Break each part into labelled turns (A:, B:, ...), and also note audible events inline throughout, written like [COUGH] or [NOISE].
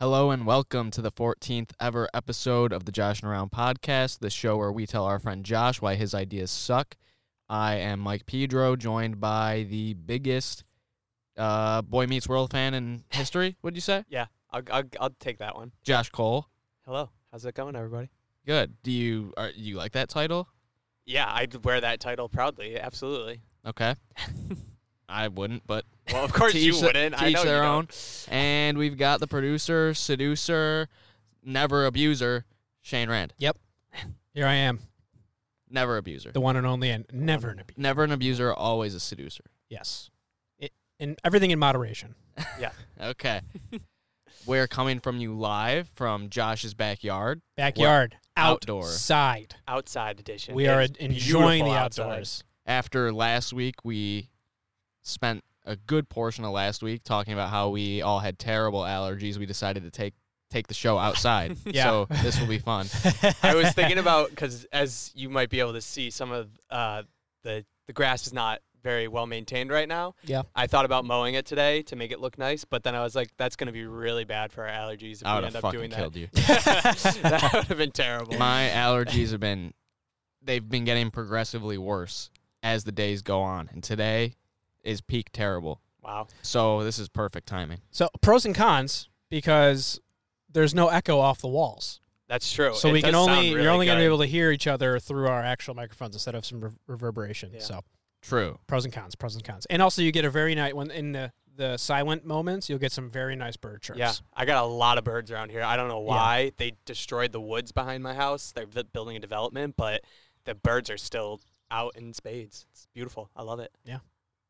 A: Hello and welcome to the 14th ever episode of the Josh and Around podcast, the show where we tell our friend Josh why his ideas suck. I am Mike Pedro, joined by the biggest uh, Boy Meets World fan in history, would you say?
B: Yeah, I'll, I'll, I'll take that one.
A: Josh Cole.
B: Hello, how's it going, everybody?
A: Good. Do you are you like that title?
B: Yeah, I'd wear that title proudly. Absolutely. [LAUGHS]
A: Okay. I wouldn't, but
B: Well, of course
A: To
B: you
A: each the-
B: wouldn't.
A: to
B: I
A: each
B: know
A: their
B: you
A: own.
B: don't.
A: and we've got the producer, seducer, never abuser, Shane Rand.
C: Here I am,
A: Never abuser.
C: the one and only, and never an abuse.
A: Never an abuser, always a seducer.
C: Yes, it, and everything in moderation.
A: Okay. [LAUGHS] We're coming from you live from Josh's backyard.
C: Backyard,
A: Outdoor.
C: outside.
B: Outside edition.
C: We
B: It
C: are
B: is
C: enjoying the
B: beautiful outside.
C: outdoors.
A: After last week, we spent a good portion of last week talking about how we all had terrible allergies. We decided to take take the show
B: [LAUGHS]
A: outside.
C: Yeah.
A: So this will be fun.
B: [LAUGHS] I was thinking about because as you might be able to see, some of uh, the the grass is not very well maintained right now.
C: Yeah.
B: I thought about mowing it today to make it look nice, but then I was like, that's going to be really bad for our allergies if
A: I would
B: we
A: have
B: end up
A: fucking
B: doing [LAUGHS]
A: killed you.
B: that. that would have been terrible.
A: [LAUGHS] My allergies have been they've been getting progressively worse as the days go on. And today is peak terrible.
B: wow.
A: So this is perfect timing.
C: so pros and cons because there's no echo off the walls,
B: That's true.
C: so
B: It
C: we can
B: does sound
C: only
B: really
C: you're only to
B: good.
C: be able to hear each other through our actual microphones instead of some re- reverberation.
B: Yeah.
C: So
A: True.
C: pros and cons, pros and cons, and also you get a very nice when in the the silent moments you'll get some very nice bird chirps.
B: Yeah, I got a lot of birds around here. I don't know
C: Yeah.
B: why they destroyed the woods behind my house. They're vi- building a development, but the birds are still out in spades. It's beautiful. I love it.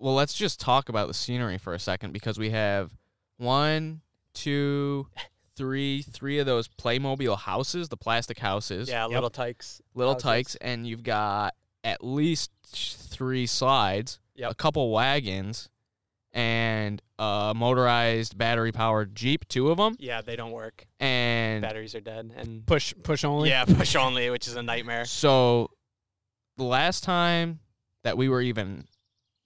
A: Well, let's just talk about the scenery for a second because we have one, two, three, three of those Playmobil houses, the plastic houses,
B: Yeah,
C: Yep.
B: little tykes,
A: little
B: houses.
A: tykes, and you've got at least three slides,
B: Yep.
A: a couple wagons, and a motorized battery powered Jeep, two of them,
B: Yeah, they don't work.
A: and
B: Batteries are dead, and
C: Push push only.
B: yeah, push only, which is a nightmare.
A: So, the last time that we were even,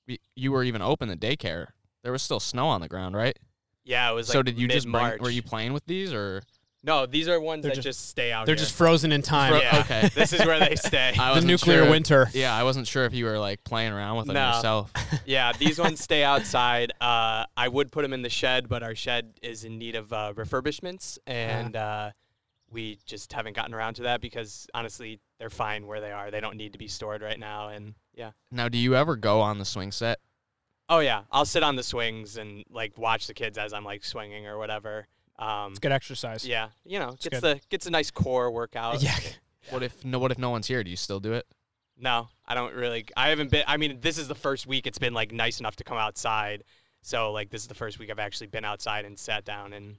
A: we- you were even open the daycare, there was still snow on the ground, right?
B: Yeah, it was.
A: so
B: like
A: did you just bring?
B: mid-March.
A: Were you playing with these or?
B: No, these are ones
C: They're
B: that
C: just-
B: just, stay out.
C: They're
B: here.
C: just frozen in time.
A: Fro-
B: Yeah.
A: Okay.
B: this is where they stay.
A: [LAUGHS] I
C: the
A: wasn't
C: nuclear
A: sure-
C: winter.
A: Yeah, I wasn't sure if you were like playing around with them
B: No.
A: yourself. [LAUGHS]
B: yeah, these ones stay outside. Uh, I would put them in the shed, but our shed is in need of uh, refurbishments,
C: Uh-huh.
B: and uh, we just haven't gotten around to that because honestly, they're fine where they are. They don't need to be stored right now, and yeah.
A: Now, do you ever go on the swing set?
B: Oh yeah, I'll sit on the swings and like watch the kids as I'm like swinging or whatever. Um,
C: It's good exercise.
B: yeah, you know, gets
C: good.
B: the gets a nice core workout.
C: Yeah.
A: What if no? What if no one's here? Do you still do it?
B: No, I don't really. I haven't been. I mean, this is the first week it's been like nice enough to come outside. So like this is the first week I've actually been outside and sat down and.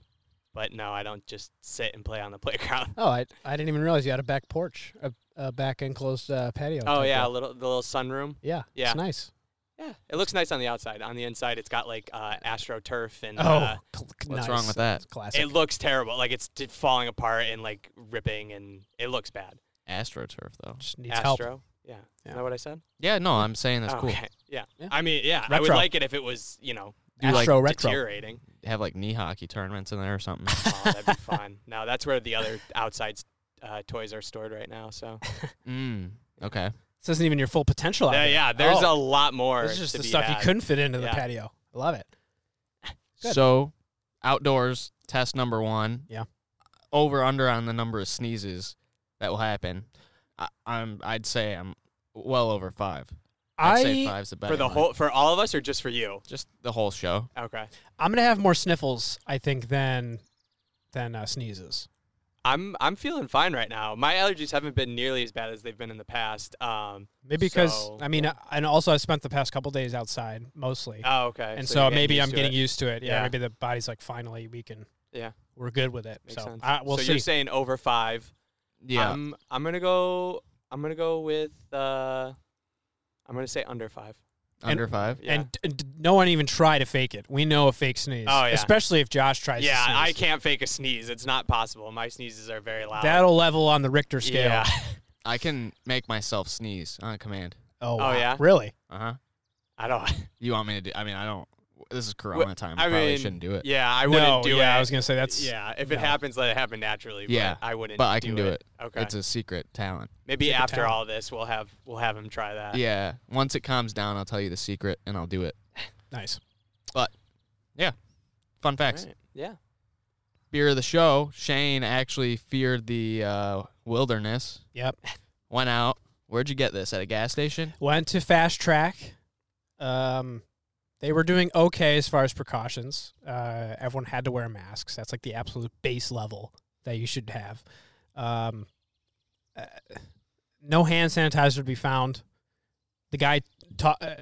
B: But no, I don't just sit and play on the [LAUGHS] playground.
C: Oh, I, I didn't even realize you had a back porch, a, a back enclosed uh, patio.
B: Oh
C: type
B: yeah, a
C: deal.
B: little the little sunroom.
C: yeah,
B: Yeah.
C: It's nice.
B: Yeah, it looks nice on the outside. On the inside, it's got like uh, astroturf and.
C: Oh,
B: uh,
C: cl-
A: What's
C: nice.
A: wrong with that?
C: It's classic.
B: it looks terrible. Like it's t- falling apart and like ripping, and it looks bad.
A: AstroTurf though.
C: Just needs help.
B: Astro. Yeah.
C: Yeah.
B: Is that what I said?
A: Yeah, no, I'm saying that's
B: Oh,
A: cool.
B: Okay. Yeah.
C: Yeah.
B: I mean, yeah, I would
C: Retro.
B: like it if it was, you know,
A: Do you like
C: Astro retro.
B: deteriorating.
A: have like knee hockey tournaments in there or something?
C: [LAUGHS]
B: oh, that'd be fun. [LAUGHS] No, that's where the other outside uh, toys are stored right now. So
A: mm. Okay.
C: This isn't even your full potential. out
B: yeah,
C: there.
B: yeah, there's
C: Oh.
B: a lot more.
C: This is just
B: to
C: the
B: be
C: stuff
B: had.
C: you couldn't fit into the
B: Yeah.
C: patio. I love it. Good.
A: So, outdoors test number one.
C: Yeah.
A: Over under on the number of sneezes that will happen. I, I'm. I'd say I'm well over five. I'd say
C: I
A: five's the better.
B: for the
A: one.
B: whole for all of us or just for you.
A: just the whole show.
B: Okay,
C: I'm gonna have more sniffles, I think, than than uh, sneezes.
B: I'm I'm feeling fine right now. My allergies haven't been nearly as bad as they've been in the past. Um,
C: Maybe because
B: So-
C: I mean, uh, and also I spent the past couple days outside mostly,
B: oh, okay.
C: and
B: you're
C: so,
B: getting
C: maybe
B: used
C: I'm
B: to
C: getting
B: it.
C: used to it. Yeah,
B: Yeah.
C: maybe the body's like, finally, we can.
B: Yeah.
C: we're good with it.
B: Makes
C: so
B: sense.
C: I, we'll
B: so
C: see.
B: you're saying over five?
A: Yeah.
B: I'm, I'm gonna go. I'm gonna go with. Uh, I'm gonna say under five.
A: under five.
B: Yeah.
C: And, and d- no one even try to fake it. We know a fake sneeze.
B: Oh, yeah.
C: Especially if Josh tries to
B: yeah,
C: sneeze.
B: I can't fake a sneeze. It's not possible. My sneezes are very loud.
C: That'll level on the Richter scale.
B: yeah.
A: I can make myself sneeze on command.
C: Oh,
B: Oh,
C: wow.
B: yeah?
C: Really?
B: Uh-huh.
A: Uh huh.
B: I don't.
A: You want me to do? I mean, I don't. This is Corona time. I,
B: I
A: probably
B: mean,
A: shouldn't do it.
B: Yeah, I
C: No,
B: wouldn't do
C: yeah,
B: it.
C: I was gonna say that's
B: yeah, if it
C: no.
B: happens, let it happen naturally.
A: Yeah,
B: but I wouldn't.
A: but I can do
B: Okay,
A: It's a secret talent.
B: maybe
C: Take a
B: after
C: towel.
B: all this, we'll have we'll have him try that.
A: yeah. Once it calms down, I'll tell you the secret and I'll do it.
C: nice.
A: Fun
B: All
A: facts.
B: right. Yeah.
A: Beer of the show. Shane actually feared the uh, wilderness.
C: Yep.
A: Went out. Where'd you get this? At a gas station?
C: Went to fast track. Um, they were doing okay as far as precautions. Uh, everyone had to wear masks. That's like the absolute base level that you should have. Um, uh, no hand sanitizer to be found. The guy ta- uh,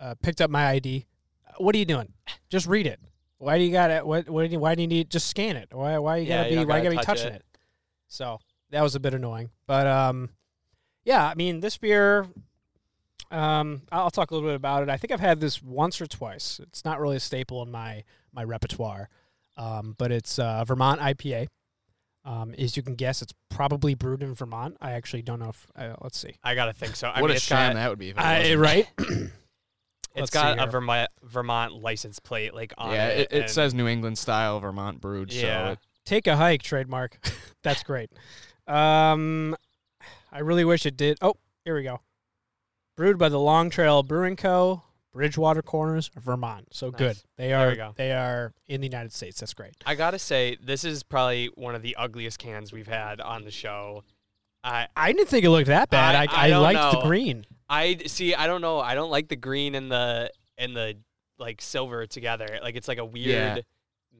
C: uh, picked up my ID. What are you doing? Just read it. Why do you got it? What? What? Do you, why do you need? Just scan it. Why? Why you
B: Yeah,
C: gotta
B: you
C: be?
B: don't
C: Why
B: gotta
C: you gotta be
B: touch
C: touching it.
B: it.
C: So that was a bit annoying. But um, yeah. I mean, this beer. Um, I'll I'll talk a little bit about it. I think I've had this once or twice. It's not really a staple in my my repertoire, um, but it's uh, Vermont IPA. Um, as you can guess, it's probably brewed in Vermont. I actually don't know if uh, let's see.
B: I gotta think so. I
A: what
B: mean,
A: a
B: it's
A: shame
B: got,
A: that would be. If it
C: I,
A: wasn't.
C: right?
B: [COUGHS] it's
C: Let's
B: got
C: see
B: a
C: here.
B: Vermont Vermont license plate like on
A: yeah, it,
B: it.
A: it
B: and-
A: says New England style Vermont brewed.
B: Yeah.
A: So it-
C: Take a hike trademark. [LAUGHS] That's great. Um, I really wish it did. Oh, here we go. Brewed by the Long Trail Brewing Co. Bridgewater Corners, Vermont. So
B: Nice.
C: good. They
B: There we
C: are
B: go.
C: they are in the United States. That's great.
B: I gotta say, this is probably one of the ugliest cans we've had on the show. I
C: I didn't think it looked that bad. I,
B: I-
C: I,
B: I don't
C: liked the
B: know.
C: green.
B: I see. I don't know. I don't like the green and the and the like silver together. Like it's like a weird
A: Yeah.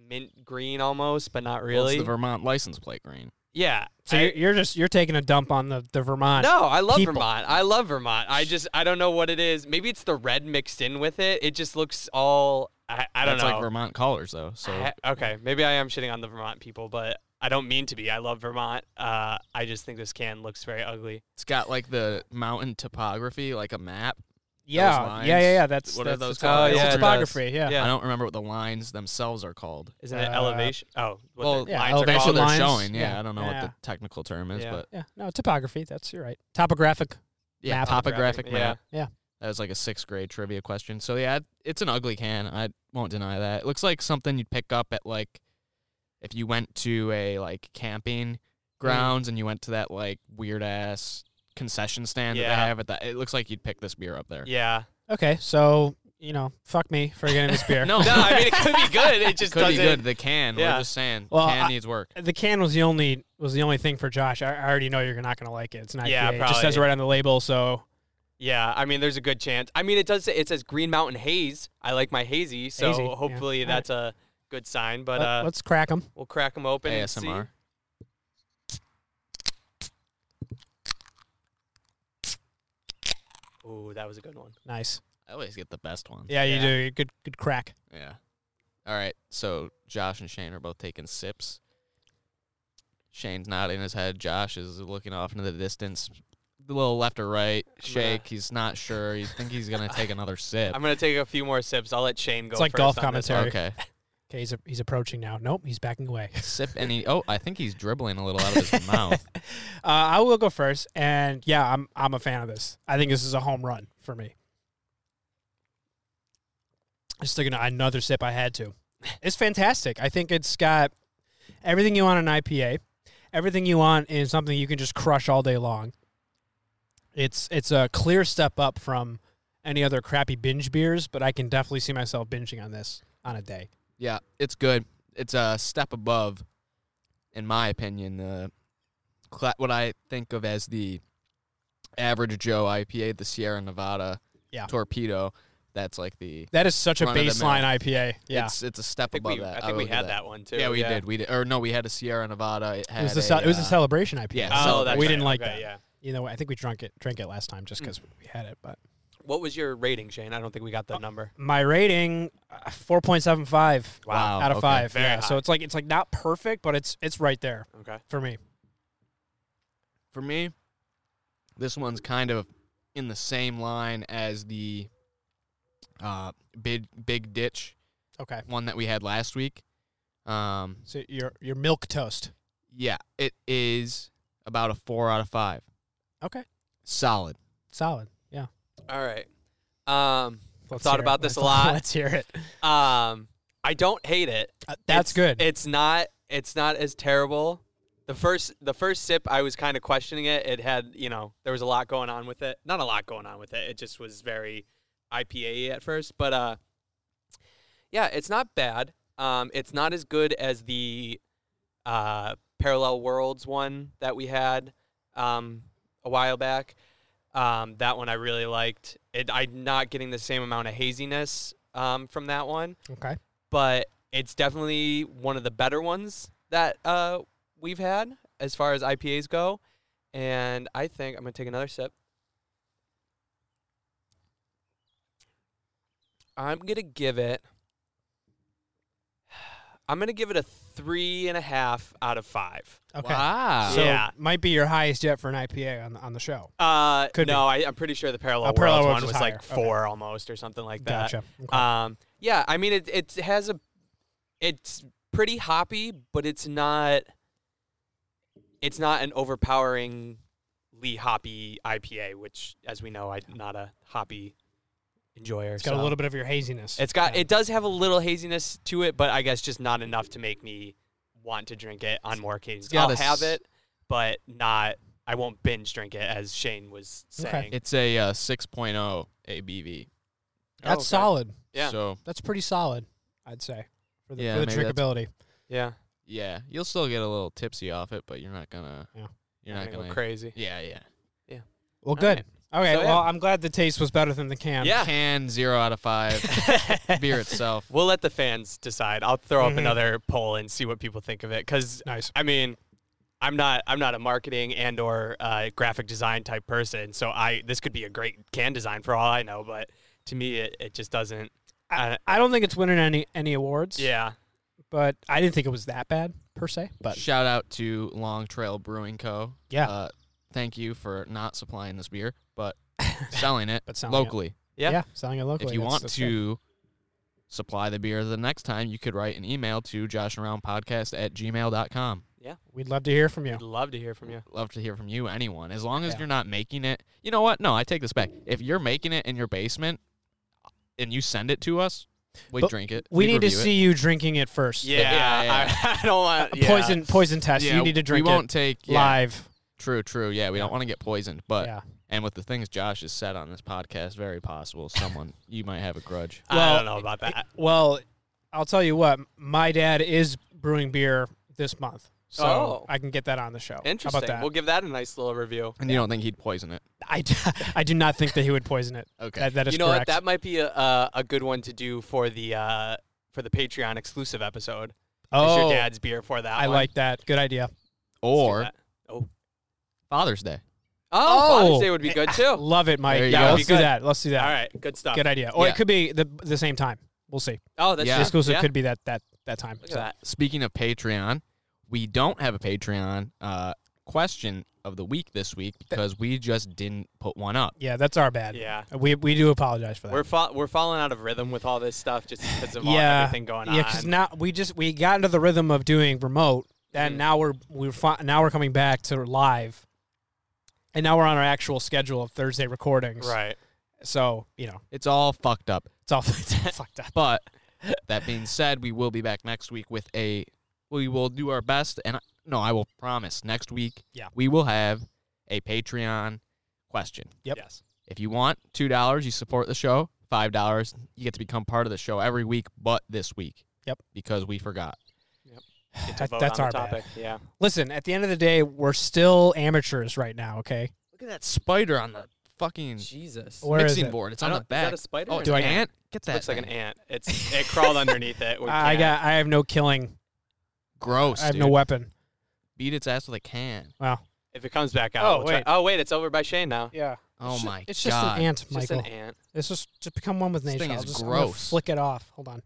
B: mint green almost, but not
A: well, it's
B: really.
A: the Vermont license plate green.
B: yeah.
C: So
B: I-
C: you're, you're just you're taking a dump on the the Vermont.
B: no, I love
C: people.
B: Vermont. I love Vermont. I just I don't know what it is. Maybe it's the red mixed in with it. It just looks all I, I don't
A: That's
B: know.
A: like Vermont colors though. So
B: I- okay, maybe I am shitting on the Vermont people, but I don't mean to be. I love Vermont. Uh, I just think this can looks very ugly.
A: it's got like the mountain topography, like a map.
C: Yeah,
A: lines.
C: yeah, yeah, yeah. That's
A: What are
C: that's
A: those
C: the top-
A: called?
C: it's
A: Oh, yeah, it
C: topography. Yeah.
B: Yeah.
A: I don't remember what the lines themselves are called.
B: Isn't it
C: Uh,
B: elevation? Oh, what
A: well,
B: the
C: yeah,
B: lines
A: That's
B: are
A: what
C: elevation
B: called?
A: they're
C: lines.
A: showing. Yeah,
C: Yeah.
A: I don't know
C: Yeah.
A: what the technical term is,
B: Yeah.
A: but
C: Yeah, no topography. That's you're right. Topographic.
A: yeah,
C: Map.
A: topographic
B: Topographic,
A: map.
C: yeah. Yeah.
A: That was like a sixth grade trivia question. So yeah, it- it's an ugly can. I won't deny that. It looks like something you'd pick up at like if you went to a like camping grounds and you went to that like weird ass concession stand that
B: Yeah.
A: they have at that. It looks like you'd pick this beer up there.
B: Yeah.
C: Okay, so you know, fuck me for getting this beer.
A: No,
B: [LAUGHS] No, I mean it could be good. It just
A: could be
B: doesn't.
A: good. The can.
B: Yeah.
A: We're just saying.
C: Well,
A: can
C: I-
A: needs work.
C: the can was the only was the only thing for Josh. I, I already know you're not gonna like it. It's not.
B: Yeah,
C: it just says it
B: probably.
C: right on the label. So
B: Yeah, I mean there's a good chance. I mean it does. Say, it says Green Mountain Haze. I like my hazy, so
C: Hazy, yeah.
B: hopefully
C: All right.
B: that's a good sign. But
C: let,
B: uh,
C: us crack them.
B: we'll crack them open and see.
A: ASMR.
B: Ooh, that was a good one.
C: Nice.
A: I always get the best one.
C: Yeah, you
B: Yeah.
C: do. Good, good crack.
A: Yeah. All right. So Josh and Shane are both taking sips. Shane's nodding his head. Josh is looking off into the distance, a little left or right shake. He's not sure. You think he's
B: [LAUGHS]
A: gonna take another sip?
B: I'm gonna take a few more sips. I'll let Shane go.
C: It's like
B: first
C: golf
B: on this
C: commentary.
B: one.
C: sorry.
A: Okay.
C: Okay, he's he's approaching now. Nope, he's backing away. [LAUGHS]
A: Sip and he. Oh, I think he's dribbling a little out of
B: [LAUGHS]
A: his mouth.
C: Uh, I will go first, and yeah, I'm I'm a fan of this. I think this is a home run for me. Just looking at another sip, I had to. It's fantastic. I think it's got everything you want in an IPA, everything you want in something you can just crush all day long. It's it's a clear step up from any other crappy binge beers, but I can definitely see myself binging on this on a day.
A: Yeah, it's good. It's a step above, in my opinion, the cla- what I think of as the average Joe IPA, the Sierra Nevada
C: Yeah.
A: torpedo. That's like the
C: That is such a
A: Run-of-the-mill.
C: baseline IPA. Yeah,
A: It's it's a step
B: I think
A: above
B: we,
A: that.
B: I think we
A: will give
B: had that one too.
A: yeah, we did. We did, or no, we had a Sierra Nevada. It,
C: it was
A: had
C: the ce- it was
A: uh,
C: a celebration IPA.
A: yeah,
B: Oh, that's
C: we
B: right.
C: didn't like
B: Okay,
C: that.
B: Yeah.
C: you know, I think we drank it drank it last time just
B: Mm.
C: because we had it. But
B: What was your rating, Shane? I don't think we got
C: Uh,
B: the number.
C: my rating, uh, four point seven five
A: Wow,
C: out of
A: okay.
C: five.
B: Very
C: yeah, so
B: high.
C: it's like it's like not perfect, but it's it's right there
B: Okay.
C: for me.
A: For me, this one's kind of in the same line as the uh, big big ditch
C: Okay,
A: one that we had last week. Um,
C: so your your milk toast.
A: yeah, it is about a four out of five.
C: Okay,
A: Solid.
C: solid. Yeah,
B: All right. Um,
C: Let's
B: thought
C: hear it.
B: about this a
C: Let's-
B: lot.
C: [LAUGHS] Let's hear it.
B: Um, I don't hate it.
C: Uh, that's
B: It's-
C: good.
B: It's not. It's not as terrible. The first, the first sip, I was kind of questioning it. It had, you know, there was a lot going on with it. Not a lot going on with it. It just was very IPA at first, but uh, yeah, it's not bad. Um, it's not as good as the uh, Parallel Worlds one that we had um, a while back. Um, that one I really liked. It, I'm not getting the same amount of haziness um, from that one
C: okay.
B: but it's definitely one of the better ones that uh, we've had as far as IPAs go. And I think I'm gonna take another sip. I'm gonna give it. [SIGHS] I'm gonna give it a three and a half out of five.
C: Okay.
A: Wow.
C: So
B: Yeah.
C: might be your highest yet for an IPA on the, on the show.
B: Uh,
C: Could
B: no, I, I'm pretty sure the parallel
C: Uh,
B: worlds
C: Parallel
B: one
C: Worlds
B: was,
C: was
B: like
C: higher. Okay.
B: four almost or something like that.
C: Gotcha. Okay.
B: Um, yeah, I mean it. It has a, it's pretty hoppy, but it's not. It's not an overpowering, Lee hoppy IPA, which, as we know, I'm not a hoppy enjoyer.
C: it's got
B: so.
C: a little bit of your haziness.
B: It's got.
C: Yeah.
B: It does have a little haziness to it, but I guess just not enough to make me want to drink it on more occasions.
A: got
B: I'll
A: a
B: have
A: s-
B: it, but not. I won't binge drink it, as Shane was
C: Okay.
B: saying.
A: It's a uh, 6.0 ABV.
C: That's
B: Oh, okay.
C: solid.
B: Yeah.
A: So
C: That's pretty solid, I'd say, for the,
A: Yeah,
C: for the
A: maybe that's-
C: drinkability.
B: Yeah,
A: yeah, you'll still get a little tipsy off it, but you're not gonna.
C: Yeah.
A: You're
B: I'm
A: not
B: gonna
A: gonna.
B: go crazy.
A: yeah, yeah.
C: Well,
B: All
C: good.
B: right.
C: Okay.
B: So, yeah.
C: well, I'm glad the taste was better than the can.
B: Yeah.
A: Can zero out of five.
C: [LAUGHS]
A: Beer itself.
B: We'll let the fans decide. I'll throw up
C: Mhm.
B: another poll and see what people think of it. Because
C: Nice.
B: I mean, I'm not I'm not a marketing and or uh, graphic design type person, so I this could be a great can design for all I know. But to me, it, it just doesn't.
C: I,
B: I-
C: I don't think it's winning any any awards.
B: Yeah,
C: But I didn't think it was that bad per se. But
A: Shout out to Long Trail Brewing Co.
C: Yeah.
A: Uh, thank you for not supplying this beer,
C: [LAUGHS]
A: but selling it
C: but selling it-
A: locally.
B: Yeah.
C: Yeah. selling it locally.
A: if you
C: that's-
A: want
C: that's good.
A: to supply the beer the next time, you could write an email to josharoundpodcast at gmail.com.
C: we'd love to hear from you.
B: I'd love to hear from you.
A: Love to hear from you, anyone. As long as
C: Yeah.
A: you're not making it. You know what? No, I take this back. If you're making it in your basement and you send it to us, we
C: But
A: drink it.
C: We
A: we'd
C: need to
A: review it.
C: see you drinking it first.
B: Yeah,
A: Yeah, yeah.
B: [LAUGHS] I, I don't want yeah.
C: Poison poison test.
A: Yeah,
C: you need to drink
A: We won't
C: it
A: take yeah,
C: live.
A: True, true. Yeah, we don't want to get poisoned, but
C: yeah.
A: and with the things Josh has said on this podcast, very possible someone you might have a grudge.
B: I
C: Well,
B: don't know about that.
C: Well, I'll tell you what. My dad is brewing beer this month, so
B: Oh.
C: I can get that on the show. How
B: Interesting.
C: about that?
B: We'll give that a nice little review.
A: And you don't think he'd poison it?
C: I, do, [LAUGHS] I do not think that he would poison it.
A: Okay.
C: That, that is
B: you know
C: correct.
B: what? That might be a, a a good one to do for the uh, for the Patreon exclusive episode. Is
C: oh,
B: your dad's beer for that?
C: I
B: one.
C: like that. Good idea.
B: Let's do
A: or
B: that. oh.
A: Father's Day.
B: Oh,
C: Oh.
B: Father's Day would be good too. All
C: Love it, Mike.
A: There you
C: [LAUGHS] Yeah,
A: go.
C: let's do that. Let's do that.
B: right, good stuff.
C: Good idea. Or
A: Yeah.
C: it could be the the same time. We'll see.
B: Oh, that's
A: Yeah.
B: true.
C: Exclusive
B: Yeah.
C: could be that that that time.
B: Look
C: So,
B: at that.
A: Speaking of Patreon, we don't have a Patreon uh, question of the week this week because we just didn't put one up.
C: Yeah, that's our bad.
B: Yeah,
C: We we do apologize for that.
B: we're fa- we're falling out of rhythm with all this stuff just because of all
C: Yeah.
B: everything going
C: yeah, because
B: on.
C: now we just we got into the rhythm of doing remote, and
B: Mhm.
C: now we're we're fi- now we're coming back to live, and now we're on our actual schedule of Thursday recordings.
B: right.
C: So you know
A: It's all fucked up.
C: it's all, [LAUGHS] it's
B: [LAUGHS]
C: all fucked up.
A: But that being said, we will be back next week with a. We will do our best, and I, no, I will promise next week.
C: Yeah.
A: we will have a Patreon question.
C: Yep.
B: Yes.
A: If you want two dollars, you support the show. Five dollars, you get to become part of the show every week, but this week.
C: Yep.
A: because we forgot.
B: Get to
C: That-
B: vote
C: that's
B: on
C: our
B: the
C: bad.
B: topic. Yeah.
C: Listen, at the end of the day, we're still amateurs right now. Okay,
A: Look at that spider on the fucking
C: Mm.
B: Jesus.
C: Where is
A: mixing
C: it?
A: board. It's
B: I
A: on
B: don't,
A: the back.
B: Is that a spider?
A: oh,
B: or
A: it's
C: I-
A: an
B: an ant?
A: ant. Get that.
B: Looks like an
A: thing.
B: ant. It's
C: [LAUGHS]
B: it crawled underneath it. We
C: I I
B: can't-
C: got I have no killing.
A: Gross.
C: I have
A: dude.
C: no weapon.
A: Beat its ass with a can.
B: If it comes back out.
C: Oh,
B: we'll try-
C: wait.
B: oh wait, it's over by Shane now.
C: Yeah.
A: Oh my
C: It's just
A: god.
C: an ant,
B: It's just
C: Michael.
B: an ant.
C: It's just just become one with
A: This
C: nature.
A: thing
C: I'll
A: is
C: just I'm gonna
A: gross.
C: flick it off. Hold on.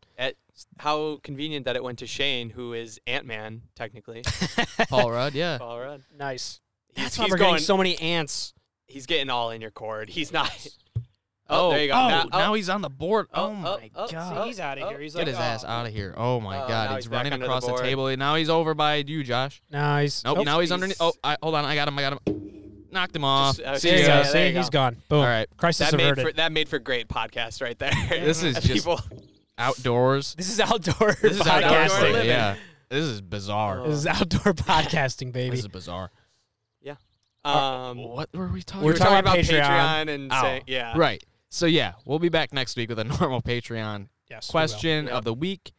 B: How convenient that it went to Shane, who is Ant Man
C: [LAUGHS]
B: technically.
A: Paul Rudd.
B: [LAUGHS]
A: Yeah. [LAUGHS]
B: Paul Rudd.
C: Nice.
B: He's,
C: That's why
B: he's
C: we're
B: going.
C: getting so many ants.
B: he's getting all in your cord. He's not.
A: Oh,
B: Oh, there you go.
A: Oh,
B: now, oh,
A: now he's on the board.
B: oh,
A: Oh,
B: oh,
A: my
B: oh,
A: god.
B: oh,
C: he's outta
B: oh.
C: here. He's
A: Get his ass out of here. Oh my
B: Oh,
A: god.
B: now
A: He's
B: he's back
A: running
B: under the
A: across the,
B: board.
A: table. Now he's over by you, Josh.
C: Nice.
A: Nope.
C: Nope.
A: Now he's
B: He's-
A: underneath. Oh, I, hold on. I got him. I got him. knocked him off.
B: Just, uh,
A: See
B: there
C: There
A: ya.
C: you
B: yeah,
C: go.
B: there
C: See,
B: you go.
C: he's gone. Boom.
A: All right,
C: Crisis
B: That made
C: averted.
B: for that made for great podcast right there.
A: This
B: [LAUGHS]
A: is just
B: people.
A: outdoors.
C: [LAUGHS] this is outdoor
A: This is
B: outdoor
C: podcasting.
A: outdoors.
B: living.
A: Yeah, this is bizarre.
C: This is outdoor podcasting,
A: This
C: baby.
A: is bizarre.
B: Um,
A: what were we talking?
B: we were
A: about?
B: talking about
C: Patreon.
B: Patreon, and
A: Oh,
B: saying, yeah,
A: Right. So yeah, we'll be back next week with a [LAUGHS] normal Patreon
C: Yes. we will.
A: question
B: Yep.
A: of the week,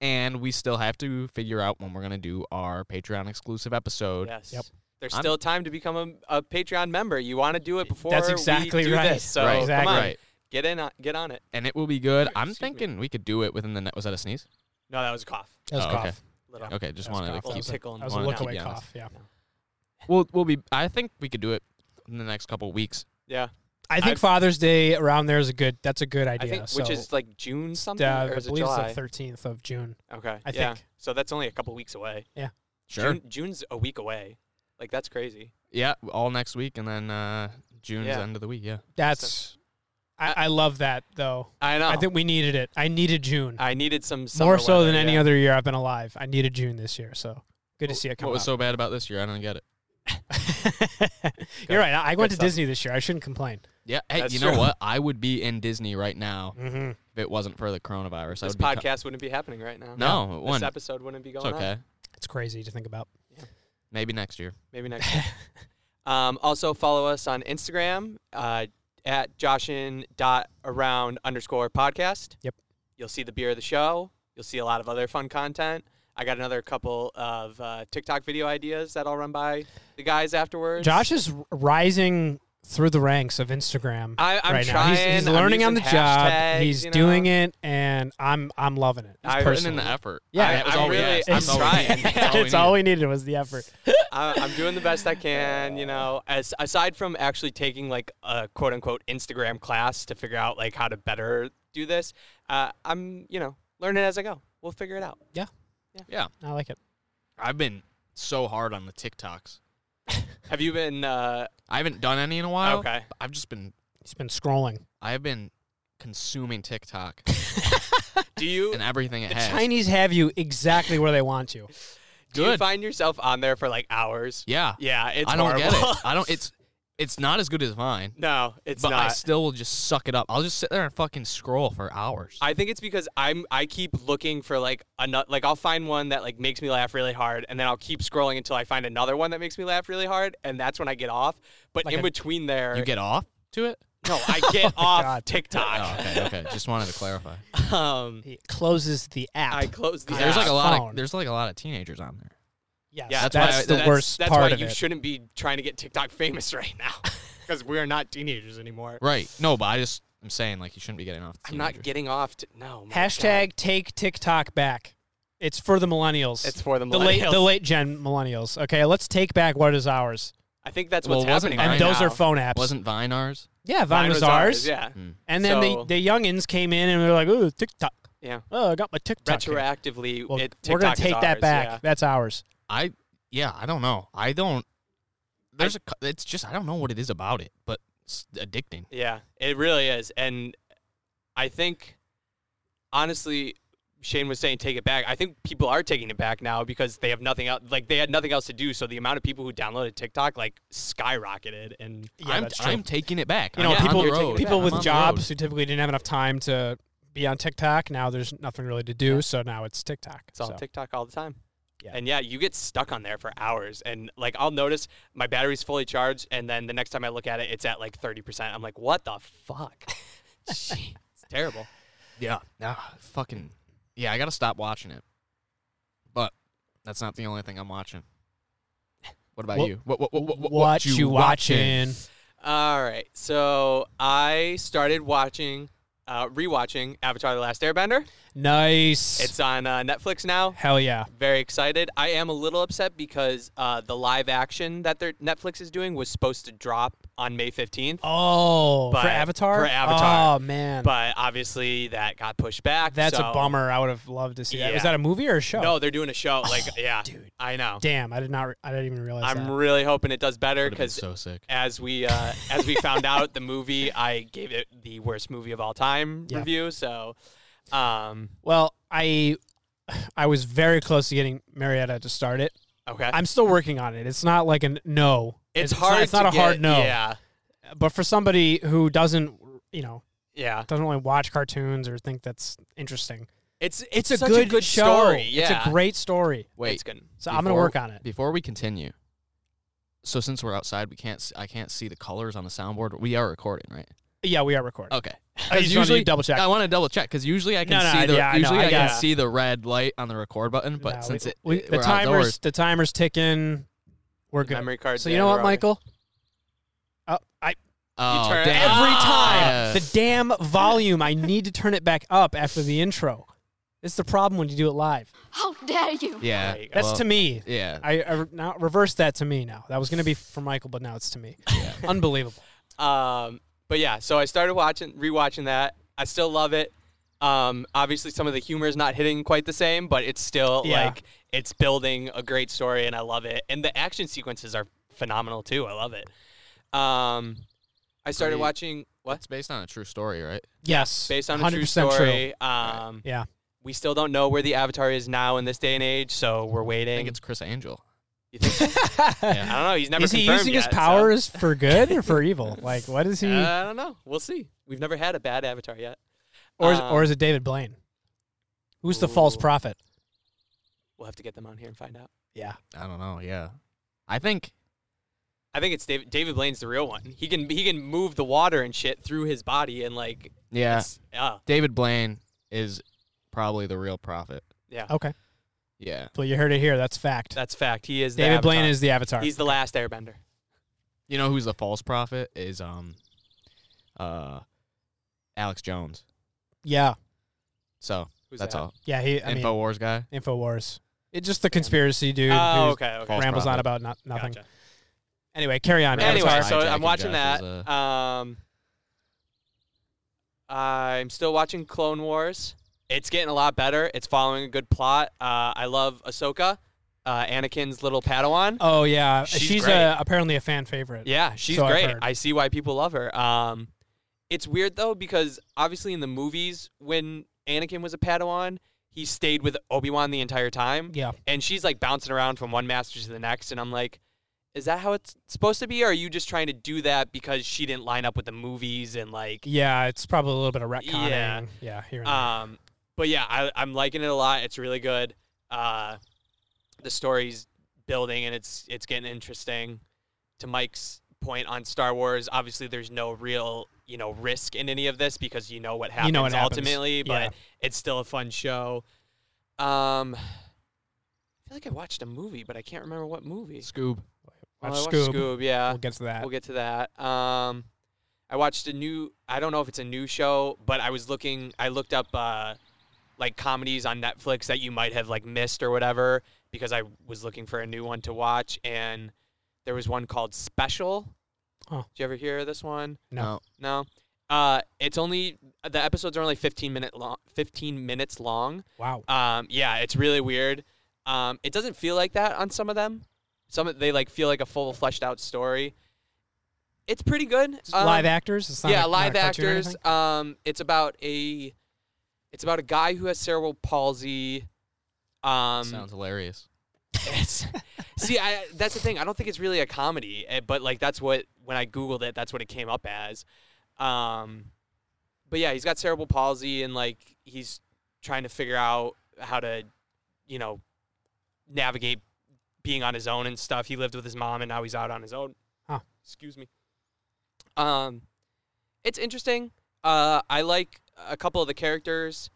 A: and we still have to figure out when we're gonna do our Patreon exclusive episode.
B: Yes.
C: Yep.
B: There's
A: I'm-
B: still time to become a, a Patreon member. You want to do it before
C: exactly
B: we do
C: right.
B: this. So
A: Right.
C: Exactly.
B: come on,
A: Right.
B: get in, on, get on it.
A: And it will be good.
B: Excuse
A: I'm
B: me.
A: thinking we could do it within the net. Was that a sneeze?
B: No, that was a cough.
C: That was
A: Oh,
C: a cough.
A: okay.
B: Little
A: Okay, just
C: That was
A: wanted
C: cough.
A: to
C: That
A: keep.
B: was a-
C: That was a
A: wanted to
C: look
A: keep
C: away
A: you honest.
C: cough. Yeah.
A: We'll we'll be. I think we could do it in the next couple weeks.
B: Yeah,
C: I think
B: I've-
C: Father's Day around there is a good. That's a good idea.
B: I think
C: so,
B: which is like June something
C: uh,
B: or
C: I
B: is it
C: believe
B: July?
C: it's the thirteenth of June.
B: okay,
C: I
B: yeah.
C: think.
B: So that's only a couple weeks away.
A: Sure.
B: June, June's a week away. Like that's crazy.
A: Yeah, all next week, and then uh, June's
B: Yeah.
A: end of the week. Yeah.
C: That's. I, I love that though.
B: I know.
C: I think we needed it. I needed June
B: I needed some Uh, summer
C: more so
B: weather,
C: than any
B: yeah.
C: other year I've been alive. I needed June this year, so good to see it come.
A: what was
C: up.
A: so bad about this year? I don't get it.
C: [LAUGHS] You're right. I, I went to
B: stuff.
C: Disney this year. I shouldn't complain.
A: Yeah. Hey,
B: That's
A: you know
B: true.
A: what? I would be in Disney right now
C: Mm-hmm.
A: if it wasn't for the coronavirus. I
B: This
A: would be co-
B: podcast wouldn't be happening right now.
A: no, it
B: this
A: wouldn't.
B: episode wouldn't be
A: It's
B: going on.
A: okay.
C: It's crazy to think about.
A: Maybe next year.
B: Maybe next.
A: [LAUGHS]
B: time. um, also follow us on Instagram uh, at joshin dot around underscore podcast.
C: Yep.
B: You'll see the beer of the show. You'll see a lot of other fun content. I got another couple of uh, TikTok video ideas that I'll run by the guys afterwards.
C: Josh is r- rising through the ranks of Instagram
B: I, I'm
C: right now.
B: trying.
C: He's, he's learning on the job. He's doing
B: it.
C: it, and I'm I'm loving it.
B: I-
A: Putting in
C: personally.
A: the effort.
C: Yeah,
A: that was
B: I'm
A: all we
B: really-
A: asked.
B: I'm
A: That's all we
B: trying. [LAUGHS]
C: [LAUGHS]
A: needed. That's
C: it's
A: we
C: all
A: needed.
C: we needed was the effort.
B: I, I'm doing the best I can, you know. As aside from actually taking like a quote unquote Instagram class to figure out like how to better do this, uh, I'm you know learning as I go. We'll figure it out.
C: I like it.
A: I've been so hard on the TikToks.
B: Have you been? Uh,
A: I haven't done any in a
C: Oh.
A: while.
B: okay.
A: but I've just been.
C: He's been scrolling.
A: I have been consuming
B: [LAUGHS]
A: TikTok
B: Do you
A: and everything it
C: The
A: has.
C: Chinese have you exactly where they want you.
B: do you
A: good.
B: find yourself on there for like hours?
A: yeah,
B: Yeah, it's
A: I don't get
B: horrible. [LAUGHS]
A: it. I don't. It's it's not as good as mine,
B: no, it's
A: but I
B: not.
A: still will just suck it up. I'll just sit there and fucking scroll for hours.
B: I think it's because I'm I keep looking for like another like I'll find one that like makes me laugh really hard and then I'll keep scrolling until I find another one that makes me laugh really hard and that's when I get off. But
C: Like
B: in
C: a-
B: between there
A: you get off to it.
B: No, I
C: [LAUGHS]
B: get
C: my
B: off
C: God. Oh.
A: Oh,
B: TikTok.
A: okay,
B: [LAUGHS]
A: okay. Just wanted to clarify.
B: um,
C: He closes the app.
B: I close the.
C: Yeah.
A: There's
B: app.
A: like a lot
C: Phone.
A: of there's like a lot of teenagers on there.
C: yes,
B: yeah,
C: that's,
A: that's why I-
C: the
B: that's,
C: worst
B: That's
C: part
B: why
C: of
B: you
C: it.
B: shouldn't be trying to get TikTok famous [LAUGHS] right now,
C: [LAUGHS]
B: because we are not teenagers anymore.
A: Right. No, but I just I'm saying like you shouldn't be getting off.
B: I'm not
A: teenagers.
B: getting off. T- no. my
C: Hashtag take TikTok back. It's for the millennials.
B: God. It's for the millennials.
C: the late the late gen millennials. Okay, let's take back what is ours.
B: I think that's
A: Well,
B: what's
A: wasn't
B: happening.
A: mine-
C: And
B: right
C: those
B: now.
C: are phone apps.
A: Wasn't Vine ours?
C: yeah, Vine,
B: Mine
C: was ours.
B: Yeah.
C: And then
B: So-
C: the, the youngins came in and they were like, ooh, TikTok.
B: Yeah.
C: Oh, I got my TikTok.
B: Retroactively,
C: Well,
B: it,
C: we're gonna
B: TikTok is
C: take that
B: ours,
C: back.
B: yeah.
C: That's ours.
A: I yeah. I don't know. I don't. There's a. cou- It's just I don't know what it is about it, but it's addicting.
B: Yeah, it really is. And I think, honestly, Shane was saying take it back. I think people are taking it back now because they have nothing else. Like they had nothing else to do, so the amount of people who downloaded TikTok like skyrocketed. And
C: Yeah,
A: I'm
C: that's true.
A: I'm taking it back.
C: You know,
A: I'm on
C: people-
A: the
B: you're taking it
A: road.
B: back.
C: People
A: I'm on
C: with
A: the
C: jobs
A: road.
C: who typically didn't have enough time to be on TikTok now there's nothing really to do, so now it's TikTok.
B: it's all
C: So,
B: TikTok all the time.
C: Yeah.
B: And yeah, you get stuck on there for hours. And like I'll notice my battery's fully charged, and then the next time I look at it, it's at like thirty percent. I'm like, what the fuck?
C: [LAUGHS]
B: Gee, it's terrible.
A: Yeah. Ah, fucking. Yeah. I gotta stop watching it. But that's not the only thing I'm watching. What about
C: What-
A: you? What what what what, what,
C: what you watching?
B: All right. So I started watching, uh, rewatching Avatar: The Last Airbender.
C: Nice.
B: It's on uh, Netflix now.
C: Hell yeah.
B: Very excited. I am a little upset because uh, the live action that their Netflix is doing was supposed to drop on May fifteenth,
C: Oh,
B: But-
C: for Avatar?
B: for Avatar.
C: Oh, man.
B: but obviously that got pushed back.
C: That's
B: so-
C: a bummer. I would have loved to see that. Was
B: Yeah.
C: that a movie or a show?
B: No, they're doing a show. Like, yeah,
C: dude.
B: I know.
C: Damn, I did not. Re- I didn't even realize
B: I'm
C: that.
B: really hoping it does better
A: Would've been
B: because
A: so sick.
B: as we
C: [LAUGHS]
B: uh, as we found out, the movie I gave it the worst movie of all time
C: Yeah.
B: review. So, um,
C: [SIGHS] Well, I, I was very close to getting Marietta to start it,
B: Okay.
C: I'm still working on it. It's not like a n- no.
B: it's,
C: not-
B: hard.
C: it's not
B: to
C: a hard
B: get-
C: no.
B: Yeah.
C: But for somebody who doesn't, you know,
B: Yeah.
C: doesn't really watch cartoons or think that's interesting,
B: It's it's,
C: a
B: such
C: good,
B: a good
C: show.
B: story. Yeah.
C: It's a great story.
A: Wait,
B: It's good.
C: So I'm gonna
A: Before-
C: work on it.
A: before we continue. So since we're outside, we can't. s- I can't see the colors on the soundboard. We are recording, right?
C: Yeah, we are recording.
A: Okay.
C: I just wanted to
A: usually-
C: double check.
A: I want to double check because usually I can
C: No, no,
A: see the
C: yeah, I know,
A: usually
C: I
A: I, can
B: got it.
A: see the red light on the record button, but
C: No, we-
A: since it,
C: we-
A: it-
C: the
A: we're
C: timer's
A: outdoors,
C: the timer's ticking, we're good.
B: Memory cards.
C: So
B: yeah,
C: you know what,
B: we're
C: Michael? Oh, I
A: oh,
B: turn it
A: damn.
B: every
A: Ah.
C: every time the damn volume. I need to turn it back up after the intro. It's the problem when you do it live.
D: How dare you!
A: yeah,
B: There you go.
C: That's
A: well,
C: to me.
A: yeah.
C: I, I re- now reverse that to me now. That was gonna be for Michael, but now it's to me. Unbelievable.
B: Um, but yeah, so I started watching, rewatching that. I still love it. Um, obviously, some of the humor is not hitting quite the same, but it's still
C: Yeah.
B: like it's building a great story, and I love it. And the action sequences are phenomenal too. I love it. Um, I started
A: Pretty-
B: watching what
A: It's based on a true story, right?
C: Yes,
B: based on a true
C: 100% true.
B: story. Um,
C: Yeah.
B: we still don't know where the Avatar is now in this day and age, so we're
A: I
B: waiting.
A: think it's Chris Angel.
B: You think-
C: [LAUGHS]
B: I
A: Yeah.
B: don't know. He's never.
C: is he
B: confirmed
C: using his
B: yet, so- uh,
C: powers for good or for evil? Like,
B: [LAUGHS]
C: what is he?
B: I don't know. We'll see. We've never had a bad Avatar yet.
C: or is,
B: um,
C: or is it David Blaine? Who's the false
B: Ooh.
C: prophet?
B: We'll have to get them on here and find out.
C: Yeah,
A: I don't know. Yeah, I think
B: I think it's David. David Blaine's the real one. He can he can move the water and shit through his body and like
A: yeah.
B: it's- uh,
A: David Blaine is probably the real prophet.
B: yeah.
C: Okay.
A: Yeah,
C: Well, you heard it here. That's fact.
B: That's fact. He is the
C: David Blaine
B: Avatar.
C: is the Avatar.
B: He's the last Airbender.
A: you know who's the false prophet is um, uh, Alex Jones.
C: yeah,
A: So
B: Who's
A: that's
B: that?
A: all.
C: yeah. He. I mean,
A: Infowars guy.
C: Infowars. It's just the conspiracy dude
B: Oh,
C: who
B: okay. okay.
A: False
C: rambles on
A: prophet.
C: about not, nothing.
B: Gotcha.
C: Anyway, carry on.
A: Avatar.
B: Anyway,
C: Avatar.
B: so
A: Hijacking
B: I'm watching
A: Jeff
B: that.
A: is,
B: Um, I'm still watching Clone Wars. It's getting a lot better. It's following a good plot. Uh, I love Ahsoka, uh, Anakin's little Padawan.
C: oh yeah,
B: She's
C: she's,
B: great.
C: uh, apparently a fan favorite.
B: Yeah, she's
C: So I've
B: great.
C: heard.
B: I see why people love her. Um, it's weird though because obviously in the movies when Anakin was a Padawan, he stayed with Obi Wan the entire time,
C: Yeah.
B: and she's like bouncing around from one master to the next, and I'm like, is that how it's supposed to be? Or are you just trying to do that because she didn't line up with the movies and like,
C: Yeah, it's probably a little bit of retconning.
B: Yeah.
C: Yeah, here and there.
B: um, but yeah, I, I'm liking it a lot. It's really good. Uh, the story's building and it's it's getting interesting. To Mike's point on Star Wars, obviously there's no real you know risk in any of this because you know what happens
C: You know what happens.
B: ultimately, but
C: Yeah.
B: it's still a fun show. Um, I feel like I watched a movie, but I can't remember what movie.
A: Scoob.
B: Oh, I
C: Watch
B: watched
C: Scoob.
B: Scoob, yeah
C: we'll get to that.
B: we'll get to that. Um, I watched a new. I don't know if it's a new show, but I was looking. I looked up uh, like comedies on Netflix that you might have like missed or whatever because I was looking for a new one to watch, and there was one called Special.
C: Huh.
B: Did you ever hear of this one?
C: No.
B: No. Uh, it's only the episodes are only fifteen minute long. Fifteen minutes long.
C: wow.
B: Um, yeah, it's really weird. Um, it doesn't feel like that on some of them. Some of- they like feel like a full fleshed out story. It's pretty good.
C: It's
B: Um,
C: live actors. It's not
B: yeah,
C: a- not
B: live
C: a cartoon or
B: actors.
C: anything?
B: Um, it's about a, it's about a guy who has cerebral palsy. Um, [LAUGHS]
A: Sounds hilarious.
B: it's- see, I that's the thing. I don't think it's really a comedy, eh, but like that's what when I googled it, that's what it came up as. Um, but yeah, he's got cerebral palsy and like he's trying to figure out how to, you know, navigate being on his own and stuff. He lived with his mom and now he's out on his own.
C: Huh.
B: Excuse me. Um, it's interesting. Uh, I like a couple of the characters.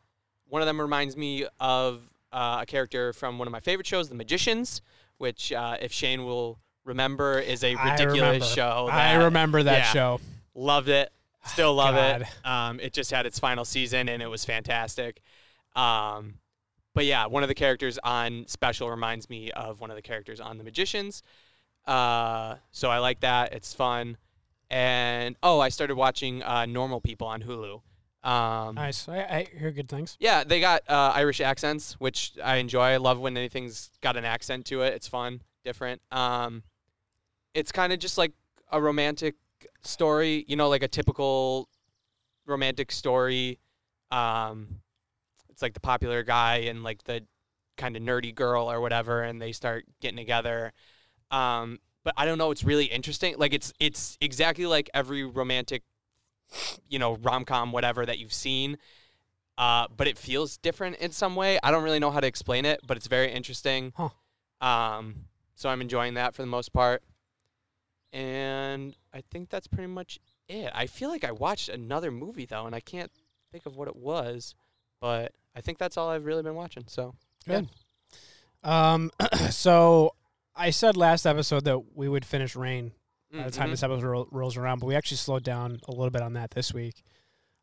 B: One of them reminds me of uh, a character from one of my favorite shows, The Magicians, which, uh, if Shane will remember, is a
C: I remember.
B: ridiculous show.
C: I
B: Oh, that-
C: remember that
B: yeah.
C: show.
B: Loved it. Still love it. Um, it just had its final season and it was fantastic. Um, but yeah, one of the characters on Special reminds me of one of the characters on The Magicians. Uh, so I like that. It's fun. And oh, I started watching uh, Normal People on Hulu. Um,
C: Nice. I, I hear good things.
B: yeah, they got uh, Irish accents, which I enjoy. I love when anything's got an accent to it. It's fun, different. Um, it's kind of just like a romantic story, you know, like a typical romantic story. Um, it's like the popular guy and like the kind of nerdy girl or whatever, and they start getting together. Um, but I don't know. It's really interesting. Like it's it's exactly like every romantic, you know, rom com whatever that you've seen. Uh, but it feels different in some way. I don't really know how to explain it, but it's very interesting.
C: Huh.
B: Um, so I'm enjoying that for the most part. And I think that's pretty much it. I feel like I watched another movie though, and I can't think of what it was, but I think that's all I've really been watching. So
C: Um, [CLEARS THROAT] so I said last episode that we would finish Rain by the time
B: mhm.
C: this episode ro- rolls around, but we actually slowed down a little bit on that this week,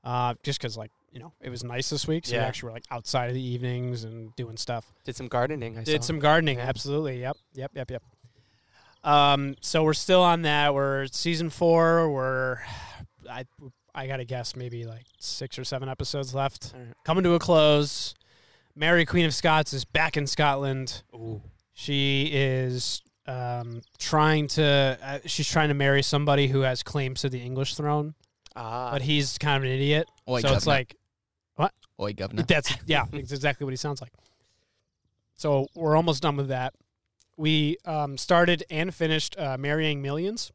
C: uh, just because like you know it was nice this week, so we
B: Yeah.
C: actually were like outside of the evenings and doing stuff.
B: did some gardening, I
C: Did
B: saw.
C: some gardening,
B: Yeah.
C: absolutely. Yep, yep, yep, yep. Um, so we're still on that. We're at season four. We're I I gotta guess maybe like six or seven episodes left,
B: All right.
C: coming to a close. Mary Queen of Scots is back in Scotland.
B: Ooh.
C: She is um, trying to. Uh, she's trying to marry somebody who has claims to the English throne,
B: Ah.
C: but he's kind of an idiot.
A: Oi,
C: so it's
A: governor.
C: like
A: Oi, governor.
C: that's
B: [LAUGHS]
C: yeah, it's exactly what he sounds like. So we're almost done with that. We um, started and finished uh, marrying millions.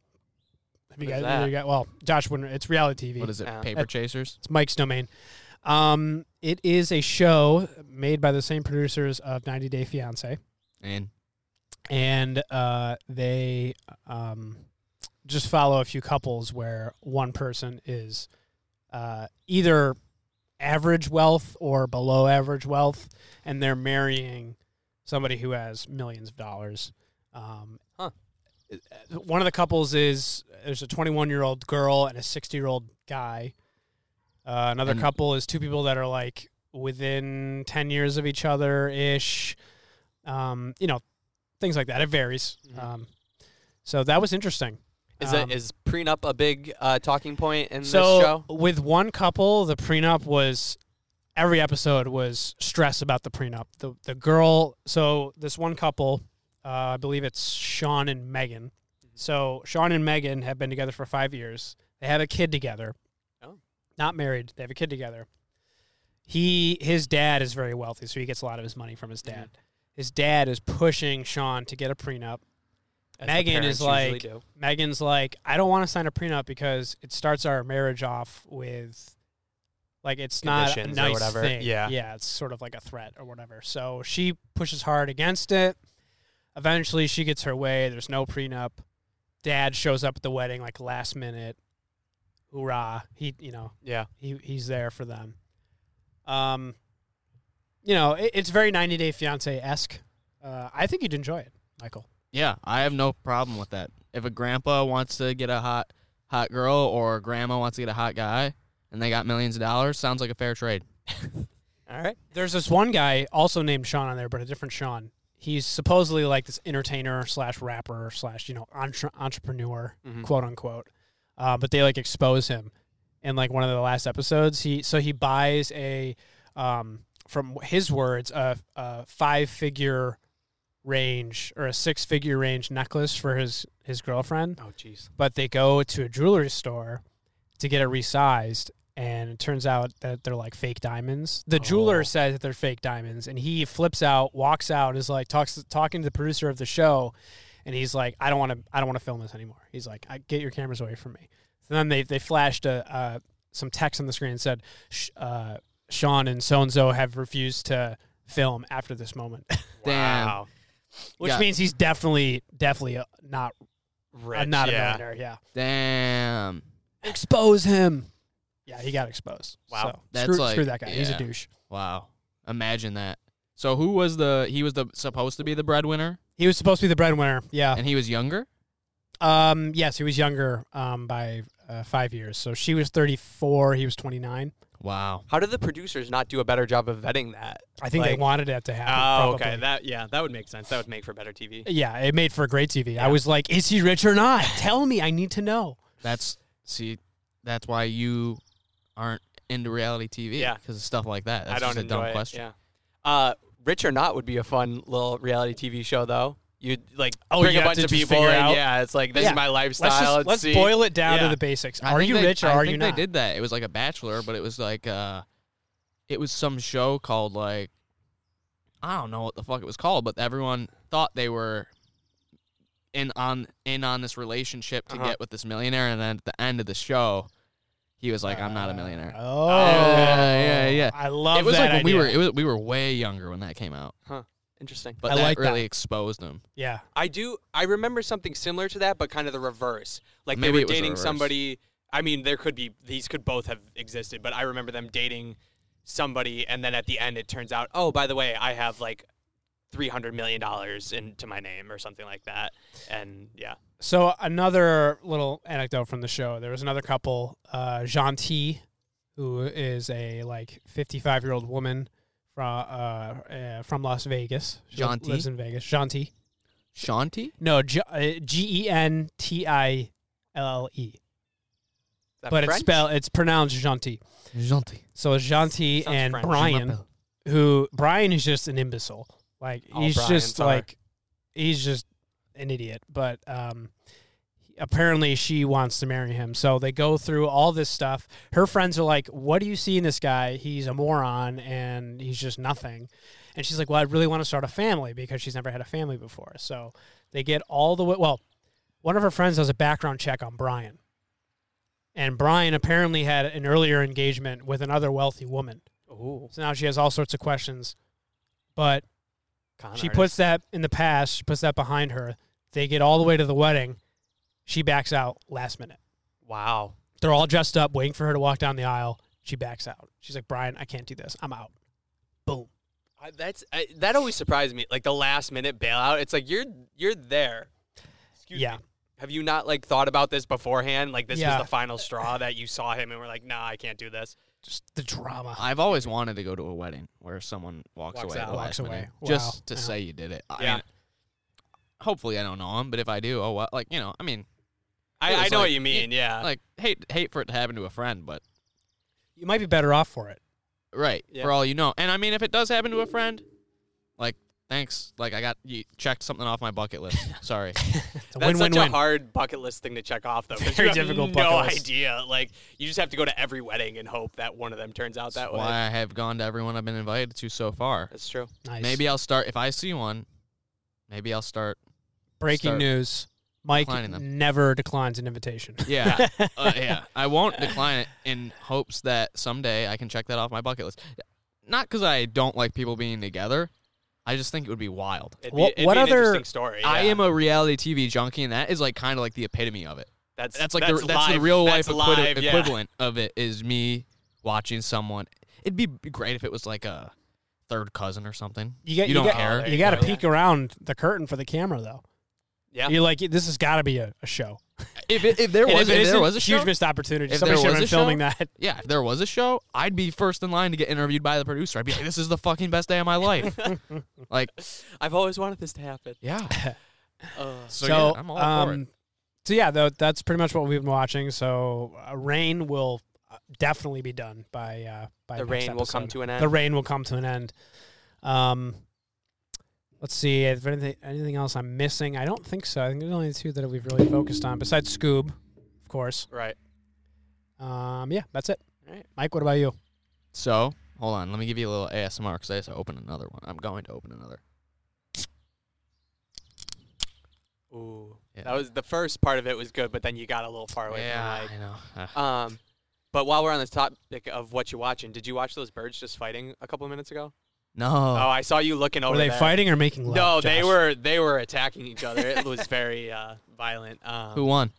C: Have you
B: What
C: guys?
B: is
C: You got, well, Josh wouldn't. It's reality TV.
A: What is it?
B: Uh,
A: Paper chasers.
C: It's Mike's domain. Um, it is a show made by the same producers of 90 Day Fiance.
A: And
C: and uh, they um, just follow a few couples where one person is uh, either average wealth or below average wealth, and they're marrying somebody who has millions of dollars. Um,
B: Huh.
C: uh, One of the couples is there's a 21 year old girl and a 60 year old guy. Uh, another
A: And-
C: couple is two people that are like within 10 years of each other ish. Um, you know, things like that. It varies.
B: Mhm.
C: Um, so that was interesting.
B: Is
C: Um,
B: that is prenup a big uh, talking point in
C: so
B: this show?
C: with one couple, the prenup was every episode was stress about the prenup. The the girl. So this one couple, uh, I believe it's Sean and Megan.
B: Mm-hmm.
C: So Sean and Megan have been together for five years. They have a kid together.
B: Oh.
C: Not married. They have a kid together. He his dad is very wealthy, so he gets a lot of his money from his dad.
B: Mm-hmm.
C: His dad is pushing Sean to get a prenup.
B: As the
C: Megan
B: parents
C: is
B: usually
C: like-
B: do.
C: Megan's like, I don't want to sign a prenup because it starts our marriage off with, like, it's not a
B: Conditions or
C: nice
B: whatever.
C: thing.
B: Yeah.
C: yeah, it's sort of like a threat or whatever. So she pushes hard against it. Eventually, she gets her way. There's no prenup. Dad shows up at the wedding like last minute. Hoorah! He, you know,
B: yeah.
C: he he's there for them. Um, you know, it, it's very 90 Day Fiance esque. Uh, I think you'd enjoy it, Michael.
A: yeah, I have no problem with that. If a grandpa wants to get a hot hot girl or a grandma wants to get a hot guy and they got millions of dollars, sounds like a fair trade.
B: All right.
C: There's this one guy also named Sean on there, but a different Sean. He's supposedly like this entertainer slash rapper slash you know entre- entrepreneur
B: Mhm.
C: quote unquote, uh, but they like expose him in like one of the last episodes. He so he buys a um, from his words a, a five figure range or a six figure range necklace for his his girlfriend
B: Oh jeez.
C: but they go to a jewelry store to get it resized and it turns out that they're like fake diamonds. The jeweler
B: Oh.
C: says that they're fake diamonds and he flips out, walks out, is like talks talking to the producer of the show and he's like I don't want to I don't want to film this anymore. He's like I, get your cameras away from me. So then they they flashed a, uh, some text on the screen and said "Sh- uh, Sean and so and so have refused to film after this moment, [LAUGHS]
A: Damn.
B: Wow.
C: which
A: Yeah.
C: means he's definitely definitely uh, not uh,
B: Rich,
C: not
B: yeah.
C: a millionaire. Yeah.
A: Damn.
C: expose him. Yeah, he got exposed.
B: Wow.
C: so,
A: That's
C: screw,
A: like-
C: screw that guy. He's a
A: yeah.
C: douche.
A: Wow. Imagine that. So who was the he was the supposed to be the breadwinner
C: He was supposed to be the breadwinner. Yeah.
A: and he was younger?
C: Um. Yes, he was younger. Um. By uh, five years. So she was thirty four. He was twenty nine.
A: Wow.
B: How did the producers not do a better job of vetting that?
C: I think
B: Like-
C: they wanted that to happen.
B: Oh,
C: probably.
B: okay. That yeah, that would make sense. That would make for better TV.
C: yeah, it made for great TV. I
B: Yeah.
C: was like, is he rich
A: [LAUGHS]
C: or not? Tell me. I need to know.
A: That's see that's why you aren't into reality TV
B: Yeah.
A: cuz of stuff like that. That's
B: I don't
A: just a
B: enjoy
A: dumb
B: it.
A: question.
B: Yeah. Uh, Rich or not would be a fun little reality TV show though. You'd like
C: Oh,
B: bring
C: you
B: a
C: have
B: bunch
C: to
B: of
C: just
B: people
C: figure
B: and
C: out-
B: yeah, it's like this
C: Yeah.
B: is my lifestyle.
C: let's just, let's
B: see.
C: boil it down to
B: Yeah.
C: the basics.
A: I
C: are
A: think
C: you
A: they-
C: rich or
A: I
C: are
A: think
C: you
A: they
C: not?
A: did that. It was like a bachelor, but it was like uh it was some show called like I don't know what the fuck it was called, but everyone thought they were in on in on this relationship to
B: Uh-huh.
A: get with this millionaire, and then at the end of the show, he was like, "I'm not a millionaire."
C: Oh,
A: Yeah, yeah, yeah.
C: I love
A: it was
C: that
A: like when we
C: idea.
A: were it was, we were way younger when that came out,
B: Interesting.
A: but
C: I
A: that
C: like that.
A: really exposed him.
C: yeah.
B: I do. I remember something similar to that, but kind of the reverse. Like
A: Maybe it
B: they were
A: was the
B: dating
A: reverse.
B: somebody. I mean, there could be these could both have existed, but I remember them dating somebody, and then at the end, it turns out, oh, by the way, I have like three hundred million dollars into my name or something like that. And yeah,
C: So another little anecdote from the show. There was another couple, uh, Jean T, who is a like 55 year old woman from uh, uh, from Las Vegas. She
A: Jean T?
C: lives in Vegas. Jean T.
A: Shanti?
C: No, G E N T I L L E.
B: Is that
C: But it's
B: French?
C: spelled. It's pronounced Jean T.
A: Shanti.
C: So it's Jean T
B: Sounds
C: and
B: French.
C: Brian. who Brian is just an imbecile. Like
B: All
C: he's
B: Brians
C: just
B: are.
C: like he's just an idiot. But um apparently she wants to marry him. So they go through all this stuff. Her friends are like, What do you see in this guy? He's a moron and he's just nothing. And she's like, Well, I really want to start a family because she's never had a family before. So they get all the way well, one of her friends does a background check on Brian. And Brian apparently had an earlier engagement with another wealthy woman.
B: Ooh,
C: So now she has all sorts of questions. But
B: con
C: she
B: artist.
C: puts that in the past, she puts that behind her. They get all the way to the wedding. She backs out last minute.
B: Wow.
C: They're all dressed up, waiting for her to walk down the aisle. She backs out. She's like, Brian, I can't do this. I'm out. Boom.
B: I, that's I, that always surprised me. Like the last minute bailout. It's like you're you're there. Excuse
C: Yeah.
B: me. Have you not like thought about this beforehand? Like this
C: Yeah.
B: was the final straw that you saw him and were like, nah, I can't do this.
C: Just the drama.
A: I've always wanted to go to a wedding where someone walks,
B: Walks
A: away, at the
B: out.
A: last
C: Walks away.
A: minute,
C: Wow. Uh-huh.
A: just to
C: Yeah.
A: say you did it. I
B: Yeah.
A: mean, hopefully, I don't know him, but if I do, oh well. Like you know, I mean,
B: I,
A: It
B: I
A: was
B: know
A: like-
B: what you mean. Yeah.
A: like hate hate for it to happen to a friend, but
C: You might be better off for it.
A: right
B: Yeah.
A: for all you know. And I mean, if it does happen to a friend, like thanks, like I got you checked something off my bucket
C: [LAUGHS]
A: list. Sorry,
C: It's a
B: That's
C: win
B: such
C: win
B: a
C: win.
B: hard bucket list thing to check off, though. 'cause
C: Very
B: you have
C: difficult
B: No
C: bucket list.
B: idea. Like you just have to go to every wedding and hope that one of them turns out that
A: that's
B: way.
A: why I have gone to everyone I've been invited to so far.
B: That's true.
C: Nice.
A: Maybe I'll start if I see one. Maybe I'll start.
C: breaking
A: start
C: news. Mike
A: declining them.
C: never declines an invitation. [LAUGHS]
A: Yeah, [LAUGHS] uh, yeah. I won't decline it in hopes that someday I can check that off my bucket list. Not because I don't like people being together. I just think it would be wild.
B: It'd
C: What-
B: be, it'd
C: what
B: be an
C: other-
B: interesting story?
A: I
B: yeah.
A: am a reality TV junkie, and that is like kind of like the epitome of it.
B: That's
A: That's like
B: that's
A: the, that's the
B: live-
A: real life
B: that's
A: equi-
B: live, yeah.
A: equivalent of it is me watching someone. It'd be great if it was like a third cousin or something.
C: You, get,
A: You don't
C: got-
A: care. Oh,
C: You got to
B: Yeah.
C: peek around the curtain for the camera, though.
B: Yeah.
C: You're like, this has got to be a, a show.
A: If it, if there
C: And
A: was
C: if
A: if there
C: it isn't,
A: was a
C: huge
A: show,
C: missed opportunity.
A: If
C: Somebody
A: there
C: should have
A: was
C: been
A: a show-
C: filming that.
A: yeah, if there was a show, I'd be first in line to get interviewed by the producer. I'd be like, "This is the fucking best day of my [LAUGHS] life." like,
B: I've always wanted this to happen.
C: [LAUGHS]
A: yeah.
B: Uh,
A: [LAUGHS] So,
C: So,
A: yeah, I'm all for it.
C: um, so yeah, though that's pretty much what we've been watching. So uh, rain will uh, definitely be done by uh, by
B: the
C: next
B: rain will come
C: episode.
B: to an end.
C: the rain will come to an end. Um, let's see if anything anything else I'm missing. I don't think so. I think there's only two that we've really focused on besides Scoob, of course.
B: right.
C: Um, yeah, that's it.
B: All right.
C: Mike, what about you?
A: So, hold on. Let me give you a little ASMR because I have to open another one. I'm going to open another.
B: Ooh.
A: Yeah.
B: That was the first part of it was good, but then you got a little far away
A: yeah,
B: from
A: I know. Ah.
B: the mic. Um, but while we're on the topic of what you're watching, did you watch those birds just fighting a couple minutes ago?
A: [LAUGHS] no.
B: Oh, I saw you looking over
C: Were they
B: there.
C: fighting or making love?
B: No, they
C: Josh?
B: were they were attacking each other. It was very uh, violent. Um,
A: Who won?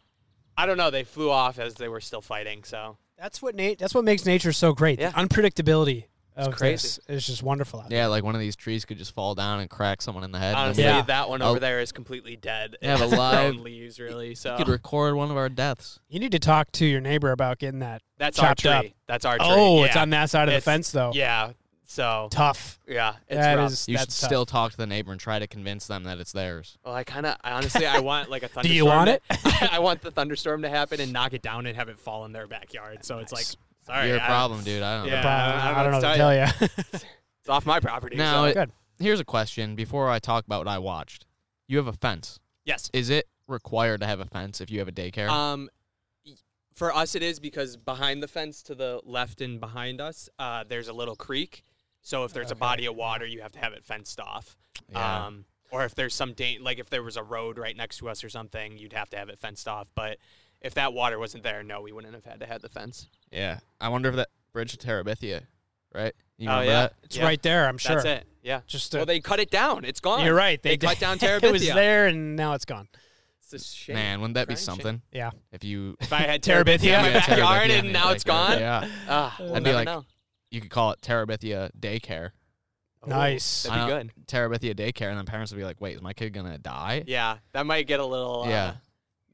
B: I don't know. They flew off as they were still fighting. So
C: That's what Nate. That's what makes nature so great.
B: Yeah.
C: The unpredictability of
B: crazy.
C: this is just wonderful. Out
A: Yeah, like one of these trees could just fall down and crack someone in the head. and
B: honestly,
A: then
C: Yeah.
B: that one
A: Oh.
B: over there is completely dead.
A: Yeah,
B: It [LAUGHS]
A: but
B: has grown
A: live-
B: leaves really. So
C: uh,
A: we could record one of our deaths.
C: You need to talk to your neighbor about getting that.
B: that's our
C: chopped
B: tree.
C: up.
B: That's our tree.
C: Oh, it's
B: Yeah.
C: on that side of
B: It's-
C: the fence though.
B: Yeah. So
C: Tough.
B: yeah, it's
C: That
B: rough.
C: is-
A: You should
C: that's tough.
A: still talk to the neighbor and try to convince them that it's theirs.
B: Well, I kind of,
C: [LAUGHS]
B: I honestly, I want like a thunderstorm.
C: Do you want
B: to- [LAUGHS]
C: it?
B: I want the thunderstorm to happen and knock it down and have it fall in their backyard. So it's like,
C: Nice.
B: sorry,
A: Your
B: I-
A: problem, dude. I don't know.
B: Yeah,
C: But I don't know
B: what
C: what to tell you.
B: It's off my property.
A: Now,
B: so-
A: it-
C: Good.
A: here's a question before I talk about what I watched. You have a fence.
B: yes.
A: Is it required to have a fence if you have a daycare?
B: Um, y- for us, it is because behind the fence to the left and behind us, uh, there's a little creek. So if there's a
C: Okay.
B: body of water, you have to have it fenced off.
A: Yeah.
B: Um, or if there's some da- like if there was a road right next to us or something, you'd have to have it fenced off. But if that water wasn't there, no, we wouldn't have had to have the fence.
A: yeah. I wonder if that bridge to Terabithia, right? You
B: oh
A: remember
B: yeah,
A: that?
C: [LAUGHS] It's
B: Yeah,
C: right there, I'm sure.
B: That's it. Yeah.
C: Just
B: Well,
C: a,
B: they cut it down. It's gone.
C: you're right. They,
B: They,
C: did-
B: cut
C: [LAUGHS]
B: down
C: It was
B: Terabithia.
C: there and now it's gone.
B: It's a shame.
A: Man, wouldn't that be
B: Crying shame.
A: something?
C: Yeah.
A: If
B: [LAUGHS]
A: you
B: If I had
C: Terabithia
B: Terabithia in my
A: Yeah,
B: backyard
A: Terabithia
B: and
A: in
B: now
A: your
B: it's
A: backyard.
B: gone,
A: Yeah.
B: ah, we'll
A: That'd be
B: never
A: like-
B: know.
A: You could call it Terabithia Daycare.
B: Oh,
C: Nice.
B: That'd be
A: I
B: good.
A: Terabithia Daycare, and then parents would be like, wait, is my kid going to die?
B: Yeah, that might get a little. Uh,
A: Yeah.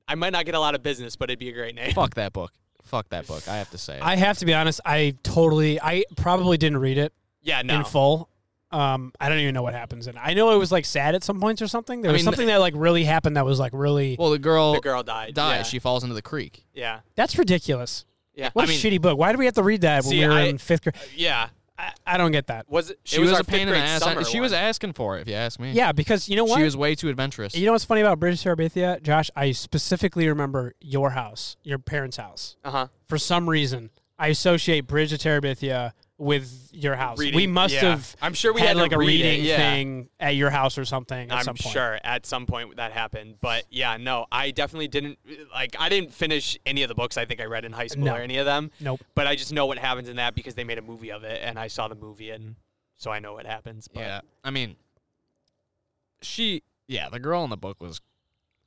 B: I might not get a lot of business, but it'd be a great name.
A: Fuck that book. Fuck that book. I have to say. it.
C: I have to be honest. I totally, I probably didn't read it
B: Yeah, no.
C: in full. Um, I don't even know what happens, and I know it was like sad at some points or something. There
A: I
C: was
A: mean,
C: something that like really happened that was like really.
A: well, the girl,
B: the girl died.
A: dies.
B: Yeah.
A: She falls into the creek.
B: yeah.
C: that's ridiculous.
B: Yeah.
C: What
B: I mean,
C: a shitty book. Why do we have to read that
B: See,
C: when we were
B: I-
C: in fifth grade?
B: yeah.
C: I, I don't get that.
B: Was it,
A: She
B: it was,
A: was,
B: our
A: a pain in the
B: fifth grade
A: ass.
B: Summer
A: she
B: one.
A: was asking for it, if you ask me.
C: Yeah, because you know what?
A: She was way too adventurous.
C: you know what's funny about British Terabithia, Josh? I specifically remember your house, your parents' house.
B: Uh huh.
C: For some reason, I associate Bridge of Terabithia with your house. We must have
B: I'm sure we
C: had,
B: had, to
C: like a
B: read it,
C: reading
B: yeah.
C: thing at your house or something. At
B: I'm
C: some point.
B: sure at some point that happened, but yeah, no, I definitely didn't like. I didn't finish any of the books I think I read in high school
C: No.
B: or any of them.
C: Nope.
B: But I just know what happens in that because they made a movie of it, and I saw the movie, and so I know what happens. But
A: Yeah. I mean, she, yeah, the girl in the book was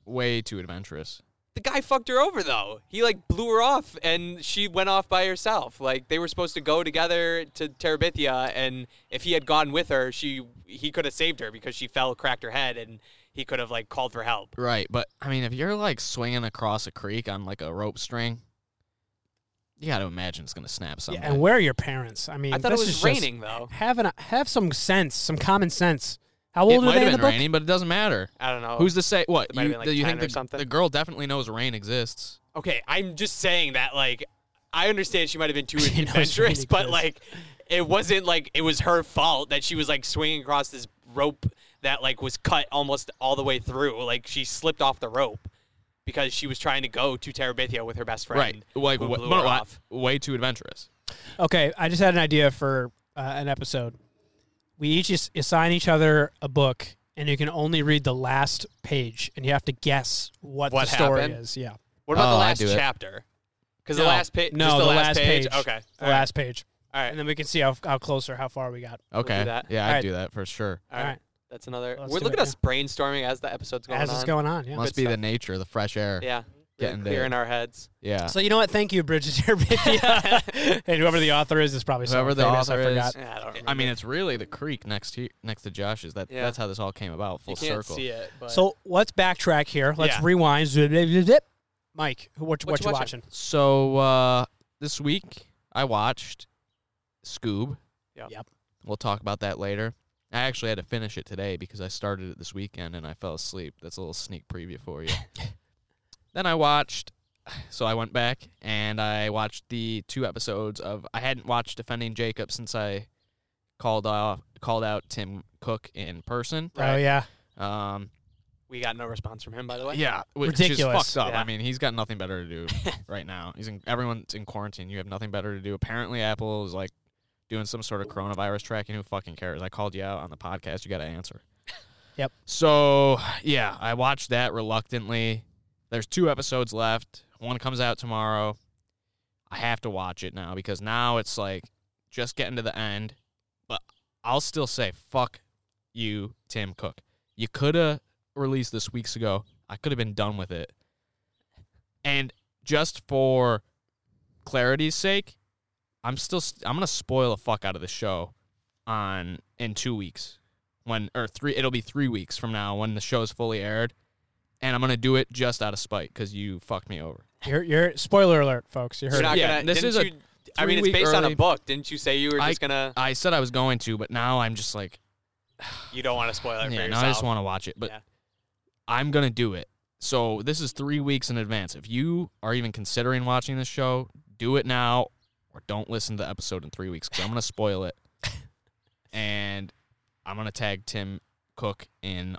A: way too adventurous.
B: the guy fucked her over though. He like blew her off, and she went off by herself. Like they were supposed to go together to Terabithia, and if he had gone with her, she he could have saved her because she fell, cracked her head, and he could have like called for help.
A: Right. But, I mean, if you're like swinging across a creek on like a rope string, you got to imagine it's going to snap
C: Yeah,
A: something.
C: and where are your parents? I mean,
B: I thought it
C: this
B: was
C: is just-
B: raining though.
C: Have an, have some sense, some common sense. How
A: it
C: old are
A: might
C: they in
A: have
C: the
A: been
C: book?
A: raining, but it doesn't matter.
B: I don't know.
A: Who's to say what?
B: Oh. It might have
A: You,
B: been, like,
A: do you
B: 10
A: think
B: or
A: the,
B: something.
A: the girl definitely knows rain exists?
B: okay? I'm just saying that like I understand she might have been too
C: She knows
B: adventurous, but
C: ridiculous.
B: like it wasn't like it was her fault that she was like swinging across this rope that like was cut almost all the way through. Like she slipped off the rope because she was trying to go to Terabithia with her best friend.
A: Right. Like
B: who
A: wha-
B: blew
A: no,
B: her
A: I-
B: off.
A: way too adventurous.
C: Okay, I just had an idea for uh, an episode. We each as- assign each other a book, and you can only read the last page, and you have to guess what,
B: What
C: the story
B: happened?
C: is. Yeah,
B: What about
A: Oh,
B: the
A: I
B: last
A: do it.
B: chapter? Because
C: No.
B: the last page.
C: No,
B: just the,
C: the
B: last,
C: last
B: page.
C: page.
B: Okay.
C: the
B: All right.
C: last page,
B: All right.
C: and then we can see how, how close or how far we got.
A: Okay.
B: that.
A: Yeah, I'd
C: Alright.
A: do that for sure.
B: All right.
C: Alright.
B: That's another.
C: Let's
B: We're
C: do
B: look
C: it,
B: at us brainstorming as the episode's going
C: as
B: on.
C: it's going on, yeah.
A: Must
B: Good
A: be the
B: stuff.
A: nature, the fresh air.
B: Yeah. Really
A: Getting
B: clear
A: there.
B: in our heads.
A: Yeah.
C: So you know what? Thank you, Bridget [LAUGHS]
B: [LAUGHS]
C: Terabithia, and whoever the author is is probably
A: Whoever
C: someone
A: the
C: famous,
A: author
C: I
A: is.
C: forgot.
B: Yeah, I don't remember.
A: I mean, it's really the creek next to next to Josh's. That
B: Yeah.
A: that's how this all came about, full
B: you can't
A: circle.
B: see it. But
C: So let's backtrack here. Let's
B: Yeah.
C: rewind. Zip, zip, zip, zip. Mike, who- what, what,
B: What
C: you
B: you
C: watching?
A: So uh, this week I watched Scoob.
B: Yep.
C: Yep.
A: We'll talk about that later. I actually had to finish it today because I started it this weekend and I fell asleep. That's a little sneak preview for you. then I watched. So I went back and I watched the two episodes of. I hadn't watched Defending Jacob since I called off called out Tim Cook in person.
C: Oh yeah,
A: Um,
B: we got no response from him, by the way.
A: Yeah, which
C: Ridiculous.
A: is fucked up.
B: Yeah.
A: I mean, he's got nothing better to do right now. He's in, everyone's in quarantine. You have nothing better to do. Apparently, Apple is like doing some sort of coronavirus tracking. Who fucking cares? I called you out on the podcast. You got to answer.
C: Yep.
A: So yeah, I watched that reluctantly. There's two episodes left. One comes out tomorrow. I have to watch it now because now it's like just getting to the end. But I'll still say fuck you, Tim Cook. You could have released this weeks ago. I could have been done with it. And just for clarity's sake, I'm still st- I'm gonna spoil the fuck out of the show on in two weeks when or three it'll be three weeks from now when the show's fully aired, and I'm gonna do it just out of spite because you fucked me over.
C: you're, you're spoiler alert, folks. You
B: You're
C: heard.
B: not
A: Yeah,
B: gonna.
A: this
B: didn't
A: is a
B: you, I mean, it's
A: three-week
B: based on
A: early-
B: a book. Didn't you say you were
A: I-
B: just gonna?
A: I said I was going to, but now I'm just like
B: You don't want to spoil
A: [SIGHS]
B: it for
A: yeah, no,
B: yourself.
A: I just want to watch it, but
B: Yeah.
A: I'm gonna do it. So this is three weeks in advance. If you are even considering watching this show, do it now, or don't listen to the episode in three weeks because I'm gonna spoil it, and I'm gonna tag Tim Cook in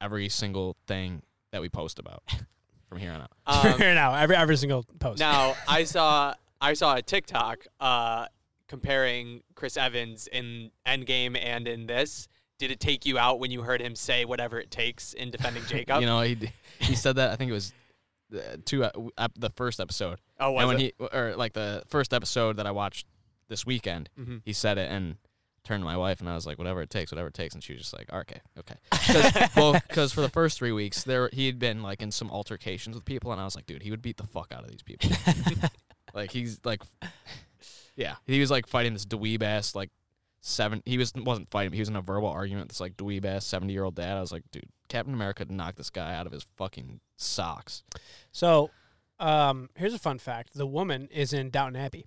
A: every single thing that we post about from here on out.
C: [LAUGHS]
B: Um,
C: now every every single post.
B: now I saw I saw a TikTok because uh, comparing Chris Evans in Endgame and in this. Did it take you out when you heard him say whatever it takes in defending Jacob?
A: You know, he d- he said that I think it was uh, two uh, w- ep- the first episode.
B: oh, was
A: and when
B: it?
A: he or like the first episode that I watched this weekend,
B: Mhm.
A: he said it and turned to my wife and I was like, whatever it takes, whatever it takes, and she was just like, "Oh, okay,
B: [LAUGHS]
A: okay. Cause, well, because for the first three weeks there he had been like in some altercations with people, and I was like, dude, he would beat the fuck out of these
B: [LAUGHS]
A: people. like he's like, yeah, he was like fighting this dweeb ass like seven. He was wasn't fighting, but he was in a verbal argument. with This like dweeb ass seventy year old dad. I was like, dude, Captain America knocked this guy out of his fucking socks.
C: So, um, here's a fun fact: the woman is in Downton Abbey.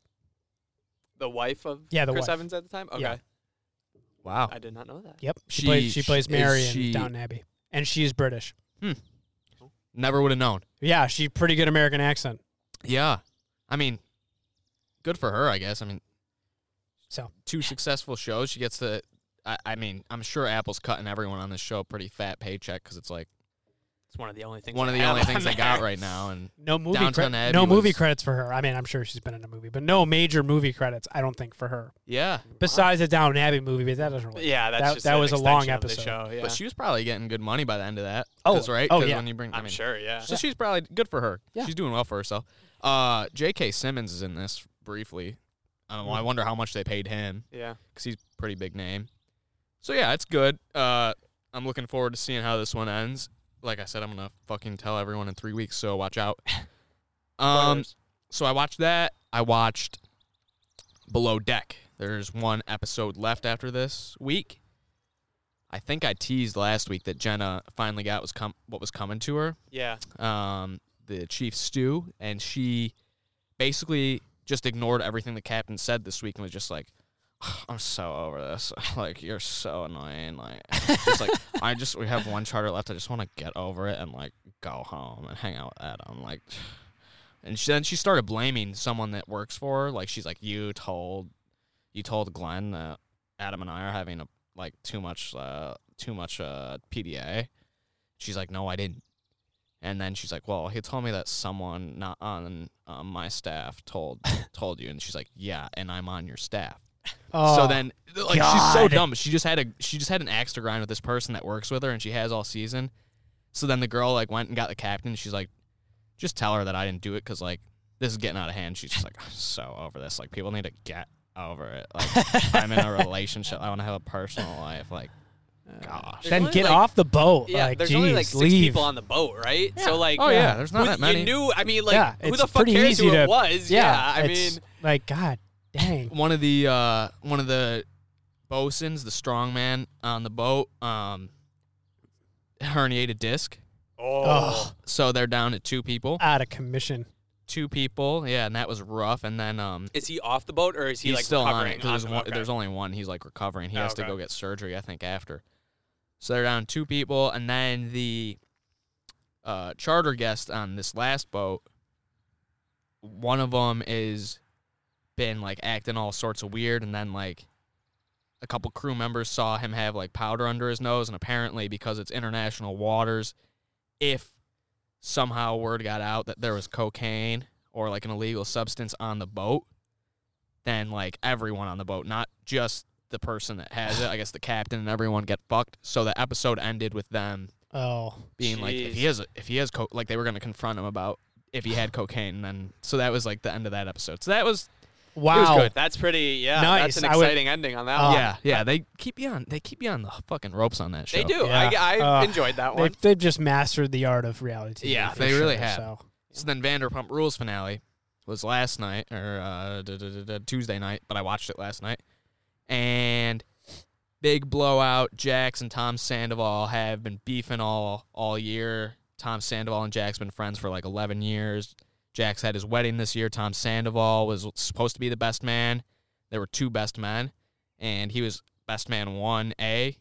B: the wife of
C: Yeah, the
B: Chris
C: wife.
B: Evans at the time? Okay.
C: Yeah.
A: Wow,
B: I did not know that.
C: Yep, she,
A: She-
C: plays she plays
A: is
C: Mary in
A: she-
C: Downton Abbey, and she's British.
A: never would have known.
C: Yeah, she pretty good American accent.
A: Yeah. I mean, good for her, I guess. I mean,
C: So
A: two successful shows. She gets to, I, I mean, I'm sure Apple's cutting everyone on this show a pretty fat paycheck because it's like
B: It's one of the only things
A: one of
B: I
A: the
B: have
A: [LAUGHS] only
B: on
A: things they got
B: there.
A: right now. And
C: no movie
A: Downton
C: cre-
A: Abbey
C: no movie
A: was-
C: credits for her. I mean, I'm sure she's been in a movie, but no major movie credits. I don't think for her
A: yeah.
C: besides the Downton Abbey movie. But that doesn't really.
B: Yeah, that's
C: That-
B: just
C: that
B: an
C: was a long
B: extension of the
C: episode.
B: show, yeah.
A: But she was probably getting good money by the end of that.
C: Oh,
A: 'Cause, right?
C: oh,
A: 'Cause
C: yeah.
A: When you bring, I
B: I'm
A: mean,
B: sure, yeah.
A: So she's probably good for her.
C: Yeah.
A: She's doing well for herself. Uh, J.K. Simmons is in this briefly. I
C: Mm.
A: don't know. I wonder how much they paid him.
B: yeah.
A: because he's a pretty big name. So yeah, it's good. Uh, I'm looking forward to seeing how this one ends. Like I said, I'm gonna fucking tell everyone in three weeks, so watch out. Um,
B: Spoilers.
A: so I watched that. I watched Below Deck. There's one episode left after this week. I think I teased last week that Jenna finally got was com- what was coming to her
B: yeah.
A: um, the chief stew, and she basically just ignored everything the captain said this week and was just like, "I'm so over this. [LAUGHS] like you're so annoying. Like it's like I just we have one charter left. I just want to get over it and like go home and hang out with Adam. Like." And she, then she started blaming someone that works for her. Like she's like, "You told, you told Glenn that Adam and I are having a like too much, uh, too much uh, PDA." She's like, "No, I didn't." And then she's like, "Well, he told me that someone not on um, my staff
B: [LAUGHS]
A: told told you." And she's like, "Yeah, and I'm on your staff."
C: Oh,
A: so then, like, she's so
C: God.
A: dumb. She just had a she just had an axe to grind with this person that works with her, and she has all season. So then the girl like went and got the captain. And she's like, "Just tell her that I didn't do it because like this is getting out of hand." She's just like, "I'm so over this. Like, people need to get over it. Like, I'm in
B: [LAUGHS]
A: a relationship. I want to have a personal life. Like, gosh."
B: There's
C: then
B: only,
C: get
B: like-
C: off the boat.
B: Yeah,
C: like,
B: there's
C: geez,
B: only like six
C: leave.
B: people on the boat, right? So like,
A: oh yeah,
C: yeah.
A: there's not
B: who-
A: that many.
B: You knew, I mean, like,
C: yeah,
B: who
C: it's
B: the fuck
C: pretty
B: cares
C: easy
B: who it
C: to-
B: was? Yeah, I mean,
C: it's like God dang.
A: one of the uh, one of the bosuns, the strong man on the boat, um, herniated disc.
B: oh,
C: Oh,
A: So they're down to two people.
C: out of commission.
A: Two people, yeah, and that was rough. And then um,
B: is he off the boat or is he
A: he's
B: like
A: still on it
B: recovering?
A: 'cause there's,
B: the-
A: one-
B: okay.
A: there's only one. He's like recovering. He
B: Oh,
A: has to
B: okay.
A: go get surgery, I think, after. So they're down two people, and then the uh, charter guest on this last boat. One of them is been like acting all sorts of weird, and then like a couple crew members saw him have like powder under his nose, and apparently because it's international waters, if somehow word got out that there was cocaine or like an illegal substance on the boat, then like everyone on the boat, not just the person that has it, I guess the captain and everyone get fucked. So the episode ended with them
C: Oh,
A: being like, if
B: Jeez.
A: he has, if he has, co- like they were gonna confront him about if he had cocaine, and then so that was like the end of that episode. So that was
C: wow.
A: good.
B: That's pretty. Yeah,
C: Nice,
B: that's an
C: I would-
B: exciting ending on that.
C: Oh,
B: one.
A: yeah, yeah. They keep you on, they keep you on the fucking ropes on that show.
B: they do.
C: Yeah.
B: I, I
C: Uh,
B: enjoyed that one.
C: They've, they've just mastered the art of reality. TV
A: Oh, Yeah,
C: for
A: they really
C: sure,
A: have.
C: So.
A: So then Vanderpump Rules finale was last night or uh, d- d- d- d- Tuesday night, but I watched it last night. And big blowout. Jax and Tom Sandoval have been beefing all all year. Tom Sandoval and Jax been friends for like 11 years. Jax had his wedding this year. Tom Sandoval was supposed to be the best man. There were two best men, and he was best man 1A.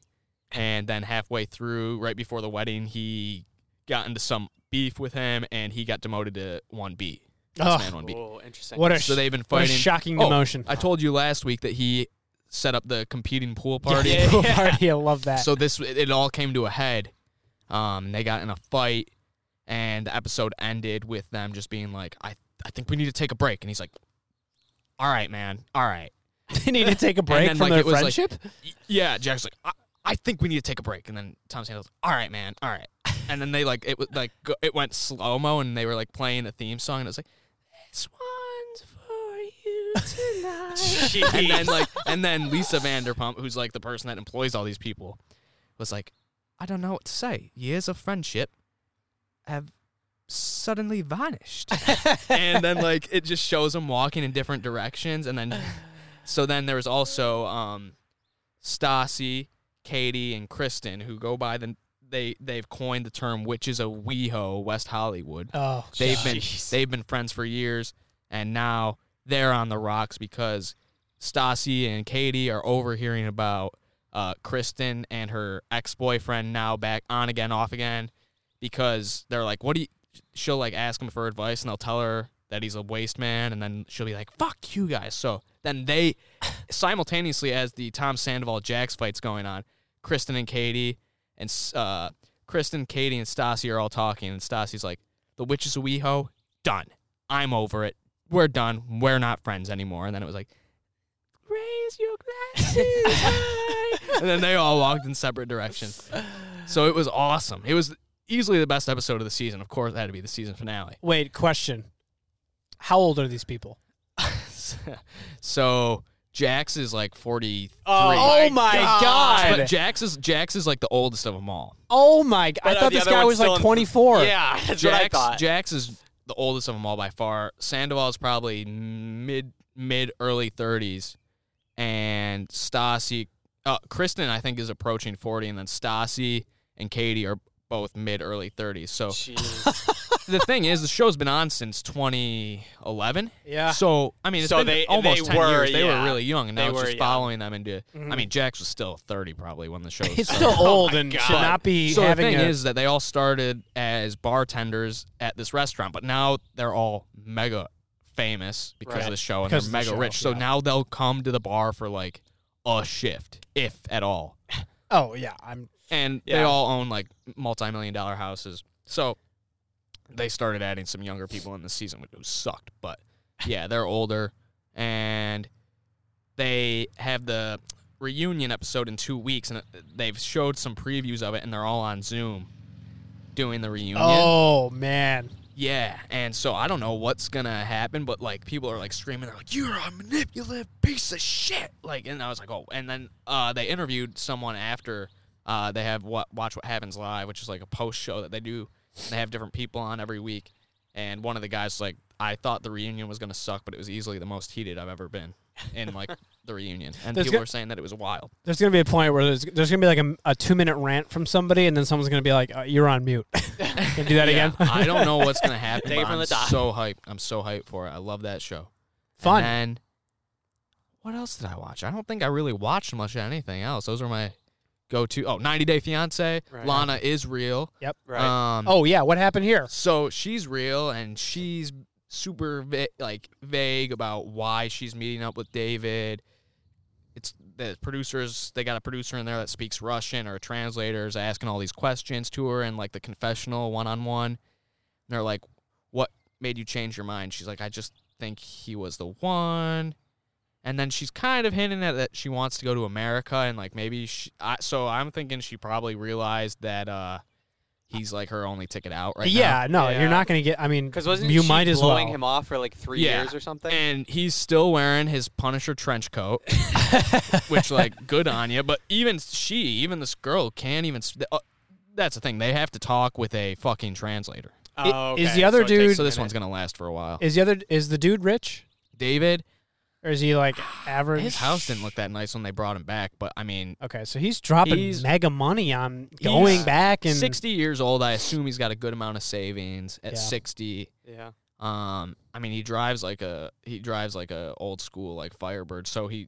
A: And then halfway through, right before the wedding, he got into some beef with him, and he got demoted to 1B. Best
C: Ugh,
A: man 1B.
B: Oh, interesting.
C: what a
A: So they've been
C: what a
A: fighting.
C: shocking
A: Oh,
C: demotion.
A: I told you last week that he set up the competing pool party.
C: Yeah,
A: [LAUGHS]
C: pool party. I love that.
A: So this it all came to a head. Um, they got in a fight, and the episode ended with them just being like, "I I think we need to take a break," and he's like, "All right, man, all right."
C: [LAUGHS] they need to take a break
A: then, like,
C: from their
A: it was, like-
C: friendship.
A: Y- yeah, Jack's like, I, I think we need to take a break. And then Tom Sando's, all right, man, all right. [LAUGHS] And then they like it was like go, it went slow mo, and they were like playing a theme song, and it was like, this one's for you tonight.
B: [LAUGHS]
A: [LAUGHS] and then like, and then Lisa Vanderpump, who's like the person that employs all these people, was like, I don't know what to say. Years of friendship have suddenly vanished. and then like it just shows them walking in different directions, and then so then there was also um, Stassi, Katie, and Kristen who go by the they they've coined the term "witches of WeHo West Hollywood."
C: oh,
A: They've
C: God.
A: been
B: Jeez.
A: they've been friends for years, and now they're on the rocks because Stassi and Katie are overhearing about uh, Kristen and her ex boyfriend now back on again, off again, because they're like, "What do you?" She'll like ask him for advice, and they'll tell her that he's a waste man, and then she'll be like, "Fuck you guys." So then they simultaneously, as the Tom Sandoval Jax fight's going on, Kristen and Katie and uh, Kristen, Katie, and Stassi are all talking, and Stassi's like, "The witch is a weeho. Done. I'm over it. We're done. We're not friends anymore." And then it was like, "Raise your
B: [LAUGHS]
A: glasses high," and then they all walked in separate directions. So it was awesome. It was easily the best episode of the season. Of course, it had to be the season finale. [LAUGHS]
C: Wait, question. How old are these people?
A: so Jax is like 43.
B: Oh, my God.
A: But Jax is Jax is like the oldest of them all.
C: Oh my! g- I
B: But, uh,
C: thought
B: the
C: this
B: other
C: guy
B: one's
C: was
B: still
C: like
B: in-
C: 24.
B: yeah, that's what I
A: Jax,
B: thought.
A: Jax is the oldest of them all by far. Sandoval is probably mid mid early 30s, and Stassi, uh, Kristen I think is approaching 40, and then Stassi and Katie are both mid early 30s.
B: [LAUGHS]
A: So
B: Jeez.
A: the thing is, the show's been on since 2011.
C: Yeah.
A: [LAUGHS] So I mean, it's
B: So
A: been
B: they-
A: almost
B: they
A: 10
B: were,
A: years. They
B: yeah.
A: were really young, and now
B: They
A: it's
B: were
A: just
B: young. Mm-hmm.
A: following them into. I
C: Mhm.
A: mean, Jax was still 30 probably when the show.
C: He's
A: started.
C: still
B: my
C: old and
B: God.
C: should not be
A: Oh So the
C: having
A: thing
C: a.
A: is that they all started as bartenders at this restaurant, but now they're all mega famous because
B: Right.
A: of the show and
C: Because
A: they're
C: of the
A: mega
C: show,
A: rich. So
C: yeah.
A: now they'll come to the bar for like a shift, if at all.
C: oh yeah, I'm.
A: And they
B: Yeah.
A: all own like multi-million dollar houses. So they started adding some younger people in the season, which sucked, but yeah, they're older and they have the reunion episode in 2 weeks and uh, they've showed some previews of it and they're all on Zoom doing the reunion.
C: Oh man,
A: Yeah, and so I don't know what's gonna happen, but like people are like screaming, they're like, "You're a manipulative piece of shit!" Like, and I was like, "Oh!" And then uh, they interviewed someone after uh, they have what Watch What Happens Live, which is like a post show that they do. And they have different people on every week, and one of the guys was like, "I thought the reunion was gonna suck, but it was easily the most heated I've ever been in
B: [LAUGHS]
A: like the reunion." And
C: There's
A: people
C: go-
A: are saying that it was wild.
C: there's gonna be a point where there's, there's gonna be like a, a two minute rant from somebody, and then someone's gonna be like, uh, "You're on mute." [LAUGHS] Can do that
A: Yeah, [LAUGHS]
C: again.
A: I don't know what's
B: [LAUGHS]
A: gonna happen.
B: Take it
A: but
B: from
A: I'm
B: the top.
A: so hyped. I'm so hyped for it. I love that show.
C: Fun.
A: And then, what else did I watch? I don't think I really watched much of anything else. Those are my go-to. Oh, 90 Day Fiance.
B: Right.
A: Lana is real.
B: right.
A: Um,
C: oh yeah, what happened here?
A: so she's real, and she's super va- like vague about why she's meeting up with David. It's the producers. They got a producer in there that speaks Russian or a translator is asking all these questions to her and like the confessional one-on-one. And they're like, "What made you change your mind?" She's like, "I just think he was the one." And then she's kind of hinting at that she wants to go to America and like maybe she, I, so I'm thinking she probably realized that uh he's like her only ticket out right now.
C: yeah, no,
B: Yeah.
C: you're not gonna get. I mean,
B: Because wasn't
C: you
B: she
C: might as well.
B: blowing him off for like three
A: Yeah.
B: years or something?
A: And he's still wearing his Punisher trench
C: [LAUGHS]
A: coat, which like good on you. But even she, even this girl, can't even. s- Uh, that's the thing. They have to talk with a fucking translator.
B: Oh,
C: is
B: okay,
C: the other
B: so it takes
C: dude-
B: a
A: So this
B: minute.
A: one's gonna last for a while.
C: Is the other is the dude rich
A: David,
C: or is he
A: [SIGHS]
C: like average?
A: his house didn't look that nice when they brought him back, but I mean,
C: Okay, so he's dropping
A: He's-
C: mega money on going back and
A: sixty years old. I assume he's got a good amount of savings at
C: Yeah.
A: sixty.
B: Yeah.
A: Um, I mean, he drives like a he drives like a old school like Firebird, so he
B: He's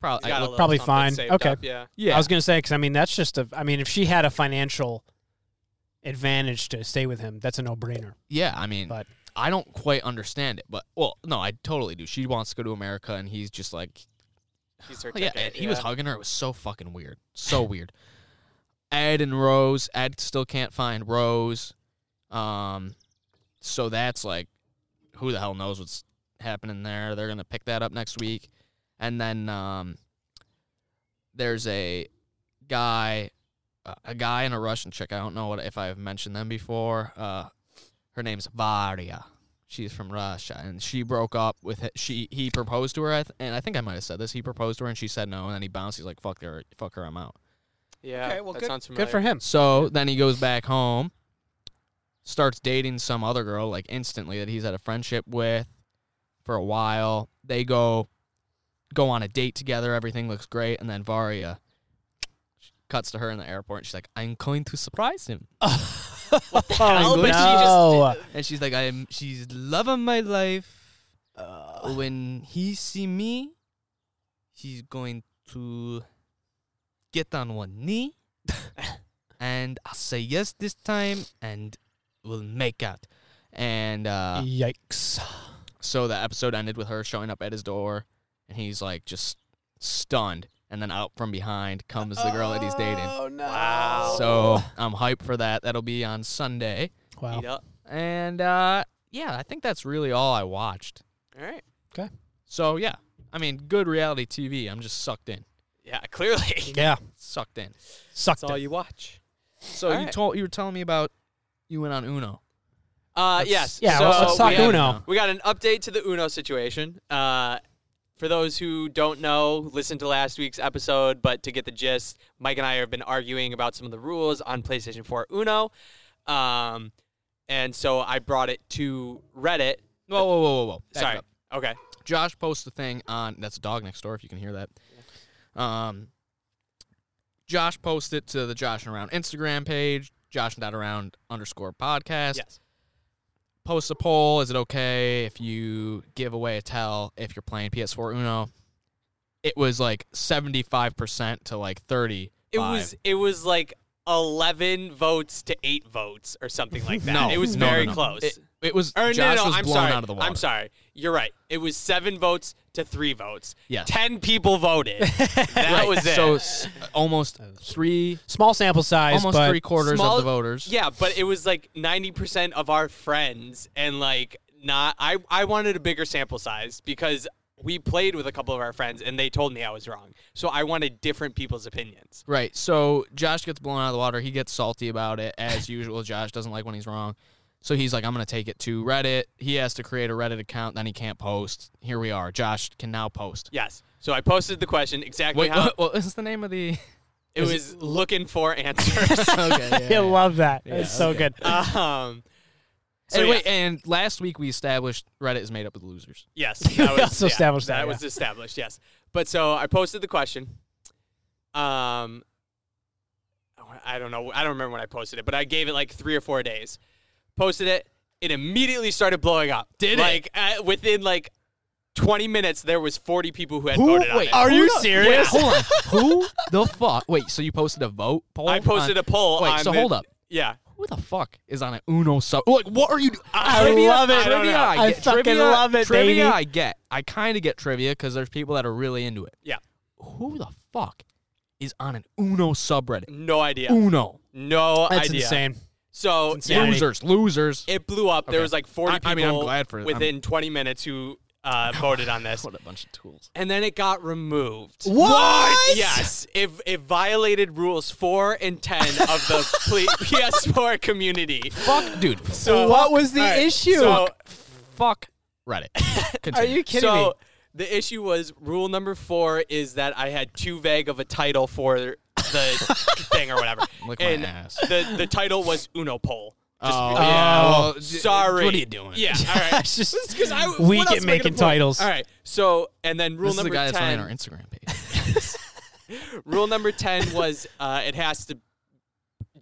A: probably
B: got a little
C: probably
B: something
C: fine.
B: saved
C: Okay.
B: up, yeah.
A: yeah.
C: I was gonna say because I mean that's just a. I mean, if she had a financial advantage to stay with him, that's a no-brainer.
A: Yeah, I mean,
C: But-
A: I don't quite understand it, but well, no, I totally do. She wants to go to America, and he's just like,
B: He's her
A: [LAUGHS] yeah,
B: ticket,
A: and he was
B: yeah.
A: hugging her. It was so fucking weird, so weird. Ed and Rose, Ed still can't find Rose, um, so that's like, who the hell knows what's happening there? They're gonna pick that up next week, and then um, there's a guy, uh, a guy and a Russian chick. I don't know what if I've mentioned them before. Uh, her name's Varya. She's from Russia, and she broke up with hi- she. He proposed to her, I th- and I think I might have said this. He proposed to her, and she said no, and then he bounced. He's like, "Fuck her, fuck her, I'm out."
B: Yeah.
C: Okay, well,
B: that
C: good-
B: sounds familiar.
C: Good for him.
A: So then he goes back home, starts dating some other girl like instantly that he's had a friendship with for a while. They go go on a date together, everything looks great, and then Varia cuts to her in the airport and she's like, I'm going to surprise him.
C: what the
A: Oh,
B: hell? But she
C: no.
A: And she's like, I'm she's love of my life.
C: Uh,
A: When he see me, he's going to get on one knee and I'll say yes this time and we'll make out. And uh,
C: yikes.
A: so the episode ended with her showing up at his door and he's like just stunned. And then out from behind comes the girl that he's dating.
C: Oh, no.
B: Wow.
A: So I'm hyped for that. That'll be on Sunday.
C: Wow.
B: Eat up.
A: And uh, yeah, I think that's really all I watched.
B: All right.
A: So yeah, I mean, good reality TV. I'm just sucked in,
B: Yeah, [LAUGHS]
C: [LAUGHS]
B: clearly.
C: Yeah.
A: sucked in.
C: Sucked
B: That's all
C: it.
B: you watch.
A: So
B: All
A: you
B: right.
A: told you were telling me about you went on Uno.
B: Uh,
A: Let's-
B: yes.
C: Yeah,
B: so
C: let's, let's talk
B: we have-
C: Uno.
B: We got an update to the Uno situation. Uh, for those who don't know, listen to last week's episode, but to get the gist, Mike and I have been arguing about some of the rules on PlayStation 4 Uno. Um, and so I brought it to Reddit.
A: Whoa, whoa, whoa, whoa, whoa! Back
B: Sorry.
A: up.
B: Okay.
A: Josh posts a thing on that's a dog next door if you can hear that. Um, Josh posts it to the Josh and Around Instagram page, Josh and Dot Around underscore podcast.
B: Yes.
A: Posts a poll: Is it okay if you give away a tell if you're playing PS4 Uno? It was like seventy five percent to like thirty.
B: It was it was like 11 votes to 8 votes or something like that.
A: No,
B: it was
A: no, no,
B: very
A: no.
B: close.
A: It, it was
B: Or, no,
A: Josh
B: no, no,
A: was
B: I'm
A: blown
B: sorry.
A: out of the water.
B: I'm sorry. You're right. It was seven votes to three votes.
A: Yes.
B: Ten
A: [LAUGHS]
B: people voted. that was it.
A: So s- almost three,
C: Small sample size,
A: almost
C: but
A: three quarters
B: Small-
A: of the voters.
B: yeah, but it was like ninety percent of our friends, and like not. I I wanted a bigger sample size because we played with a couple of our friends, and they told me I was wrong. So I wanted different people's opinions.
A: Right. So Josh gets blown out of the water. He gets salty about it as usual. Josh doesn't like when he's wrong. So he's like, I'm going to take it to Reddit. He has to create a Reddit account. Then he can't post. Here we are. Josh can now post.
B: Yes. So I posted the question exactly
A: Wait,
B: how
A: what, what is the name of
B: [LAUGHS]
A: the.
B: it was looking
A: [LAUGHS]
B: for answers.
A: okay. Yeah,
C: I love that.
A: Yeah,
C: it's so
A: okay.
C: good.
B: um. So
A: and,
B: yeah.
A: wait, and last week we established Reddit is made up of losers.
B: Yes,
C: We
B: that was
C: also
B: yeah,
C: established that,
B: That was established. Yes, but so I posted the question. Um, I don't know. I don't remember when I posted it, but I gave it like three or four days. Posted it. It immediately started blowing up.
A: Did it?
B: like, uh, within like twenty minutes, there was forty people who had voted on it.
C: Are you
A: the-
C: serious?
A: Wait, [LAUGHS] hold on. Who the fuck? Wait, so you posted a vote poll?
B: I posted a poll.
A: Wait,
B: on
A: so
B: the-
A: hold up.
B: Yeah,
A: Who the fuck is on an Uno sub? Like, what are you? do-
B: I
C: love it. I
B: don't
A: Trivia,
B: know.
A: I,
C: I
A: get.
C: fucking
A: trivia,
C: love it,
A: Trivia,
C: baby.
A: I get. I kind of get trivia because there's people that are really into it.
B: yeah.
A: Who the fuck is on an Uno subreddit?
B: No idea.
A: Uno
B: No
C: That's
B: idea.
C: insane.
B: So
C: It's
B: yeah,
C: insane.
A: losers, losers.
B: it blew up. There
A: Okay.
B: was like forty people.
A: I- I mean, I'm glad for- I'm-
B: within twenty minutes who
A: [LAUGHS]
B: uh, voted on this.
A: What a bunch of tools.
B: and then it got removed.
C: What? What?
B: Yes, it, it violated rules four and ten of the
C: [LAUGHS]
B: ple- PS4 community.
A: Fuck, dude.
B: So
C: What was the
B: all
C: issue?
B: So,
A: Fuck Reddit.
C: Are
A: [LAUGHS] Continue.
C: you kidding
B: so
C: me?
B: the issue was rule number four is that I had too vague of a title for the
C: [LAUGHS]
B: thing or whatever.
A: Lick my
B: and
A: ass.
B: the the title was Uno poll. Just-
A: Oh,
C: Oh,
A: yeah. Well, d-
B: sorry.
A: What are you doing?
C: [LAUGHS]
B: Yeah. All right.
C: It's just
B: This- 'cause I- what
C: weak
B: else
C: at
B: am I gonna
C: making
B: pull?
C: titles.
B: All right. So and then rule
A: This is
B: number
A: the guy that's
B: ten.
A: on [LAUGHS] our Instagram page.
B: rule number 10 was uh, it has to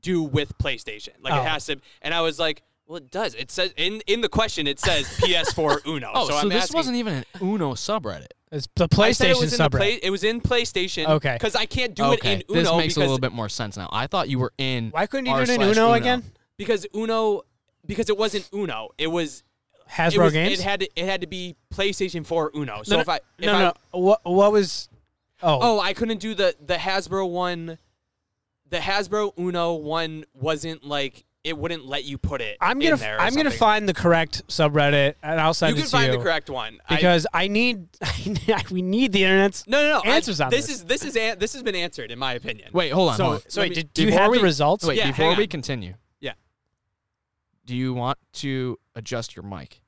B: do with PlayStation. Like
C: Oh.
B: it has to and I was like, well it does. It says in in the question it
C: [LAUGHS]
B: says PS4 Uno.
A: Oh, so,
B: I'm
A: this
B: asking,
A: wasn't even an Uno subreddit.
C: It's the
B: I said
C: PlayStation
B: it was in the
C: subreddit.
B: play, it was in PlayStation
C: Okay.
B: cuz I can't do
A: okay,
B: it in Uno
A: this makes
B: because
A: a little bit more sense now. I thought you were in.
C: Why couldn't you
A: r
C: do it in
A: slash
C: Uno again?
B: because Uno because it wasn't Uno. It was it,
C: Hasbro
B: was,
C: games.
B: it had to, it had to be PlayStation 4 Uno. So
C: no,
B: if I if
C: no,
B: I,
C: no. What what was? Oh,
B: Oh, I couldn't do the the Hasbro one. The Hasbro Uno one wasn't like it wouldn't let you put it.
C: I'm
B: in
C: gonna
B: there or
C: I'm gonna
B: something.
C: find the correct subreddit and I'll
B: You
C: send
B: can
C: it to
B: find
C: you
B: the correct one I-
C: because I, need [LAUGHS] we need the internet's
B: no, no, no. I-
C: answers on
B: this,
C: this.
B: is this is an, this has been answered in my opinion.
A: Wait, hold on.
B: So-
A: hold on.
C: So
B: Let
C: wait,
B: me-
C: did, do you
A: before
C: have the
A: we-
C: results?
A: Wait,
B: yeah, hang
A: before we
B: on.
A: continue.
B: Yeah.
A: Do you want to adjust your mic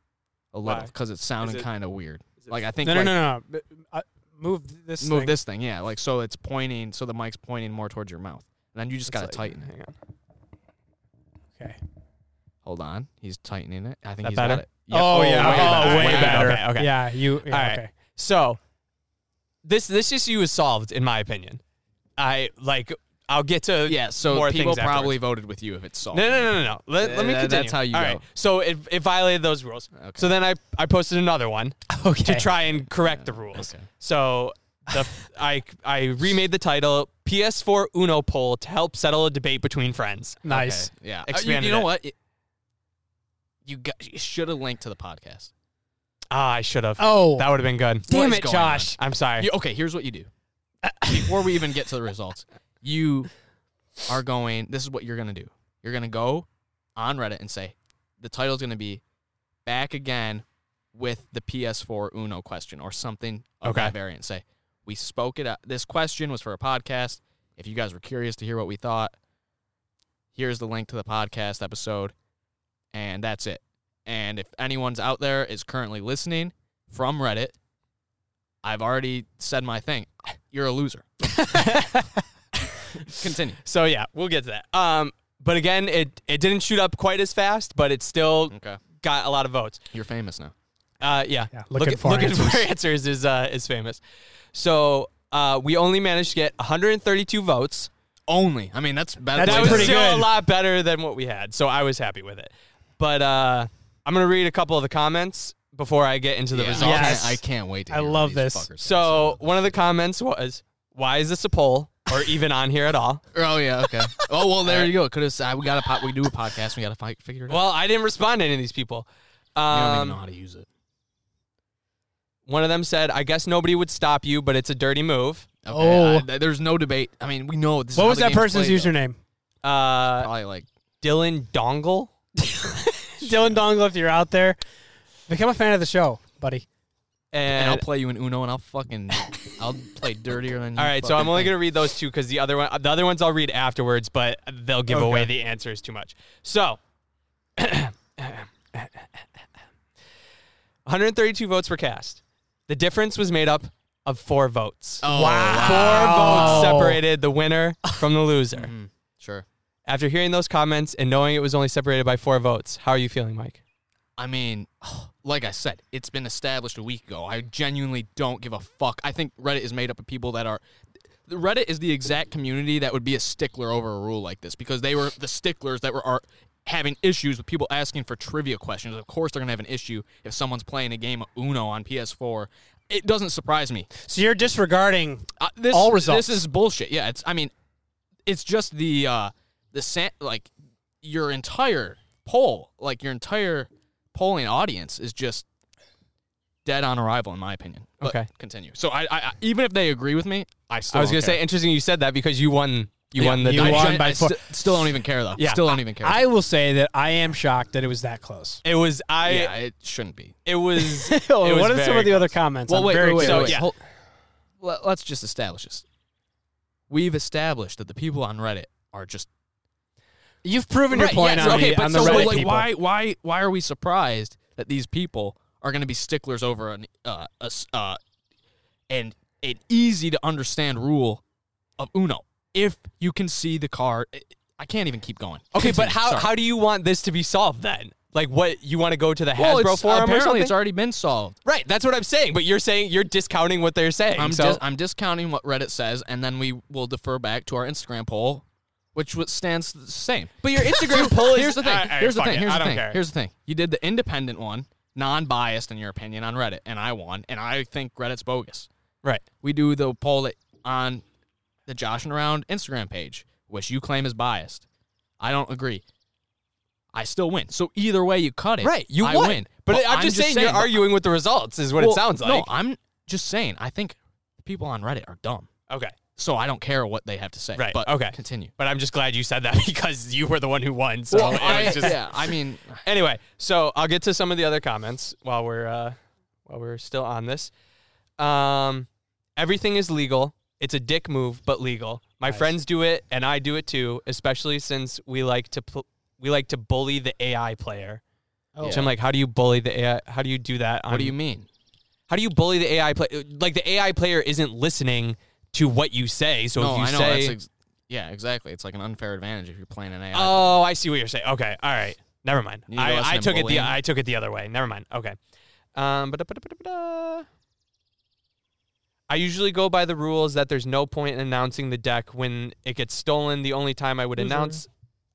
A: a little
B: Why?
A: because it's sounding
B: it-
A: kind of weird?
B: Is it-
A: Like I think
C: No, no,
A: like,
C: no, no. B- uh, move this.
A: move
C: thing.
A: this thing, yeah. Like so it's pointing, so the mic's pointing more towards your mouth, and then you just
B: it's
A: gotta
B: like-
A: tighten it.
B: hang on.
C: Okay.
A: Hold on, he's tightening it. I think
B: That
A: he's got
B: better?
A: it. Yep.
C: Oh yeah.
B: way
C: Oh,
B: better.
C: way
B: Way [LAUGHS]
C: better.
B: better. Okay, okay.
C: Yeah. You. Yeah,
B: All right.
C: Okay.
B: So this this issue is solved in my opinion. I like I'll get to
A: Yeah, so
B: more
A: people
B: things afterwards.
A: probably voted with you if it's solved.
B: No, no, no, no, no. Let, let me
A: Uh,
B: continue.
A: that's how you
B: All
A: go.
B: right. So it, it violated those rules.
A: Okay.
B: So then I, I posted
A: [LAUGHS]
B: another one
C: Okay.
B: to try and correct the rules.
A: okay.
B: So the f- [LAUGHS] I I remade the title PS4 Uno poll to help settle a debate between friends.
C: Nice.
A: Okay, Yeah. Uh, you- you,
B: Expanded
A: know
B: it.
A: what? It- you got you should have linked to the podcast.
B: Ah, I should have.
C: Oh.
B: That would have been good.
A: What
C: damn
A: is
C: it,
A: going
C: Josh.
B: I'm sorry.
A: You, okay, here's what you do. Before we even get to the results, you are going. This is what you're gonna do. You're gonna go on Reddit and say the title's gonna be "Back Again with the PS4 Uno question" or something of
B: Okay.
A: that variant. Say we spoke it. Out. This question was for a podcast. If you guys were curious to hear what we thought, here's the link to the podcast episode, and that's it. And if anyone's out there is currently listening from Reddit, I've already said my thing. You're a
C: [LAUGHS]
A: loser. Continue.
B: So yeah, we'll get to that. Um, but again, it it didn't shoot up quite as fast, but it still
A: Okay.
B: got a lot of votes.
A: You're famous now.
B: Uh, yeah.
C: Yeah,
B: Look
C: looking
B: at-
C: for
B: looking for
C: answers.
B: answers is uh, is famous. So uh, we only managed to get 132 votes.
A: Only. I mean, that's better.
C: That's
B: That
A: way
B: was
A: better.
C: pretty
B: still
C: good.
B: a lot better than what we had, so I was happy with it. But uh, I'm gonna read a couple of the comments before I get into the
A: Yeah,
B: results.
A: I,
C: Yes.
A: can't, I can't wait to
C: I
A: hear what
C: love
A: these
C: this.
A: fuckers
B: So one of the comments was, "Why is this a poll or even on here at all?"
A: say. Oh, yeah. Okay. oh, well, there you go. Could have. uh, We got a pot. We do a podcast. We got to fi- figure it out.
B: [LAUGHS] Well, I didn't respond to any of these people.
A: You
B: Um,
A: don't even know how to use it.
B: One of them said, "I guess nobody would stop you, but it's a dirty move."
A: Okay,
C: oh.
A: I- th- there's no debate. I mean, we know this. is
C: What
A: how
C: was
A: the
C: that
A: game's
C: person's
A: played, though.
C: username?
B: Uh,
A: Probably like
B: Dylan Dongle.
C: Dylan Dongle, if you're out there, become a fan of the show, buddy.
A: and I'll
B: And
A: play you in Uno, and I'll fucking, I'll play dirtier [LAUGHS] than you.
B: all right, so I'm only gonna read those two because the other one, the other ones I'll read afterwards, but they'll give
C: Okay.
B: away the answers too much. So, [COUGHS] 132 votes were cast. The difference was made up of four votes.
A: Oh,
C: Wow.
B: Four
C: Wow. Mm-hmm.
B: votes separated the winner from the loser.
A: Mhm. Sure.
B: After hearing those comments and knowing it was only separated by four votes, how are you feeling, Mike?
A: I mean, [SIGHS] like I said, it's been established a week ago. I genuinely don't give a fuck. I think Reddit is made up of people that are. the Reddit is the exact community that would be a stickler over a rule like this because they were the sticklers that were are having issues with people asking for trivia questions. Of course, they're gonna have an issue if someone's playing a game of Uno on PS4. It doesn't surprise me.
C: So you're disregarding.
A: Uh, this,
C: All results.
A: This is bullshit. Yeah, it's. I mean, it's just the uh, the sa- like your entire poll, like your entire polling audience is just dead on arrival, in my opinion. But
B: Okay.
A: continue. So I, I, I even if they agree with me, I still
B: I was
A: don't
B: gonna say,
A: care.
B: interesting you said that because you won. You won the
C: you
A: I
B: debate.
C: won
A: gen-
C: by
A: I
C: four.
A: st- still don't even care though.
B: Yeah,
A: still don't even care.
C: I will say that I am shocked that it was
A: [LAUGHS]
C: that close.
B: It was I.
A: yeah, it shouldn't be.
B: It
C: [LAUGHS]
B: was. it
C: Oh,
B: was
C: what are some
B: very
C: of the other
B: close.
C: comments?
A: Well,
C: I'm
A: wait,
C: very
A: wait, wait,
B: So,
A: wait.
C: curious.
B: yeah.
A: Hold- Let- let's just establish this. We've established that the people on Reddit are just
C: You've proven your
A: Right,
C: point
A: yes,
C: on,
A: okay,
C: the,
A: but
C: on the
A: so
C: Reddit
A: like,
C: people.
A: why why why are we surprised that these people are going to be sticklers over an uh, a s uh, and an easy to understand rule of Uno if you can see the card? I- I can't even keep going.
B: Okay, but
A: Continue,
B: how
A: sorry.
B: how do you want this to be solved then? Like, what you want to go to the
A: well,
B: Hasbro
A: it's,
B: forum or
A: apparently
B: something?
A: it's already been solved.
B: right, that's what I'm saying. But you're saying you're discounting what they're saying.
A: I'm
B: so
A: dis- I'm discounting what Reddit says, and then we will defer back to our Instagram poll, which wa- stands the same.
B: But your [LAUGHS] Instagram poll is
A: here's the thing.
B: Alright, alright,
A: here's the
B: fuck
A: thing.
B: it.
A: Here's the
B: I don't
A: thing.
B: care.
A: Here's the thing. You did the independent one, non-biased in your opinion on Reddit, and I won. And I think Reddit's bogus.
B: right.
A: We do the poll that- on the Josh and Around Instagram page, which you claim is biased. I don't agree. I still win. So either way you cut it,
B: Right, you
A: I
B: won.
A: win.
B: But, I'm,
A: I'm
B: just saying, you're
A: but-
B: arguing with the results, is what
A: well,
B: it sounds like.
A: No, I'm just saying. I think people on Reddit are dumb.
B: okay.
A: So I don't care what they have to say.
B: Right,
A: But
B: okay.
A: continue.
B: But I'm just glad you said that [LAUGHS] because you were the one who won. So it was
A: I,
B: just- [LAUGHS]
A: yeah, I mean,
B: anyway, so I'll get to some of the other comments while we're uh, while we're still on this. Um, everything is legal. It's a dick move, but legal. My
C: Nice.
B: friends do it, and I do it too. Especially since we like to pl- we like to bully the AI player.
C: Oh,
B: Which I'm like, how do you bully the AI? How do you do that? On,
A: what do you mean?
B: How do you bully the AI player? Like the AI player isn't listening to what you say. So
A: no,
B: if you
A: I know
B: say,
A: that's ex- yeah, exactly. It's like an unfair advantage if you're playing an AI.
B: Oh, I see what you're saying. Okay, all right. Never mind.
A: You need to listen
B: I, I
A: to
B: took it the
A: bullying.
B: I took it the other way. Never mind. Okay. Um, ba-da-ba-da-ba-da. I usually go by the rules that there's no point in announcing the deck when it gets stolen. The only time I would
C: Loser.
B: announce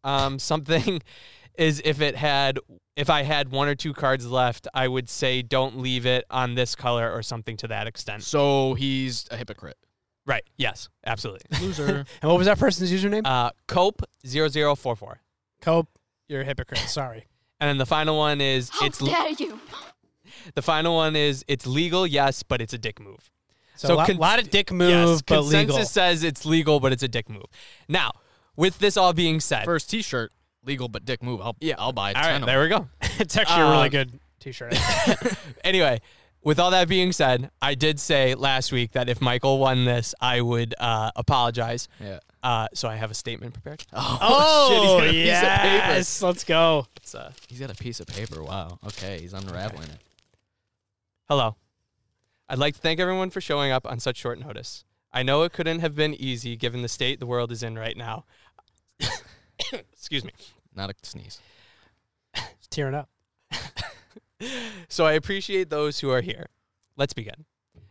B: um, [LAUGHS] something is if it had if I had one or two cards left, I would say don't leave it on this color or something to that extent.
A: so he's a hypocrite.
B: Right. Yes. Absolutely.
A: [LAUGHS] Loser.
C: and what was that person's username?
B: Uh, cope 0044.
C: Cope. You're a hypocrite. Sorry.
B: And then the final one is
D: How
B: it's
D: dare you!
B: The final one is it's legal, yes, but it's a dick move.
C: So,
B: So
C: a lot,
B: cons-
C: lot of dick move,
B: yes,
C: but
B: consensus
C: legal.
B: says it's legal, but it's a dick move. Now, with this all being said,
A: First T-shirt, legal but dick move. I'll yeah, I'll buy.
B: all
A: 10
B: right,
A: of
B: there we go. [LAUGHS]
C: it's actually a really
B: Um,
C: good
A: [LAUGHS]
C: T-shirt.
B: Anyway, with all that being said, I did say last week that if Michael won this, I would uh, apologize.
A: them. Yeah.
B: Uh, so I have a statement prepared.
A: Oh,
C: oh
A: shit, he's got a piece of paper.
C: yes, let's go.
B: It's, uh,
A: He's got a piece of paper. Wow. Okay, he's unraveling it.
B: Hello. I'd like to thank everyone for showing up on such short notice. I know it couldn't have been easy given the state the world is in right now. [COUGHS] Excuse me.
A: Not a sneeze.
C: It's tearing up.
B: So I appreciate those who are here. Let's begin.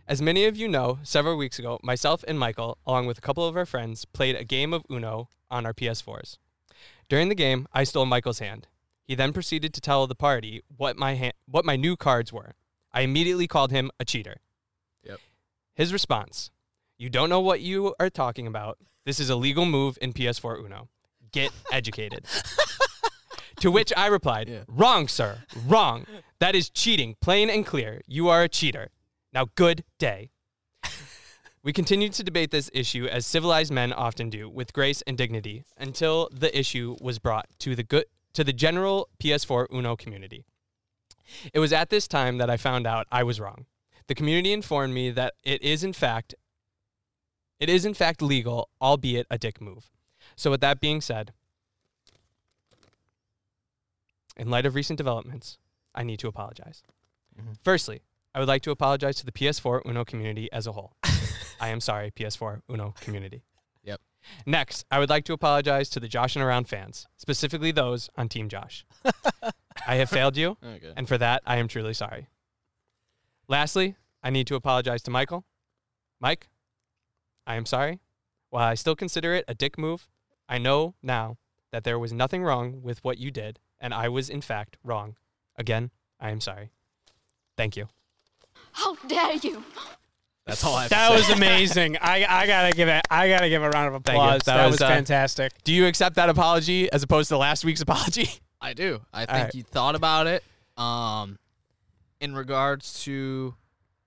B: As many of you know, several weeks ago, myself and Michael, along with a couple of our friends, played a game of Uno on our PS4s. During the game, I stole Michael's hand. He then proceeded to tell the party what my ha- what my new cards were. I immediately called him a cheater.
A: Yep.
B: His response: "You don't know what you are talking about. This is a legal move in PS4 Uno. Get educated."
A: [LAUGHS]
B: to which I replied,
A: Yeah.
B: "Wrong, sir. Wrong. That is cheating, plain and clear. You are a cheater. Now, good day." We continued to debate this issue as civilized men often do, with grace and dignity, until the issue was brought to the good to the general PS4 Uno community. It was at this time that I found out I was wrong. The community informed me that it is in fact it is in fact legal, albeit a dick move. So with that being said, in light of recent developments, I need to apologize.
A: Mhm.
B: Firstly, I would like to apologize to the PS4 Uno community as a whole. I am sorry, PS4 Uno community.
A: Yep.
B: Next, I would like to apologize to the Josh and Around fans, specifically those on Team Josh. I have failed you,
A: Okay.
B: and for that, I am truly sorry. Lastly, I need to apologize to Michael. Mike, I am sorry. While I still consider it a dick move, I know now that there was nothing wrong with what you did, and I was in fact wrong. Again, I am sorry. Thank you.
D: How dare you!
A: That's all I have
C: That
A: to
C: was
A: say.
C: amazing. I, I gotta give it. I gotta give a round of
B: Thank you.
C: applause.
B: That
C: That,
B: was,
C: was,
B: uh,
C: fantastic.
B: Do you accept that apology as opposed to last week's [LAUGHS] apology?
A: I do. I think
B: right.
A: you thought about it. Um, in regards to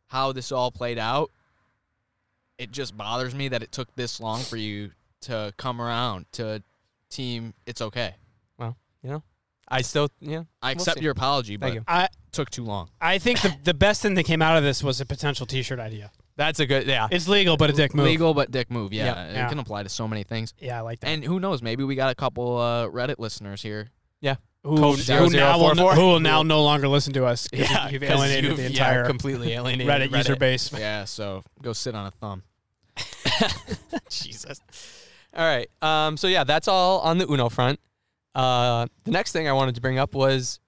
A: how this all played out, it just bothers me that it took this long for you to come around to team. It's okay.
B: I still, yeah.
A: I
B: We'll
A: accept
B: see.
A: your apology, but
B: Thank you.
C: I
A: it took too long.
C: I think the the best thing that came out of this was a potential T-shirt idea.
B: That's a good, yeah.
C: It's legal, but a dick move.
A: Legal but dick move. Yeah,
B: Yeah.
A: it
C: Yeah.
A: can apply to so many things.
C: Yeah, I like that.
A: And who knows? Maybe we got a couple uh, Reddit listeners
C: [LAUGHS]
A: here.
C: who,
B: Code
C: who
B: 0044.
C: now will, who will now no longer listen to us?
B: [LAUGHS]
C: 'cause
B: yeah,
C: you've
B: 'cause
C: alienated
B: you've-
C: the
B: yeah,
C: entire [LAUGHS]
B: completely alienated
C: Reddit, user base.
A: yeah, so go sit on a thumb.
B: [LAUGHS] Jesus. All right. Um, so yeah, that's all on the Uno front. Uh, the next thing I wanted to bring up was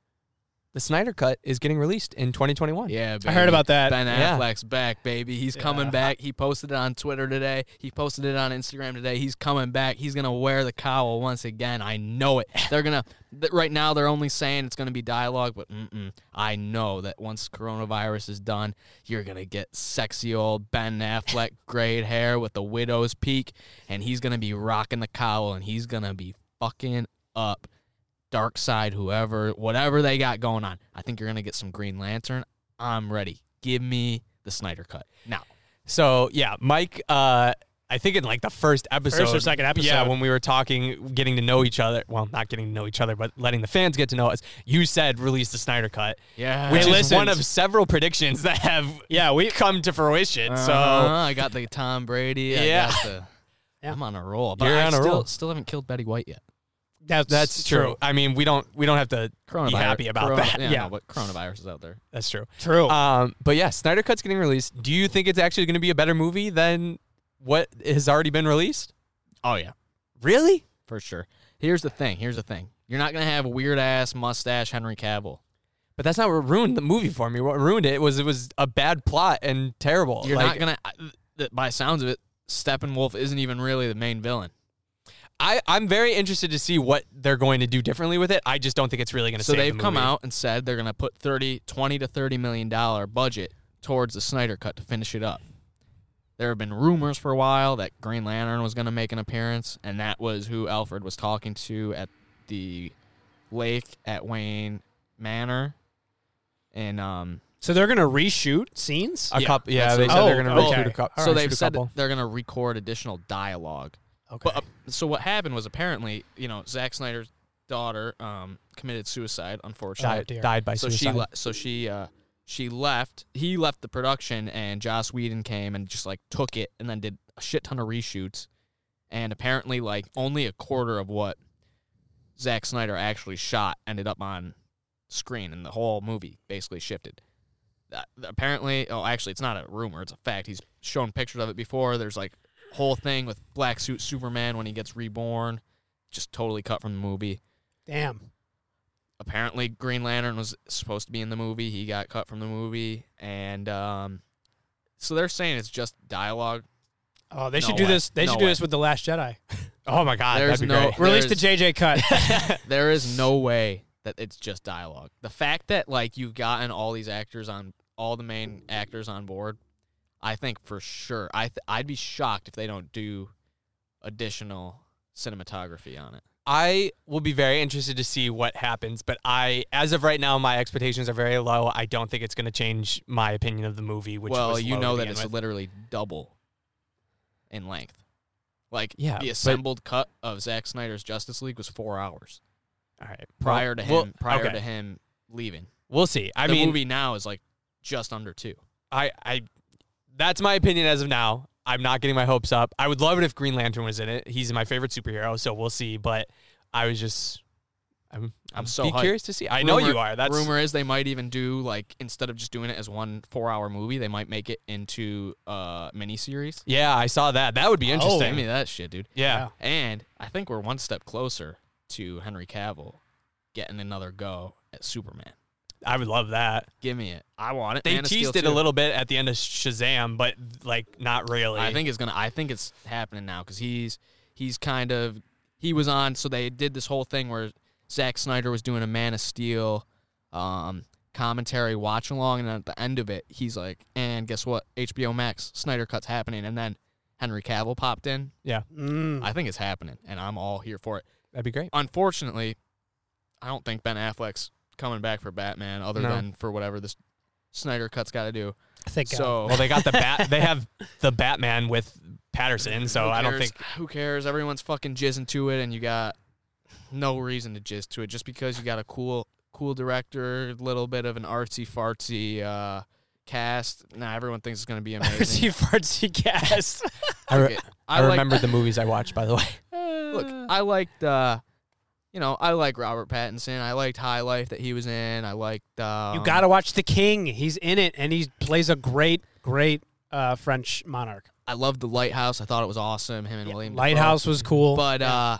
B: the Snyder Cut is getting released in 2021.
A: Yeah, baby.
C: I heard about that.
A: Ben
B: Yeah.
A: Affleck's back, baby. He's coming
C: Yeah.
A: back. He posted it on Twitter today. He posted it on Instagram today. He's coming back. He's gonna wear the cowl once again. I know it. They're gonna. th- right now, they're only saying it's gonna be dialogue, but mm-mm, I know that once coronavirus is done, you're gonna get sexy old Ben Affleck, grayed hair with the widow's peak, and he's gonna be rocking the cowl, and he's gonna be fucking up. Dark side, whoever, whatever they got going on. I think you're gonna get some Green Lantern. I'm ready. Give me the Snyder cut now.
B: So yeah, Mike. Uh, I think in like the first episode,
C: First or second
B: Yeah,
C: episode.
B: when we were talking, getting to know each other. Well, not getting to know each other, but letting the fans get to know us. You said release the Snyder Cut,
A: Yeah.
B: which
C: Hey,
B: is
C: listen.
B: one of several predictions that have
C: Uh-huh. Yeah, we
B: come to fruition.
A: Uh-huh, I got the Tom Brady. I
B: Yeah.
A: got the-
C: Yeah.
A: I'm on a roll. But
B: You're
A: I
B: on a
A: still,
B: roll.
A: still haven't killed Betty White yet.
C: that's
B: So that's true. I mean, we don't we don't have to
A: Coronavirus.
B: be happy about
A: corona-
B: that.
A: Yeah,
C: Yeah.
A: No, but coronavirus is out there.
B: That's true.
C: True.
A: Oh.
B: Um, but yeah, Snyder Cut's getting released. Do you think it's actually going to be a better movie than what has already been released?
A: Oh yeah,
B: Really?
A: for sure. Here's the thing. Here's the thing. You're not gonna have weird ass mustache Henry Cavill.
B: But that's not what ruined the movie for me. What ruined it was it was a bad plot and terrible.
A: You're
B: Like,
A: not gonna. I- th- By sounds of it, Steppenwolf isn't even really the main villain.
B: I I'm very interested to see what they're going to do differently with it. I just don't think it's really going to.
A: So they've come out and said they're going to put 30, 20 to 30 million dollar budget towards the Snyder cut to finish it up. There have been rumors for a while that Green Lantern was going to make an appearance and that was who Alfred was talking to at the lake at Wayne Manor. And um
C: so they're gonna reshoot scenes.
B: a
A: Yeah,
B: couple. Yeah,
A: that's
B: they
A: what-
B: said they're
C: Oh,
B: going to
C: okay.
B: reshoot a couple.
A: so they've said they're going to record additional dialogue.
C: Okay.
A: But uh, so what happened was apparently, you know, Zack Snyder's daughter um committed suicide unfortunately.
C: Oh,
B: died,
C: dear.
B: died by
A: so
B: suicide.
A: she le- so she uh she left he left the production and joss whedon came and just like took it and then did a shit ton of reshoots and apparently like only a quarter of what Zack snyder actually shot ended up on screen and the whole movie basically shifted Uh, apparently oh actually it's not a rumor it's a fact he's shown pictures of it before there's like whole thing with black suit superman when he gets reborn just totally cut from the movie
C: Damn.
A: apparently Green Lantern was supposed to be in the movie. He got cut from the movie, and um, so they're saying it's just dialogue.
C: Oh, they
A: No
C: should do
A: way.
C: this. They
A: No
C: should do
A: way.
C: this with the Last Jedi.
B: [LAUGHS] oh my god,
A: There's
B: that'd be
A: no-
B: great.
C: Release the
A: There's-
C: JJ
B: [LAUGHS]
C: cut.
A: There is no way that it's just dialogue. The fact that like you've gotten all these actors on, all the main actors on board, I think for sure. I th- I'd be shocked if they don't do additional cinematography on it.
B: I will be very interested to see what happens, but I, as of right now, my expectations are very low. I don't think it's going to change my opinion of the movie. Which
A: well,
B: was
A: you
B: low to
A: know that
B: begin
A: it's
B: with.
A: literally double in length. Like
B: Yeah,
A: the
B: but-
A: assembled cut of Zack Snyder's Justice League was four hours.
B: all right
A: prior to him
B: Well,
A: prior
B: okay.
A: to him leaving.
B: We'll see. I
A: the
B: mean,
A: movie now is like just under two.
B: I, I, that's my opinion as of now. I'm not getting my hopes up. I would love it if Green Lantern was in it. He's my favorite superhero, so we'll see. But I was just, I'm,
A: I'm so
B: be
A: hyped.
B: curious to see. I know you are. That's
A: rumor is they might even do like instead of just doing it as one four hour movie, they might make it into a miniseries.
B: Yeah, I saw that. That would be
A: Oh,
B: interesting.
A: I mean that shit, dude.
B: yeah.
A: And I think we're one step closer to Henry Cavill getting another go at Superman.
B: I would love that.
A: Give me it. I want it.
B: They
A: Man of Steel
B: teased it a
A: too.
B: little bit at the end of Shazam, but like not really.
A: I think it's gonna. I think it's happening now because he's he's kind of he was on. So they did this whole thing where Zack Snyder was doing a Man of Steel um, commentary watch along, and at the end of it, he's like, "And guess what? HBO Max Snyder cut's happening." And then Henry Cavill popped in.
C: Mm.
A: I think it's happening, and I'm all here for it.
B: that'd be great.
A: Unfortunately, I don't think Ben Affleck's coming back for Batman, other
B: No.
A: than for whatever this Snyder cut's got to do.
C: Thank God. [LAUGHS]
A: So.
B: Well, they got the bat. they have the Batman with Patterson, so
A: Who
B: I don't
A: cares?
B: think.
A: who cares. Everyone's fucking jizzing to it, and you got no reason to jizz to it just because you got a cool, cool director, a little bit of an artsy fartsy uh, cast. Now everyone thinks it's gonna be amazing.
C: Artsy fartsy gas.
B: I,
A: Fuck it. I, like,
B: the movies I watched, by the way.
A: Look, I liked. Uh, you know, I like Robert Pattinson. I liked High Life that he was in. I liked. Um,
C: you gotta watch The King. He's in it, and he plays a great, great uh, French monarch.
A: I loved the Lighthouse. I thought it was awesome. Him and
C: Yeah,
A: William. Dafoe.
C: Lighthouse was cool.
A: But
C: Yeah.
A: uh,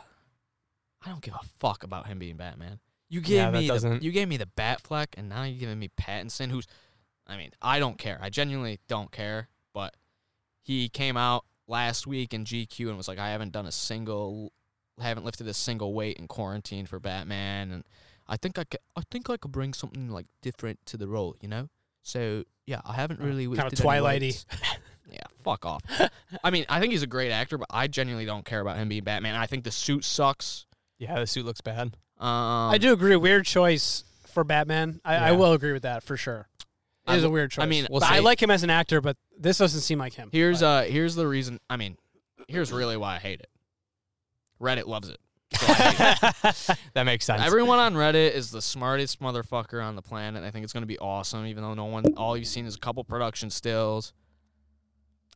A: I don't give a fuck about him being Batman. You gave
B: Yeah, that
A: me the,
B: doesn't-
A: you gave me the Batfleck, and now you're giving me Pattinson, who's, I mean, I don't care. I genuinely don't care. But he came out last week in GQ and was like, I haven't done a single, haven't lifted a single weight in quarantine for Batman, and I think I could, I think I could bring something like different to the role, you know. So yeah, I haven't really
C: Kinda
A: lifted any
C: Twilight-y.
A: weights. [LAUGHS] Yeah, fuck off. I mean, I think he's a great actor, but I genuinely don't care about him being Batman. I think the suit sucks.
B: Yeah, the suit
A: [LAUGHS]
B: looks bad.
A: Um,
C: I do agree. Weird choice for Batman. I,
B: Yeah.
C: I will agree with that for sure. It
A: I
C: is a
A: will-
C: weird choice.
A: I mean,
C: But
A: say-
C: I like him as an actor, but this doesn't seem like him.
A: Here's
C: But-
A: uh here's the reason. I mean, here's really why I hate it. Reddit loves it.
B: that makes sense.
A: Everyone on Reddit is the smartest motherfucker on the planet. and I think it's going to be awesome, even though no one, all you've seen is a couple production stills.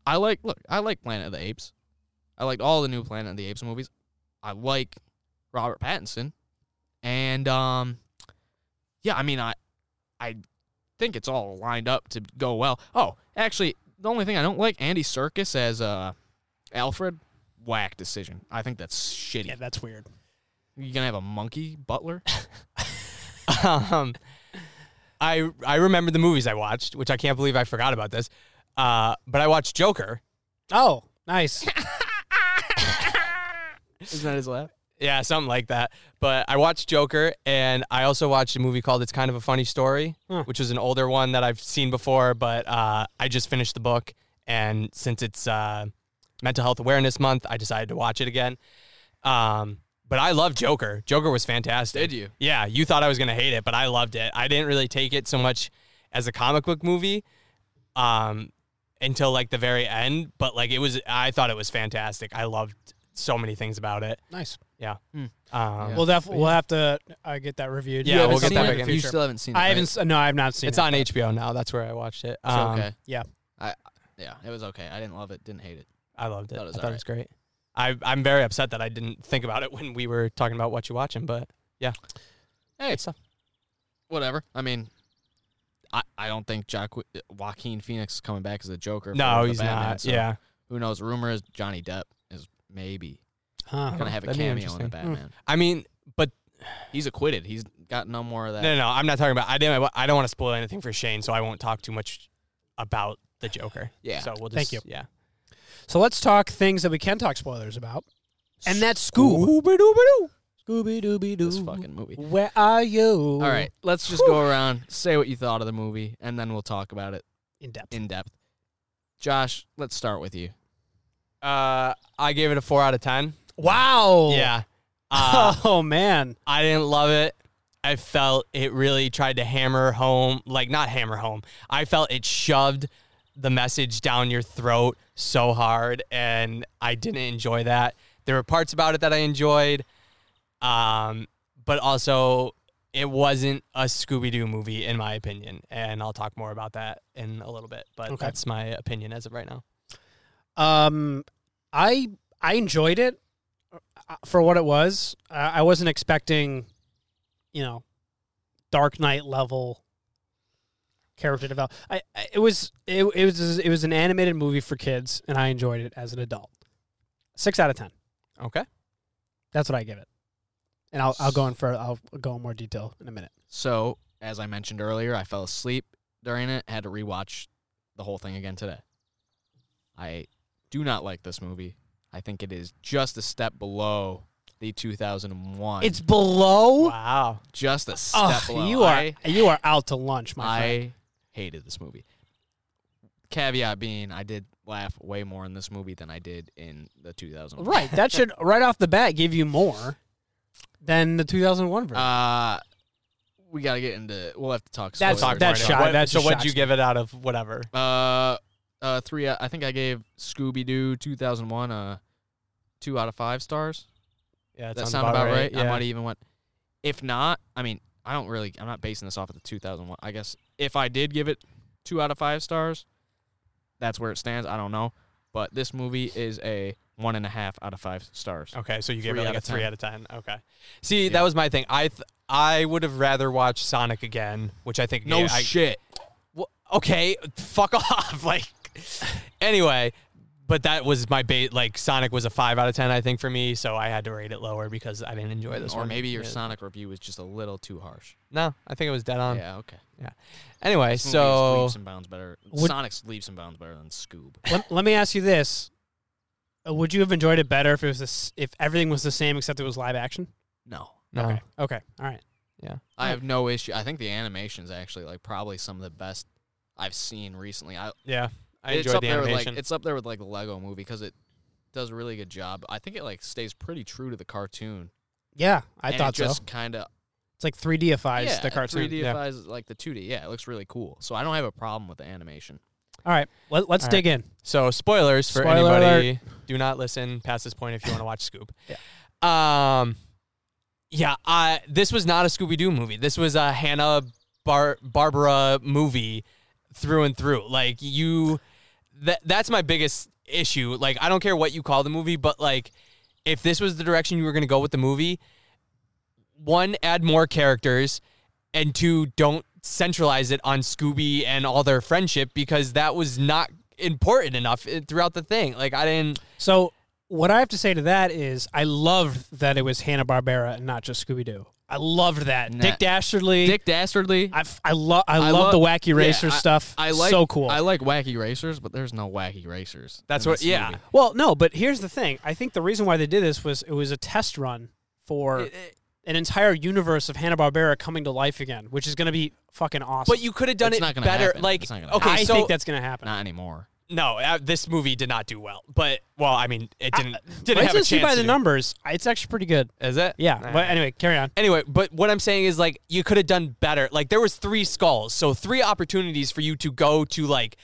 A: I like, look, I like Planet of the Apes. I liked all the new Planet of the Apes movies. I like Robert Pattinson. And, um, yeah, I mean, I, I think it's all lined up to go well. Oh, actually, the only thing I don't like, Andy Circus as, uh, Alfred, whack decision. I think that's shitty.
C: yeah, that's weird.
A: You gonna have a monkey butler?
B: um, I I remember the movies I watched, which I can't believe I forgot about this. Uh, but I watched Joker.
C: Oh,
A: [LAUGHS]
C: nice.
A: Isn't that his laugh?
B: Yeah, something like that. But I watched Joker, and I also watched a movie called "It's Kind of a Funny Story,"
C: Huh.
B: which was an older one that I've seen before. But uh, I just finished the book, and since it's uh, Mental Health Awareness Month, I decided to watch it again. Um, but I love Joker. Joker was fantastic.
A: Did you?
B: Yeah, you thought I was gonna hate it, but I loved it. I didn't really take it so much as a comic book movie um, until like the very end. But like it was, I thought it was fantastic. I loved so many things about it.
C: nice.
B: Yeah.
A: Hmm.
B: Um,
A: Yeah.
C: We'll definitely we'll have to uh, get that reviewed.
B: Yeah,
C: You haven't
B: we'll get
C: seen
B: that
C: it?
B: back in.
A: You still haven't seen it.
C: I haven't.
A: right?
C: s- No, I have not seen
B: It's
C: it.
B: on HBO now. That's where I watched it.
A: It's
B: Um,
A: okay.
C: yeah.
A: I yeah, it was okay. I didn't love it. Didn't hate it.
B: I loved it.
A: Thought it
B: I
A: was
B: thought it was great. I, I'm very upset that I didn't think about it when we were talking about what you're watching, but yeah.
A: Hey.
B: Good stuff.
A: Whatever. I mean, I, I don't think Joaqu- Joaquin Phoenix is coming back as a Joker. for
B: No,
A: the
B: he's
A: Batman,
B: not.
A: so
B: yeah.
A: Who knows? Rumor is Johnny Depp is maybe
C: Huh.
A: gonna have a
B: That'd be
A: cameo in the
B: interesting. Hmm.
A: Batman.
B: I mean, but
A: He's acquitted. He's got no more of that.
B: no, no, no, I'm not talking about. I didn't. I don't want to spoil anything for Shane, so I won't talk too much about the Joker.
A: Yeah.
B: So we'll just.
C: Thank
B: Yeah.
C: So let's talk things that we can talk spoilers about, and that's Scoob.
B: Scooby-Doo.
C: Scooby Dooby
A: This fucking movie.
C: Where are you?
A: All right, let's just go around, say what you thought of the movie, and then we'll talk about it
C: In depth.
A: in depth. Josh, let's start with you.
B: Uh, I gave it a four out of ten.
C: wow.
A: [LAUGHS]
C: [LAUGHS]
B: Yeah. Uh,
C: oh man.
B: I didn't love it. I felt it really tried to hammer home, like not hammer home. I felt it shoved the message down your throat so hard, and I didn't enjoy that. There were parts about it that I enjoyed, um, but also it wasn't a Scooby Doo movie, in my opinion. And I'll talk more about that in a little bit, but
C: Okay.
B: that's my opinion as of right now.
C: Um, I I enjoyed it uh, for what it was. Uh, I wasn't expecting, you know, Dark Knight level character development. I, I it was it, it was it was an animated movie for kids, and I enjoyed it as an adult. Six out of ten.
B: Okay.
C: That's what I give it. And I'll I'll go in for I'll go in more detail in a minute.
A: So, as I mentioned earlier, I fell asleep during it, had to rewatch the whole thing again today. I do not like this movie. I think it is just a step below the 2001.
C: It's below.
B: Wow.
A: just a step
C: Ugh,
A: below.
C: you are
A: I,
C: you are out to lunch, my friend.
A: I hated this movie. Caveat being, I did laugh way more in this movie than I did in the 2001.
C: Right. That should right off the bat give you more than the 2001 version.
A: Uh, we got to get into, we'll have to talk.
C: That's-
A: spoilers.
C: that's
B: more.
C: shy-
B: What-
C: that's
B: so,
C: just
B: what'd you
C: shots.
B: give it out of whatever?
A: Uh, uh, three. I think I gave Scooby Doo 2001 uh two out of five stars.
B: Yeah,
A: That, sound about, right. I might even went. If not, I mean, I don't really. I'm not basing this off of the 2001. I guess if I did give it two out of five stars, that's where it stands. I don't know, but this movie is a one and a half out of five stars.
B: Okay, so you gave
A: Three
B: it like
A: out
B: a
A: of
B: three
A: 10.
B: out of ten. Okay. See,
A: Yeah.
B: that was my thing. I th- I would have rather watched Sonic again, which I think
A: No
B: yeah, I-
A: shit.
B: w- okay, fuck [LAUGHS] off. like, anyway, but that was my bait. Like Sonic was a five out of ten, I think, for me. So I had to rate it lower because I didn't enjoy this
A: or
B: one.
A: maybe your
B: Yeah.
A: Sonic review was just a little too harsh.
B: No, I think it was dead on.
A: yeah. Okay.
B: Anyway,
A: This movie is
B: Um, so
A: leaps and bounds better.
C: Would-
A: Sonic's leaps and bounds better than Scoob.
C: let, let me ask you this. Uh, Would you have enjoyed it better if it was this, if everything was the same except it was live action?
A: No.
B: no.
C: Okay. Okay. All right.
A: I have no issue. I think the animation's actually like probably some of the best I've seen recently. I,
B: yeah, I
A: it's
B: enjoyed
A: up
B: the
A: there with,
B: animation.
A: like it's up there with like the Lego movie because it does a really good job. I think it like stays pretty true to the cartoon.
C: Yeah, I
A: and
C: thought
A: it just
C: so.
A: kind of
C: It's like 3Difies
A: yeah,
C: the cartoon.
A: 3Difies
B: yeah.
A: like the 2D. Yeah, it looks really cool. So I don't have a problem with the animation.
C: All right, let, let's
B: All right.
C: dig in.
B: So spoilers for
C: Spoiler
B: anybody. Do not listen past this point if you want to watch Scoop. yeah. Um yeah, I this was not a Scooby Doo movie. This was a Hannah Bar- Barbara movie through and through. Like you that that's my biggest issue. Like I don't care what you call the movie, but like if this was the direction you were going to go with the movie, one add more characters and two don't centralize it on Scooby and all their friendship because that was not important enough i- throughout the thing. Like I didn't
C: So what I have to say to that is, I loved that it was Hanna Barbera and not just Scooby Doo. I loved that
A: Nah.
C: Dick Dastardly.
A: Dick Dastardly.
C: I, f- I, lo- I,
A: I love-
C: love the wacky
A: yeah,
C: racer
A: I-
C: stuff.
A: I like
C: so cool.
A: I like wacky racers, but there's no wacky racers.
B: That's
A: in
B: what-
A: this
B: yeah. Eh,
A: movie.
C: well, no, but here's the thing. I think the reason why they did this was it was a test run for
B: eh,
C: an entire universe of Hanna Barbera coming to life again, which is going to be fucking awesome.
B: but you could have done
A: It's
B: it
A: not gonna
B: better.
A: happen.
B: Like
A: It's not gonna
B: okay,
C: I
B: so
C: think that's going to happen.
A: Not anymore.
B: no, uh, this movie did not do well. But well, I mean, it didn't didn't
C: Right
B: have a
C: to see
B: chance.
C: by
B: to
C: the
B: do-
C: numbers, it's actually pretty good.
B: is it?
C: Yeah.
B: Nah.
C: But anyway, carry on.
B: Anyway, but what I'm saying is like you could have done better. Like there was three skulls, so three opportunities for you to go to like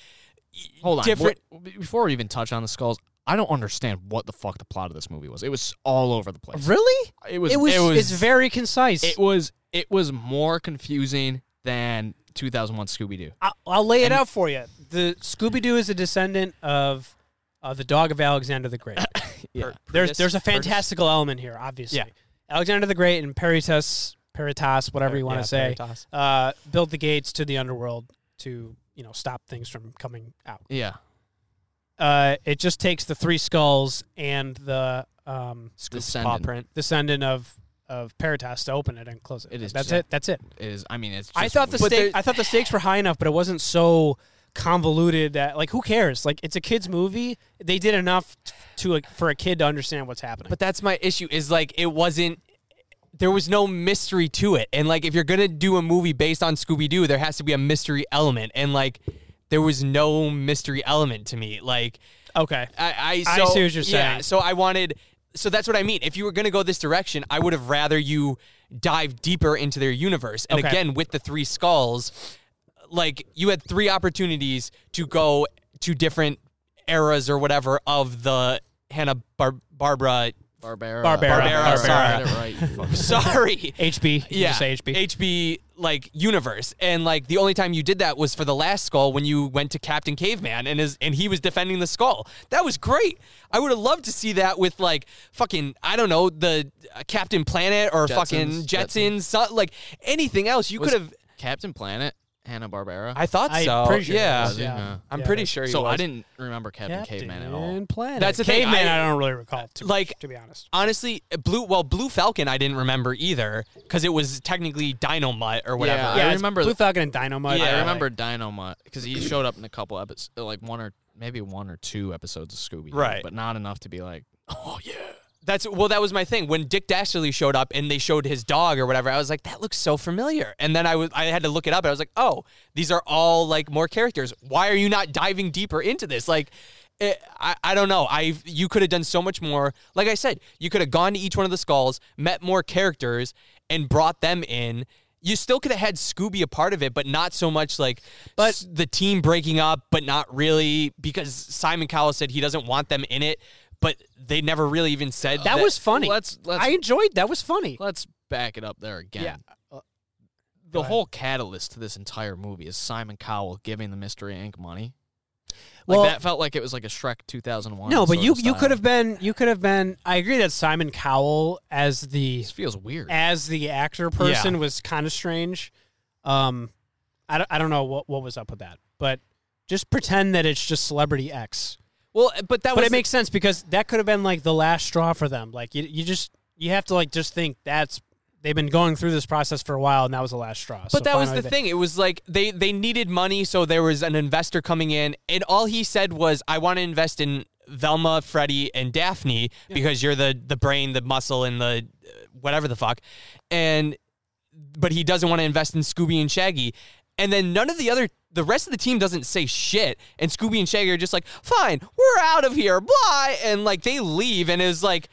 B: y-
A: Hold on.
B: different.
A: What- before we even touch on the skulls, I don't understand what the fuck the plot of this movie was. It was all over the place.
C: Really?
A: It was.
C: It was,
A: It was.
C: It's very concise.
A: it was. It was more confusing than 2001 Scooby Doo.
C: I- I'll lay it out for you. The Scooby Doo is a descendant of uh, the dog of Alexander the
B: [COUGHS]
C: Great.
A: Yeah.
C: there's there's a fantastical element here, obviously.
B: Yeah.
C: Alexander the Great and Peritas, Peritas, whatever you want to say, uh, built the gates to the underworld to you know stop things from coming out.
A: Yeah.
C: Uh, it just takes the three skulls and the um,
B: paw
A: Descendant.
B: print.
C: descendant of of Peritas to open it and close it.
A: It is
C: that's
A: just-
C: it. That's it.
A: Is I mean it's. Just
C: I thought the
A: weird.
B: But
C: stake,
B: there-
C: I thought the stakes were high enough, but it wasn't so convoluted that like who cares? Like it's a kids movie. They did enough t- to like, for a kid to understand what's happening.
B: But that's my issue is like it wasn't there was no mystery to it. And like if you're going to do a movie based on Scooby Doo, there has to be a mystery element. And like there was no mystery element to me. Like
C: okay,
B: I I,
C: I
B: so,
C: see what you're
B: yeah,
C: saying.
B: So I wanted so that's what I mean. If you were going to go this direction, I would have rather you dive deeper into their universe. And
C: Okay.
B: again, with the three skulls, like you had three opportunities to go to different eras or whatever of the Hannah Bar- Barbara
A: Barbara.
C: Barbara.
B: Barbara,
A: Barbara.
B: sorry.
A: Right. you
C: [LAUGHS]
A: fucking-
B: [LAUGHS] sorry.
C: HB, You
B: yeah,
C: just say HB.
B: HB like universe, and like the only time you did that was for the last skull when you went to Captain Caveman, and his and he was defending the skull. That was great. I would have loved to see that with like fucking I don't know the uh, Captain Planet or fucking
A: Jetsons.
B: Jetsons, so- like anything else. You
A: Was
B: could have.
A: Captain Planet. Hanna Barbera.
B: I thought
C: I'm
B: so.
C: pretty sure it
B: yeah.
C: was, yeah.
B: I'm
C: Yeah,
B: pretty
C: that's-
B: sure. He
A: So I
B: was.
A: didn't remember Captain, Caveman at all.
C: Planet.
B: That's the thing,
C: caveman.
B: I-
C: I, don't really recall. To,
B: like-
C: to be honest,
B: Honestly, Blue well, Blue Falcon, I didn't remember either because it was technically Dynamite or whatever.
A: I
C: yeah, it's
A: remember-
C: Blue Falcon and Dynamite.
B: Yeah.
A: I remember Dynamite because he showed up in a couple episodes, like one or maybe one or two episodes of Scooby,
B: Right.
A: But not enough to be like, oh yeah,
B: That's well, that was my thing. When Dick Dastardly showed up and they showed his dog or whatever, I was like, that looks so familiar. And then I was I had to look it up and I was like, oh, these are all like more characters. Why are you not diving deeper into this? Like it, I, I don't know. I you could have done so much more. Like I said, you could have gone to each one of the skulls, met more characters, and brought them in. You still could have had Scooby a part of it, but not so much like but the team breaking up, but not really because Simon Cowell said he doesn't want them in it. But they never really even said
C: that, was funny.
A: Let's let's
C: I enjoyed. That was funny.
A: let's back it up there again.
C: Yeah.
A: The
C: ahead.
A: whole catalyst to this entire movie is Simon Cowell giving the Mystery Inc. money. Like
C: Well-
A: that felt like it was like a Shrek 2001.
C: No, but
A: sort
C: you
A: of
C: you
A: style.
C: could have been you could have been. I agree that Simon Cowell as the
A: This feels weird.
C: as the actor person was kind of strange. Um, I don't, I don't know what, what was up with that, but just pretend that it's just celebrity X.
B: Well, but that
C: But
B: was
C: it makes sense because that could have been like the last straw for them. Like you, you just you have to like just think that's they've been going through this process for a while and that was the last straw.
B: But that was the thing. It was like they they needed money, so there was an investor coming in, and all he said was, "I want to invest in Velma, Freddie, and Daphne because you're the the brain, the muscle, and the uh, whatever the fuck." And but he doesn't want to invest in Scooby and Shaggy. And then none of the other, the rest of the team doesn't say shit. And Scooby and Shaggy are just like, fine, we're out of here, blah. And like they leave. And it was like,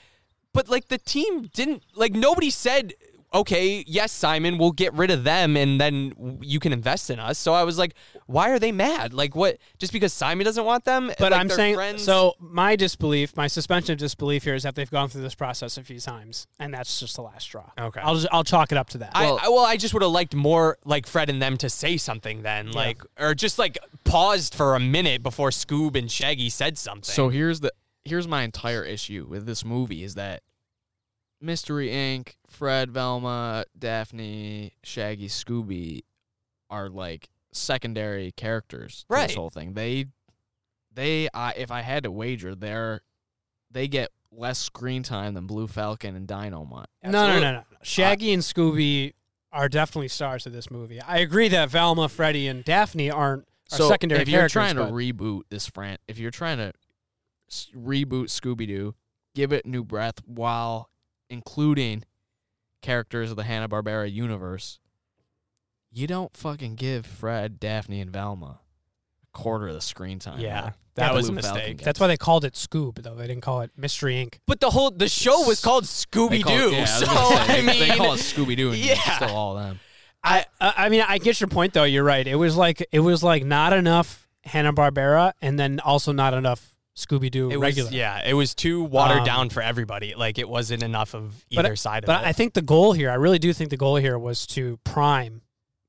B: but like the team didn't, like nobody said, okay, yes, Simon, we'll get rid of them and then w- you can invest in us. So I was like, why are they mad? Like, what? Just because Simon doesn't want them?
C: But
B: Like,
C: I'm
B: they're
C: saying
B: friends?
C: so. My disbelief, my suspension of disbelief here is that they've gone through this process a few times, and that's just the last straw.
B: Okay.
C: I'll just I'll chalk it up to that.
B: I, I well, I just would have liked more like Fred and them to say something then, like or just like paused for a minute before Scoob and Shaggy said something.
A: So here's the here's my entire issue with this movie is that Mystery Inc., Fred, Velma, Daphne, Shaggy, Scooby are like secondary characters to
B: Right.
A: this whole thing. They they I if I had to wager, they're they get less screen time than Blue Falcon and Dynamite.
C: no, no, no, no. Shaggy and Scooby are definitely stars of this movie. I agree that Velma, Freddy, and Daphne aren't are
A: So
C: secondary
A: if you're
C: characters,
A: trying to
C: but-
A: reboot this fran, if you're trying to s- reboot Scooby Doo, give it new breath while including characters of the Hanna Barbera universe, you don't fucking give Fred, Daphne, and Velma a quarter of the screen time.
B: Yeah,
A: that
B: that was a
A: Blue Falcon
B: mistake.
A: gets.
C: that's why they called it Scoob, though they didn't call it Mystery Inc.
B: but the whole the show was called
A: They
B: Scooby
A: call it-
B: Doo.
A: yeah, I was
B: so
A: gonna say,
B: I
A: they-
B: mean,
A: they call it Scooby Doo, and it's
B: [LAUGHS] yeah.
A: still all them.
C: I, I I mean, I get your point though. You're right. It was like it was like not enough Hanna Barbera, and then also not enough Scooby Doo
B: it
C: regular.
B: was yeah, it was too watered
C: Um,
B: down for everybody. Like it wasn't enough of
C: But-
B: either side of
C: But
B: it.
C: I think the goal here, I really do think the goal here was to prime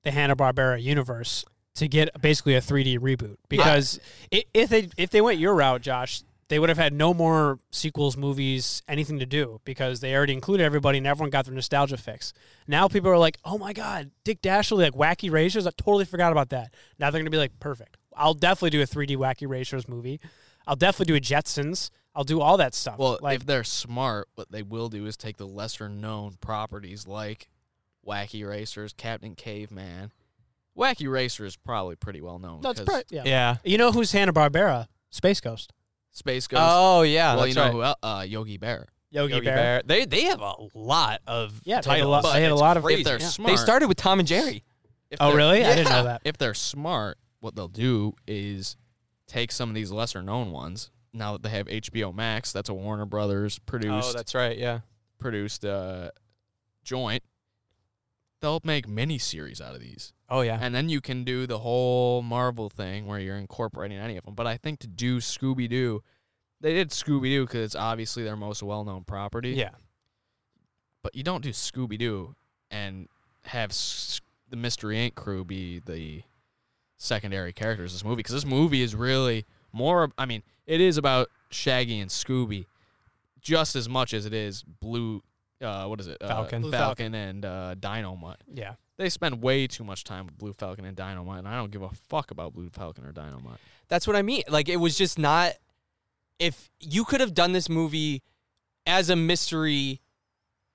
C: the Hanna Barbera universe to get basically a 3D reboot. Because i if they if they went your route, Josh, they would have had no more sequels, movies, anything to do because they already included everybody and everyone got their nostalgia fix. Now people are like, oh my god, Dick Dashley, like wacky racers. I totally forgot about that. Now they're gonna be like, perfect. I'll definitely do a 3D wacky racers movie. I'll definitely do a Jetsons. I'll do all that stuff.
A: Well,
C: like,
A: if they're smart, what they will do is take the lesser known properties like Wacky Racers, Captain Caveman. Wacky Racer is probably pretty well known.
C: that's
A: 'cause
C: pri- yeah.
B: yeah.
C: You know who's Hanna Barbera? Space Ghost.
A: Space Ghost.
B: Oh yeah,
A: well,
B: that's
A: you know
B: right.
A: who else? Uh, Yogi Bear.
C: Yogi,
B: Yogi Bear. They they have a lot of
C: Yeah, they had a
B: titles.
C: lot. They had a
B: It's
C: lot of.
B: crazy.
A: If they're
C: Yeah.
A: smart,
B: They started with Tom and Jerry.
A: If
C: Oh
A: they're-
C: really? I didn't
B: Yeah.
C: know that.
A: If they're smart, what they'll do is take some of these lesser known ones. Now that they have HBO Max, that's a Warner Brothers produced
B: Oh, right. Yeah.
A: produced uh, joint. They'll make mini series out of these.
B: Oh yeah.
A: And then you can do the whole Marvel thing where you're incorporating any of them. But I think to do Scooby Doo, they did Scooby Doo because it's obviously their most well known property.
B: Yeah.
A: But you don't do Scooby Doo and have s- the Mystery Inc. crew be the secondary characters of this movie because this movie is really more. ab- I mean, it is about Shaggy and Scooby just as much as it is Blue. Uh, what is it?
B: Falcon.
A: Uh,
B: Blue
A: Falcon and uh, Dynamite
B: Yeah.
A: they spend way too much time with Blue Falcon and Dynamite, and I don't give a fuck about Blue Falcon or Dynamite.
B: That's what I mean. Like it was just not. If you could have done this movie as a mystery,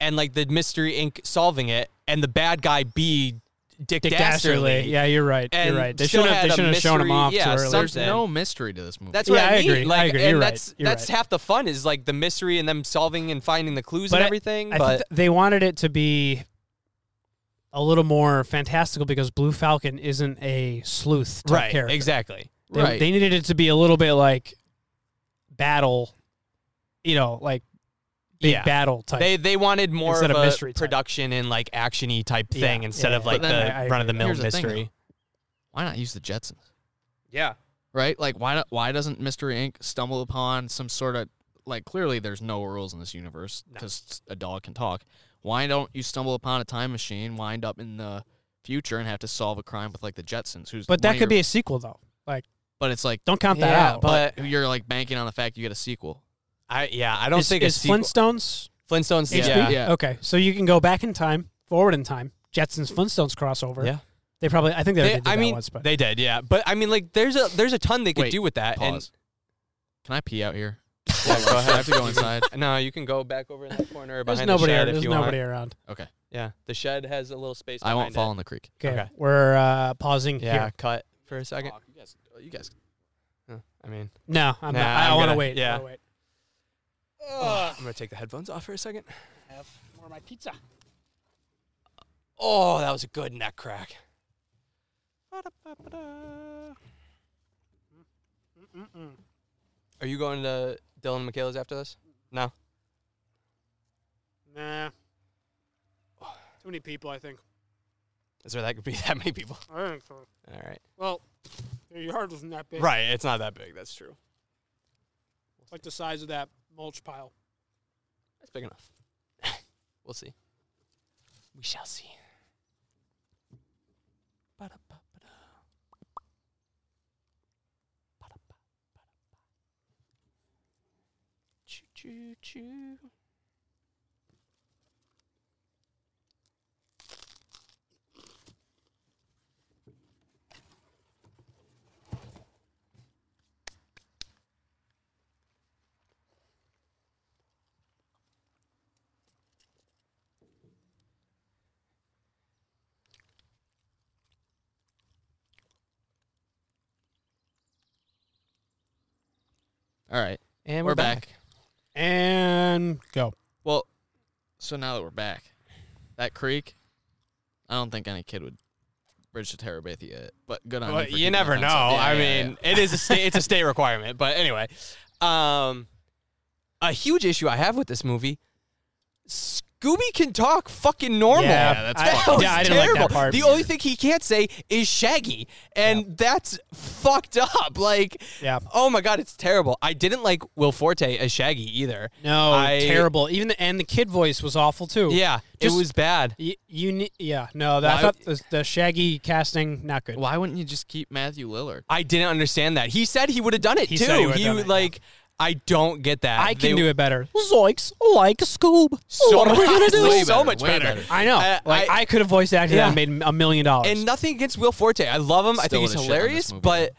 B: and like the mystery Inc. solving it, and the bad guy be Dick,
C: Dick
B: Dastardly.
C: Dastardly. Yeah, you're right.
B: And
C: you're right. They
B: still
C: shouldn't
B: had
C: have. They
B: a
C: shouldn't have shown him
B: mystery-
C: off
B: yeah,
C: too early.
B: some-
A: There's
B: Then-
A: no mystery to this movie.
B: That's what
C: Yeah,
B: I
C: I
B: mean.
C: agree. I
B: Like,
C: agree.
B: and
C: You're right.
B: that's
C: You're
B: that's
C: right.
B: half the fun is like the mystery and them solving and finding the clues
C: But
B: and
C: I-
B: everything.
C: I
B: but
C: th- they wanted it to be a little more fantastical because Blue Falcon isn't a sleuth type
B: right,
C: character.
B: exactly.
C: They,
A: right.
C: they needed it to be a little bit like battle, you know, like big
B: Yeah.
C: battle type.
B: They they wanted more
C: Instead
B: of,
C: of
B: a
C: mystery type.
B: production and like actiony type
C: Yeah,
B: thing
C: yeah,
B: instead of
C: yeah.
B: like
A: But
B: the
A: then
C: I- I agree
B: run of the mill
A: with that. Here's the thing,
B: mystery.
A: why not use the Jetsons?
B: yeah.
A: Right? Like why not, why doesn't Mystery Inc. stumble upon some sort of like clearly there's no rules in this universe because a dog can talk. Why don't you stumble upon a time machine, wind up in the future, and have to solve a crime with like the Jetsons? Who's
C: but
A: one
C: that
A: of
C: could be
A: your-
C: a sequel though. Like,
A: But it's like
C: don't count that
B: Yeah,
C: out.
A: but you're like banking on the fact you get a sequel.
B: I yeah, I don't
C: is,
B: think
C: is
B: it's
C: Flintstones
B: Flintstones.
C: HP?
B: Yeah.
A: Yeah.
C: Okay, so you can go back in time, forward in time. Jetsons Flintstones crossover.
B: Yeah.
C: They probably. I think they,
B: They-
C: already did
B: I
C: that
B: mean,
C: once, but
B: they did, yeah. But I mean, like, there's a there's a ton they could
A: Wait,
B: do with that.
A: Pause. Can I pee out here?
B: And, [LAUGHS] yeah,
A: [LAUGHS]
B: go
A: I have
B: [LAUGHS] ahead.
A: to go inside.
B: no, you can go back over in that corner
C: there's
B: behind
C: nobody.
B: the shed
C: ar-
B: if
C: there's
B: you
C: nobody
B: want.
C: around.
A: Okay.
B: Yeah, the shed has a little space.
A: I won't
B: behind
A: fall
B: It.
A: in the creek.
C: Okay,
B: Okay.
C: we're uh, pausing
B: Yeah,
C: here.
B: cut for a second.
A: Fuck, you guys, you guys
B: Huh, I mean,
C: No, I'm
B: Nah,
C: not. I,
B: I'm
C: want to
B: gonna-
C: wait.
B: yeah.
C: I wanna wait.
B: I'm gonna take the headphones off for a second.
C: Have more of my pizza.
B: Oh, that was a good neck crack. Are you going to Dylan and Michaela's after this? No.
C: Nah. Too many people, I think.
E: Is there
B: [LAUGHS]
E: that could be that many people?
C: I think so.
E: All right.
C: Well, your yard wasn't that big.
E: Right. It's not that big. That's true.
C: It's like the size of that mulch pile.
E: That's big enough. [LAUGHS] we'll see.
B: We shall see. Choo choo choo.
A: All right.
B: And
A: We're, back.
C: And go.
A: Well, so now that we're back, that creek, I don't think any kid would bridge to Terabithia it, but good on
C: Um,
E: Well,
A: him
E: you
A: for keeping
E: never
A: the
E: know.
A: fence up. Yeah,
E: I
A: yeah,
E: mean, it is a state.
C: [LAUGHS]
E: It's a state requirement. But anyway,
B: Um, a huge issue I have with this movie. Scooby can talk fucking normal.
C: Yeah, that's
B: that
C: fucked.
B: was
C: Yeah, I didn't like that
B: terrible.
C: part.
B: The only thing he can't say is Shaggy, and that's fucked up. [LAUGHS] Like,
C: Yeah.
B: oh my god, it's terrible. I didn't like Will Forte as Shaggy either.
C: No,
B: I-
C: terrible. Even the and the kid voice was awful too.
B: Yeah,
C: Just-
B: it was bad.
C: Y- you ne- yeah. No, that, I
B: Why-
C: thought the, the Shaggy casting not good.
A: Why wouldn't you just keep Matthew Lillard?
B: I didn't understand that. He said he would have done it
C: He
B: too.
C: said he would've done it, yeah.
B: like, I don't get that.
C: I can
B: They-
C: do it better. Zoinks, like Scoob.
B: So
C: what are we
B: much-
C: gonna do?
B: way
A: Way
B: so
A: better,
B: much
A: way
B: better.
A: better.
C: I know.
B: I-
C: like
B: I-
C: I, could have voiced acted
B: Yeah.
C: that and made a million dollars.
B: and nothing against Will Forte. I love him. I
A: Still would've
B: think he's
A: shit on this
B: hilarious,
A: movie.
B: but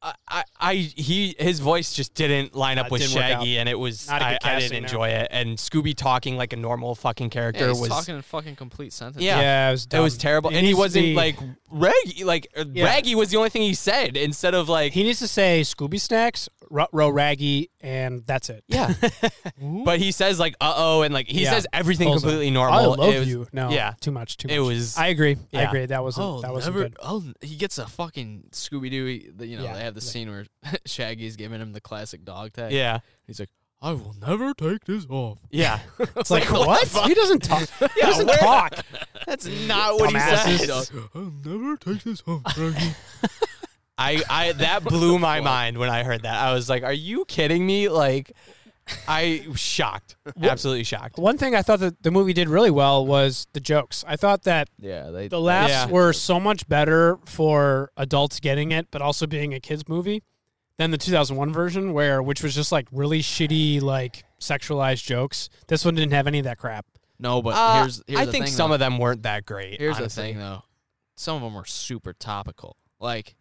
B: I, I, I, he, his voice just didn't line up
C: Uh,
B: with
C: didn't work
B: Shaggy, and it was
C: Not a
B: I,
C: good
B: I didn't
C: casting, no.
B: enjoy it. And Scooby talking like a normal fucking character
A: Yeah, he's
B: was
A: talking in fucking complete sentences.
B: Yeah.
C: yeah, it was
B: it was
C: dumb.
B: terrible.
C: It
B: and he
C: needs to
B: wasn't
C: be-
B: like Raggy. Like uh,
C: Yeah.
B: Raggy was the only thing he said instead of like
C: he needs to say Scooby Snacks, Row Raggy, and that's it.
B: yeah. [LAUGHS] but he says like uh oh, and like he
C: Yeah.
B: says everything
C: Pulls him.
B: completely normal.
C: I love
B: It was-
C: you. No,
B: yeah.
C: too much. Too much.
B: It was-
C: I agree. I
B: yeah.
C: agree. That wasn't.
A: Oh,
C: that wasn't
A: never.
B: [LAUGHS]
C: good.
A: Oh, he gets a fucking Scooby Doo. the- You know,
C: Yeah,
A: they have the
C: like-
A: scene where [LAUGHS] Shaggy's giving him the classic dog tag.
B: Yeah,
A: He's like, "I will never take this off."
B: yeah.
C: [LAUGHS] It's like
B: [LAUGHS]
C: what? He doesn't talk. He doesn't
B: where-
C: talk.
B: That's not what he
C: Dumbasses.
B: says.
A: He's like, I'll never take this off, Shaggy."
B: I, I that blew my mind when I heard that. I was like, "Are you kidding me?" Like, I was shocked, absolutely shocked.
C: One thing I thought that the movie did really well was the jokes. I thought that
A: yeah, they.
C: the laughs
B: Yeah.
C: were so much better for adults getting it, but also being a kids movie than the 2001 version, where which was just like really shitty, like sexualized jokes. This one didn't have any of that crap.
A: no, but
B: Uh,
A: here's here's
B: I
A: the
B: think
A: thing,
B: some
A: though.
B: of them weren't that great.
A: Here's
B: honestly.
A: the thing, though. Some of them were super topical. Like,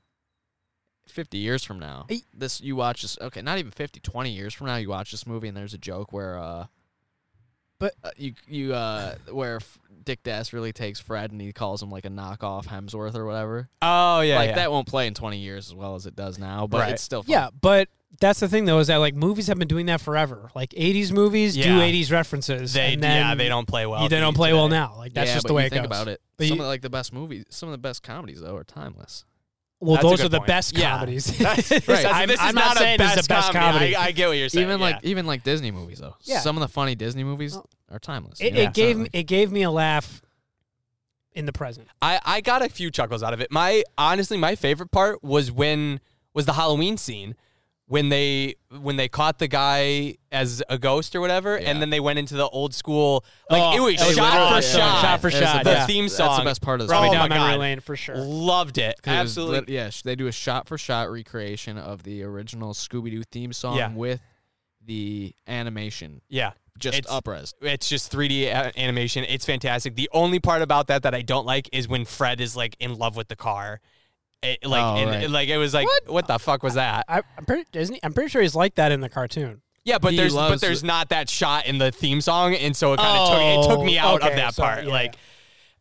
A: 50 years from now,
C: Hey.
A: this you watch this. Okay, not even 50, 20 years from now, you watch this movie, and there's a joke where, uh,
C: But-
A: uh, you you uh, where F- Dick Dass really takes Fred, and he calls him like a knockoff Hemsworth or whatever.
B: Oh yeah,
A: like
B: yeah.
A: that won't play in 20 years as well as it does now, but
B: Right.
A: it's still funny.
C: Yeah, but that's the thing though is that like movies have been doing that forever. Like 80s movies
B: Yeah.
C: do 80s references.
B: They
C: and then
B: yeah, they don't play well.
C: they don't play
B: [LAUGHS]
C: well now. Like that's
A: Yeah,
C: just
A: but
C: the way
A: you
C: it
A: think
C: goes.
A: about it.
C: But
A: some
C: you-
A: of like the best movies, some of the best comedies though are timeless.
C: Well,
B: That's a
C: those
B: good
C: are the
B: point.
C: best
B: Yeah.
C: comedies. [LAUGHS]
B: This,
A: Right.
C: I'm-
B: this is
C: I'm
B: not,
C: not
B: a
C: saying it's
B: best
C: the best comedy.
B: I, I get what you're saying.
A: even
B: yeah.
A: like even like Disney movies though.
C: Yeah.
A: Some of the funny Disney movies
C: Oh.
A: are timeless.
C: It,
A: Yeah.
C: it gave me,
A: Certainly.
C: it gave me a laugh in the present.
B: I, I got a few chuckles out of it. My honestly, my favorite part was when was the Halloween scene when they when they caught the guy as a ghost or whatever,
A: Yeah.
B: and then they went into the old school like
C: Oh,
B: it was
C: that was
B: shot for
C: literally
B: shot,
C: shot for
A: It was the
C: shot,
B: The
C: yeah.
A: best-
B: theme
A: That's
B: song
A: the best part of the
B: Brought me
A: movie.
B: Oh my
C: down memory
B: God.
C: lane for sure.
B: Loved it.
A: 'Cause it was
B: Absolutely.
A: lit- yeah, sh- they do a shot for shot recreation of the original Scooby Doo theme song
B: Yeah.
A: with the animation
B: yeah.
A: just
B: It's-
A: upres.
B: It's just 3D a- animation. It's fantastic. The only part about that that I don't like is when Fred is like in love with the car. It, like
A: Oh,
B: and,
A: right.
B: like it was like what? the fuck was that?
C: I, I'm pretty isn't he, I'm pretty sure he's like that in the cartoon.
B: Yeah, but
A: He
B: there's but
A: loves
B: there's
A: the-
B: not that shot in the theme song, and so it kind of took it took me
C: Oh,
B: out of
C: okay,
B: that
C: so,
B: part.
C: yeah.
B: Like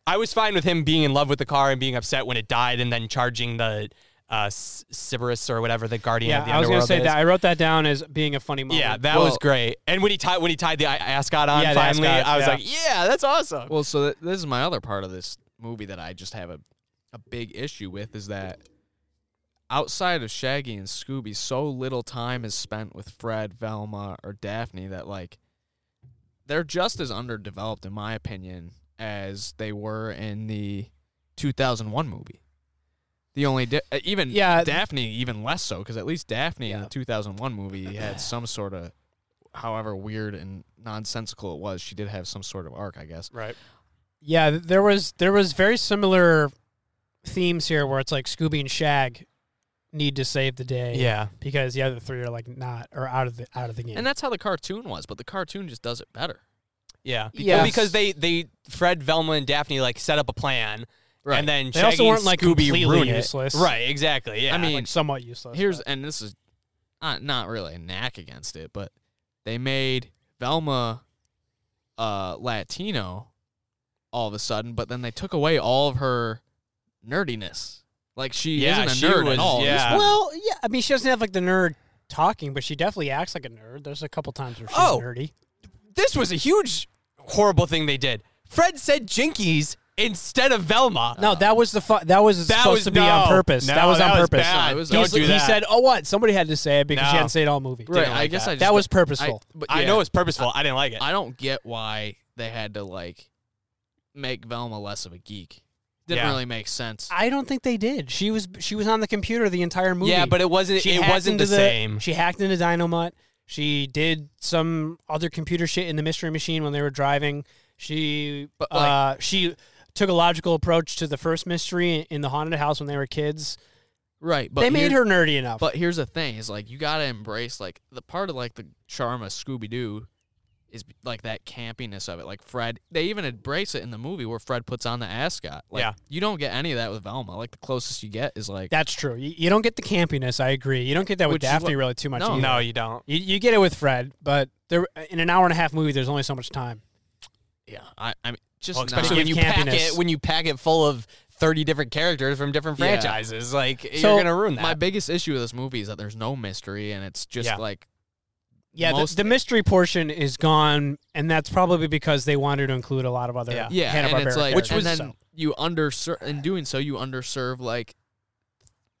B: I was fine with him being in love with the car and being upset when it died, and then charging the uh, S- Sybaris or whatever the guardian
C: Yeah,
B: of the
C: I was gonna
B: underworld
C: say
B: is.
C: that. I wrote that down as being a funny moment.
B: Yeah, that was
A: Well-
B: great. And when he tied when he tied the i- ascot on
C: Oh, Yeah, the
B: finally,
C: ascot,
B: I was
C: yeah.
B: like, yeah, that's awesome.
A: Well, so th- this is my other part of this movie that I just have a, a big issue with is that outside of Shaggy and Scooby, so little time is spent with Fred, Velma, or Daphne that like they're just as underdeveloped, in my opinion, as they were in the 2001 movie. The only di- uh, even
C: Yeah.
A: Daphne even less so because at least Daphne in
C: Yeah.
A: the 2001 movie had some sort of, however weird and nonsensical it was, she did have some sort of arc, I guess.
F: Right.
C: Yeah, th- there was there was very similar themes here where it's like Scooby and Shag need to save the day.
B: Yeah.
C: Because the other three are like not or out of the out of the game.
A: And that's how the cartoon was, but the cartoon just does it better.
B: Yeah. Because,
C: Yes.
B: because they they Fred, Velma, and Daphne like set up a plan,
A: Right.
B: and then
C: They
B: Shaggy
C: also weren't,
B: and
C: like,
B: Scooby
C: completely
B: ruin it.
C: useless.
B: Right. Exactly. Yeah.
A: I mean,
C: like somewhat useless.
A: Here's
C: but-
A: and this is not not really a knack against it, but they made Velma uh Latino all of a sudden, but then they took away all of her nerdiness. Like she
B: Yeah,
A: isn't a
B: she
A: nerd
B: was-
A: at all.
B: yeah.
C: Well, yeah, I mean she doesn't have like the nerd talking, but she definitely acts like a nerd. There's a couple times where she's
B: Oh.
C: nerdy.
B: this was a huge horrible thing they did. Fred said Jinkies instead of Velma.
C: No, that was the fu- that was
B: That
C: supposed
B: was-
C: to be on
B: no.
C: purpose.
B: No,
C: that was
B: that
C: on
B: was
C: purpose.
B: bad.
A: It was-
C: He
A: Don't
C: was-
B: do
C: he
B: that.
C: said, "Oh what? Somebody had to say it because she
B: No.
C: hadn't said it all movie."
A: Right,
B: Didn't
A: I
B: like
A: guess
B: that.
A: I just
C: That was
A: I,
C: purposeful.
A: but
B: I
A: yeah,
B: know it's purposeful. I didn't like it.
A: I don't get why they had to like make Velma less of a geek. Didn't
B: Yeah.
A: really make sense.
C: I don't think they did. She was she was on the computer the entire movie.
B: Yeah, but it wasn't.
C: she
B: it
C: hacked
B: wasn't
C: into
B: the, same.
C: She hacked into Dynamut. She did some other computer shit in the mystery machine when they were driving. She
A: But,
C: uh, she took a logical approach to the first mystery in the haunted house when they were kids.
A: right, but
C: they made
A: here-
C: her nerdy enough.
A: But here's the thing: is like you gotta embrace like the part of like the charm of Scooby Doo is like that campiness of it. Like Fred, they even embrace it in the movie where Fred puts on the ascot. Like,
B: Yeah.
A: you don't get any of that with Velma. Like the closest you get is like
C: That's true. You, you don't get the campiness. I agree. You don't get that with
A: Which is
C: Daphne
A: what-
C: really too much.
A: No.
C: either.
B: no, you don't.
C: You, you get it with Fred, but there in an hour and a half movie, there's only so much time.
A: yeah. I I mean just
B: Well,
A: not-
B: especially
C: To
B: when you
C: give
B: pack
C: campiness.
B: it when you pack it full of thirty different characters from different
A: Yeah.
B: franchises. Like
C: So,
B: you're gonna ruin that.
A: my biggest issue with this movie is that there's no mystery and it's just
B: Yeah.
A: like
C: Yeah, the,
A: Most-
C: the mystery portion is gone, and that's probably because they wanted to include a lot of other
B: Yeah.
A: yeah,
C: Hanna-Barbera
A: and it's like
C: characters,
A: and then
C: so.
A: you underserve in doing so you underserve like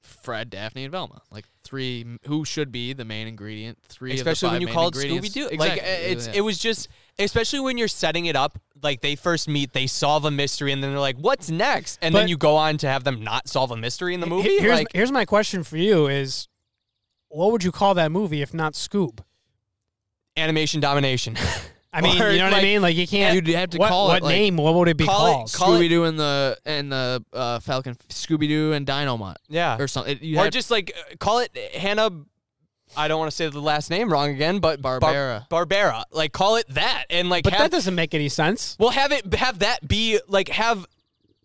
A: Fred, Daphne, and Velma, like three who should be the main ingredient. Three, of the
B: especially
A: five
B: when you
A: main
B: called
A: ingredients.
B: Scooby Doo. Like
A: Exactly.
B: uh, it's
A: Yeah.
B: it was just especially when you're setting it up. Like they first meet, they solve a mystery, and then they're like, "What's next?" And
C: But-
B: then you go on to have them not solve a mystery in the movie.
C: Here's,
B: like
C: here's my question for you: Is what would you call that movie if not Scoob?
B: animation domination. [LAUGHS]
A: [LAUGHS]
C: I mean,
B: Or,
C: you know what I
B: like,
C: mean? Like you can't.
A: You'd have to
C: what,
A: call it,
C: what
A: like-
C: name? What would it be
B: Call it-
C: called?
B: call it-
A: Scooby Doo and the and the uh, Falcon, Scooby Doo and Dynamite
B: yeah,
A: or something. It- You
B: or
A: had
B: just like uh, call it Hannah. I don't want to say the last name wrong again, but Bar-
A: Barbera.
B: Barbera, like call it that, and like
C: but
B: have,
C: that doesn't make any sense.
B: well have it have that be like have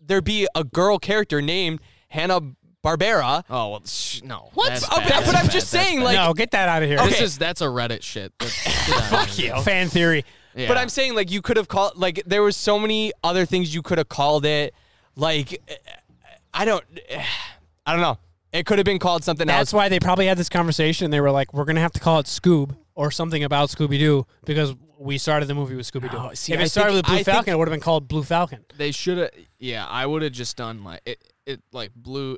B: there be a girl character named Hannah Barbera.
A: oh well, sh- no.
B: What?
A: That's
B: Oh,
A: bad.
B: that's what I'm
A: bad.
B: just
A: That's
B: saying,
A: bad.
B: like-
C: no, get that out of here.
A: this is that's a Reddit shit.
B: [LAUGHS]
A: That's- get out of
B: Fuck
A: here.
B: you.
C: Fan theory.
A: Yeah.
B: But I'm saying like you could have called like there was so many other things you could have called it. Like I don't I don't know. It could have been called something else.
C: That's why they probably had this conversation. They were like, "We're gonna have to call it Scoob or something about Scooby Doo because we started the movie with Scooby Doo.
B: No, Oh, see,
C: if it
B: I
C: started
B: think-
C: with Blue
B: I think-
C: Falcon, it would have been called Blue Falcon.
A: they should have. Yeah, I would have just done like it. It like blue,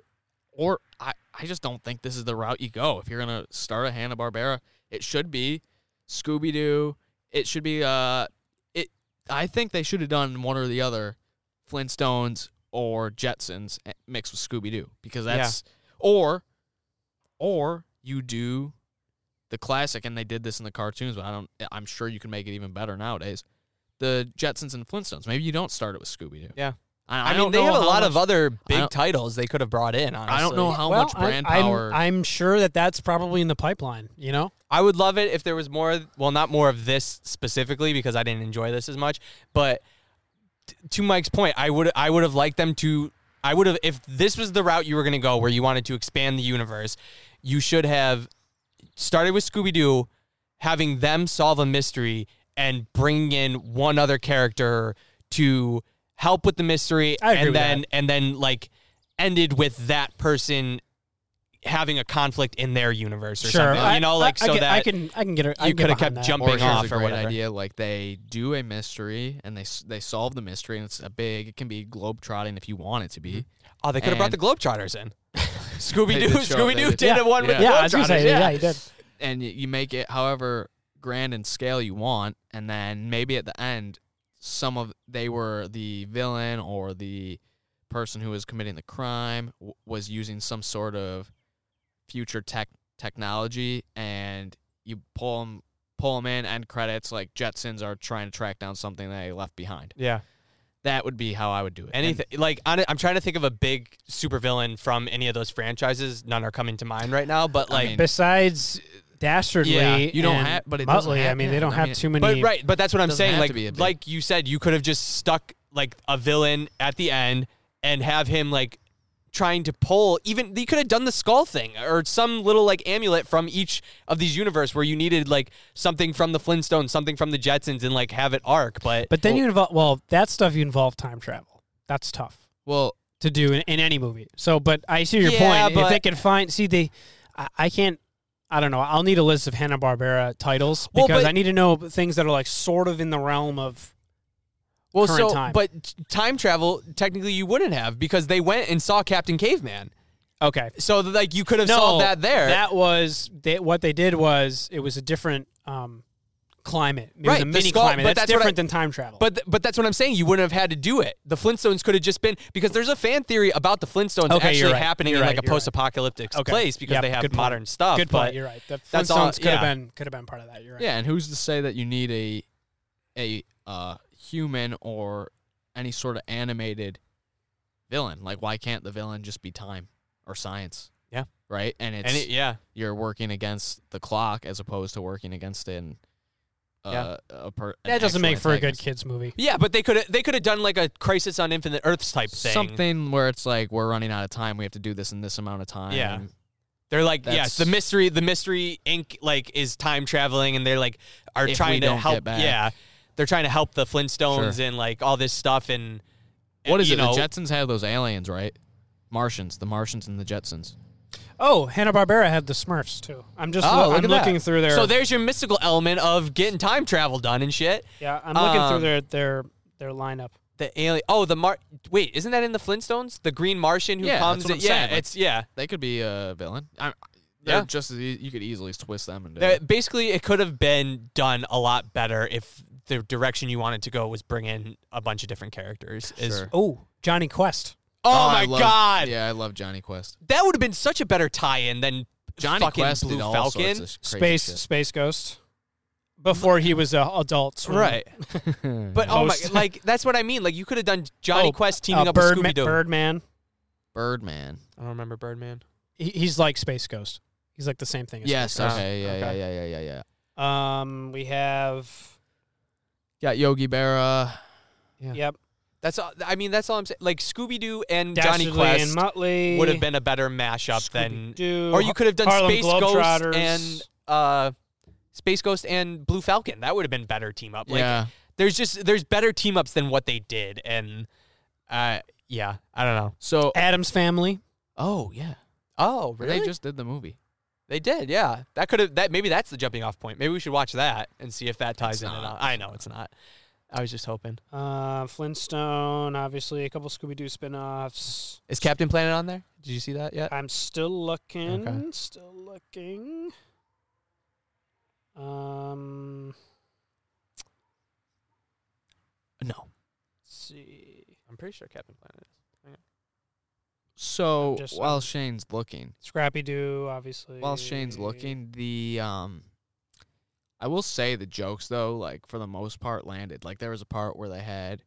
A: or I. I just don't think this is the route you go if you're gonna start a Hanna Barbera. It should be Scooby Doo. It should be uh. It. I think they should have done one or the other, Flintstones or Jetsons eh, mixed with Scooby Doo because
B: Yeah.
A: that's or, or you do. The classic, and they did this in the cartoons, but I don't. I'm sure you can make it even better nowadays. The Jetsons and Flintstones. Maybe you don't start it with Scooby Doo.
B: Yeah.
A: I,
B: I,
A: I
B: mean
A: don't
B: they
A: know
B: have a
A: how
B: lot
A: much-
B: of other
A: don't-
B: big titles they could have brought in, honestly.
A: I don't know how
C: Well,
A: much brand
C: I, I'm-
A: power.
C: I'm sure that that's probably in the pipeline. You know,
B: I would love it if there was more. Well, not more of this specifically because I didn't enjoy this as much. But t- to Mike's point, I would I would have liked them to. I would have if this was the route you were going to go, where you wanted to expand the universe. You should have started with Scooby Doo, having them solve a mystery and bringing in one other character to help with the mystery,
C: I agree
B: and
C: with
B: then and then like ended with that person having a conflict in their universe or something.
C: I-
B: you know,
C: I-
B: like
C: I,
B: so
C: can-
B: that
C: I can I can get it.
B: you could have kept
A: or
B: jumping
A: here's
B: off
A: a
B: or
A: great
B: whatever.
A: idea. Like they do a mystery and they s- they solve the mystery, and it's a big. It can be globetrotting if you want it to be.
B: Oh, they could have
A: And-
B: brought the Globetrotters
C: [LAUGHS]
B: in. Scooby
A: They
B: Doo,
A: did show-
B: Scooby
A: they
B: Doo
A: did-
B: did one with
A: Yeah.
B: the
C: Yeah, I was gonna
B: Globetrotters.
C: say. Yeah, you did.
A: And you, you make it however grand and scale you want, and then maybe at the end, some of they were the villain or the person who was committing the crime w- was using some sort of future tech technology and you pull them pull them in end credits like jetsons are trying to track down something they left behind
B: Yeah.
A: that would be how i would do it And
B: Anything like on it- I'm trying to think of a big supervillain from any of those franchises. None are coming to mind right now, but
A: I
B: like
A: mean,
C: Besides Dastardly,
B: Yeah,
A: you don't
C: and
A: have- but it doesn't
C: Muttley.
A: have-
C: I mean,
A: yeah,
C: they don't
A: I
C: have
A: mean,
C: too many.
B: But right, but that's what I'm
A: Doesn't
B: saying.
A: have to
B: Like,
A: be a big-
B: like you said, you could have just stuck like a villain at the end and have him like trying to pull. Even you could have done the skull thing or some little like amulet from each of these universe where you needed like something from the Flintstones, something from the Jetsons, and like have it arc. But
C: But then you involve well that stuff. You involve time travel. That's tough.
A: well
C: to do in, in any movie. So, but I see your
B: Yeah,
C: point.
B: but-
C: if they can find, see, they, I, I can't. I don't know. I'll need a list of Hanna Barbera titles
B: Well,
C: because
B: but-
C: I need to know things that are like sort of in the realm of.
B: well,
C: current
B: so
C: time.
B: but t- time travel technically you wouldn't have because they went and saw Captain Caveman.
C: Okay,
B: So like you could have solved that there.
C: That was they, what they did was it was a different um, climate. It was
B: Right, the
C: a mini
B: skull-
C: climate.
B: but
C: that's,
B: that's what I-
C: different than time travel.
B: But th- but that's what I'm saying. You wouldn't have had to do it. The Flintstones could have just been because there's a fan theory about the Flintstones
C: Okay, you're
B: actually
C: right.
B: happening
C: You're
B: in
C: right,
B: like a
C: you're right.
B: post-apocalyptic
C: Okay.
B: place because
C: Yep,
B: they have
C: good point.
B: modern stuff.
C: good
B: but
C: point. You're right. The
B: that's all-
C: Flintstones could have
B: yeah.
C: been could have been part of that. You're right.
A: yeah and who's to say that you need a a uh, human or any sort of animated villain like why can't the villain just be time or science
B: Yeah.
A: right and it's
B: and it- yeah,
A: you're working against the clock as opposed to working against an uh, a per, an
C: that doesn't
A: actual
C: make for a good
A: antagonist.
C: kids movie.
B: yeah. But they could have they could have done like a Crisis on Infinite Earths type thing.
A: Something where it's like we're running out of time. We have to do this in this amount of time.
B: Yeah. They're like yes,
A: That's-
B: the mystery the mystery Inc. like is time traveling and they're like are
A: If we
B: trying to
A: don't get
B: help.
A: back.
B: Yeah, they're trying to help the Flintstones and like all this stuff and.
A: What
B: and,
A: is
B: you
A: it?
B: Know,
A: the Jetsons have those aliens, right? Martians, the Martians and the Jetsons.
C: Oh, Hanna Barbera had the Smurfs too. I'm just
B: Oh,
C: lo-
B: look
C: I'm
B: at that.
C: looking through their
B: So there's your mystical element of getting time travel done and shit.
C: Yeah, I'm looking
B: Um,
C: through their their their lineup.
B: The alien. Oh, the Mar. Wait, isn't that in the Flintstones? The Green Martian who
A: Yeah,
B: comes.
A: that's what I'm
B: yeah,
A: saying, like-
B: it's yeah.
A: They could be a villain. I, they're
B: Yeah.
A: just as e- you could easily twist them and do
B: That- basically, it could have been done a lot better if the direction you wanted to go was bring in a bunch of different characters. Is
A: Sure.
C: Oh, Johnny Quest.
B: oh,
A: I
B: my
A: love-
B: god,
A: Yeah, I love Johnny Quest.
B: that would have been such a better tie-in than
A: Johnny
B: fucking
A: Quest
B: Blue
A: did all
B: Falcon.
A: sorts of crazy
C: Space
A: shit.
C: Space Ghost. Before he was an adult uh, swimmer.
B: Right,
A: Mm-hmm.
B: [LAUGHS] but oh my,
C: Most-
B: like that's what I mean. Like you could have done Johnny
C: Oh,
B: Quest teaming
C: uh,
B: up
C: Birdman,
B: with Scooby Doo.
C: Birdman.
A: [LAUGHS] Birdman.
B: I don't remember Birdman.
C: He, he's like Space Ghost. He's like the same thing as
A: Yes.
B: Ghost.
A: Okay. Yeah,
B: Oh, Okay.
A: yeah. Yeah. Yeah. Yeah. Yeah.
C: Space- Um we have
A: Got Yogi Berra.
C: Yep.
B: That's all. I mean, that's all I'm saying. Like Scooby Doo and
C: Dastardly
B: Johnny Quest.
C: and Muttley
B: would have been a better mashup than
C: Scooby-Doo,
B: or you could have done
C: Harlem
B: Space Ghost
C: Globetrotters.
B: and uh Space Ghost and Blue Falcon. That would have been better team up. Like
A: yeah.
B: there's just there's better team ups than what they did and uh yeah, I don't know.
A: So.
C: Adam's Family.
A: Oh yeah.
B: Oh,
A: They just did the movie.
B: they did. Yeah. That could have that maybe that's the jumping off point. Maybe we should watch that and see if that
A: It's
B: ties in or
A: not.
B: not. I know it's not. I was just hoping.
C: Uh Flintstone, obviously a couple Scooby Doo spin offs.
B: Is Captain Planet on there? Did you see that yet?
C: I'm still looking.
B: Okay.
C: Still looking. Um,
A: No.
C: let's see.
B: I'm pretty sure Captain Planet.
A: So
C: Just-
A: while Shane's looking,
C: Scrappy Doo, obviously.
A: while Shane's looking, the um, I will say the jokes though, like for the most part, landed. Like there was a part where they had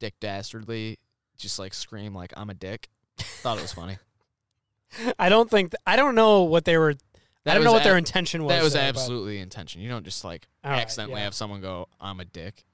A: Dick Dastardly just like scream like "I'm a dick." [LAUGHS] Thought it was funny.
C: I don't think th- I don't know what they were.
A: That
C: I don't
A: was
C: know what
A: ab-
C: their intention was.
A: That was
C: there, but-
A: absolutely the intention. You don't just like
C: All right,
A: accidentally
C: yeah.
A: have someone go "I'm a dick."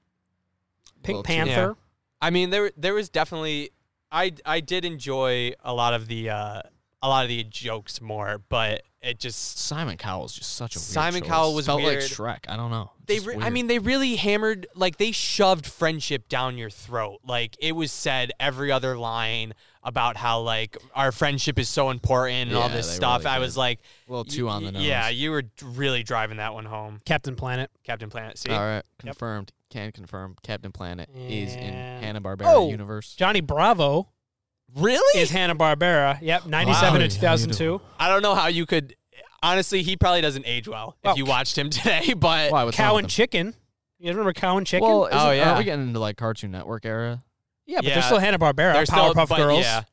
C: Pink
A: little too-
C: Panther.
B: I mean, there there was definitely I I did enjoy a lot of the uh, a lot of the jokes more, but it just
A: Simon Cowell's just such a weird
B: Simon
A: choice.
B: Cowell was
A: felt
B: weird.
A: like Shrek. I don't know.
B: they
A: Just
B: re- I
A: weird.
B: mean they really hammered like they shoved friendship down your throat. Like it was said every other line about how like our friendship is so important and all
A: Yeah,
B: this
A: they
B: stuff.
A: really
B: I
A: did.
B: was like
A: a little
B: y-
A: too on the
B: y-
A: nose.
B: Yeah, you were really driving that one home,
C: Captain Planet.
B: Captain Planet. See?
A: All right, confirmed. Can confirm. Captain Planet is in
C: And-
A: Hanna Barbera
C: Oh!
A: universe.
C: Johnny Bravo
B: Really?
C: is Hanna Barbera. Yep, ninety-seven
A: Wow.
C: to two thousand two.
B: I don't know how you could honestly, he probably doesn't age well if
C: Well,
A: Oh.
B: you watched him [LAUGHS] today, but
A: Why? What's wrong
C: Cow
A: with
C: and
A: him?
C: Chicken You remember Cow and Chicken?
A: Well,
B: Oh,
A: oh yeah,
B: yeah.
A: aren't we getting into like Cartoon Network era?
C: yeah, but
B: yeah.
C: they're still Hanna Barbera,
B: They're still-
C: Powerpuff
B: but
C: Girls.
B: Yeah.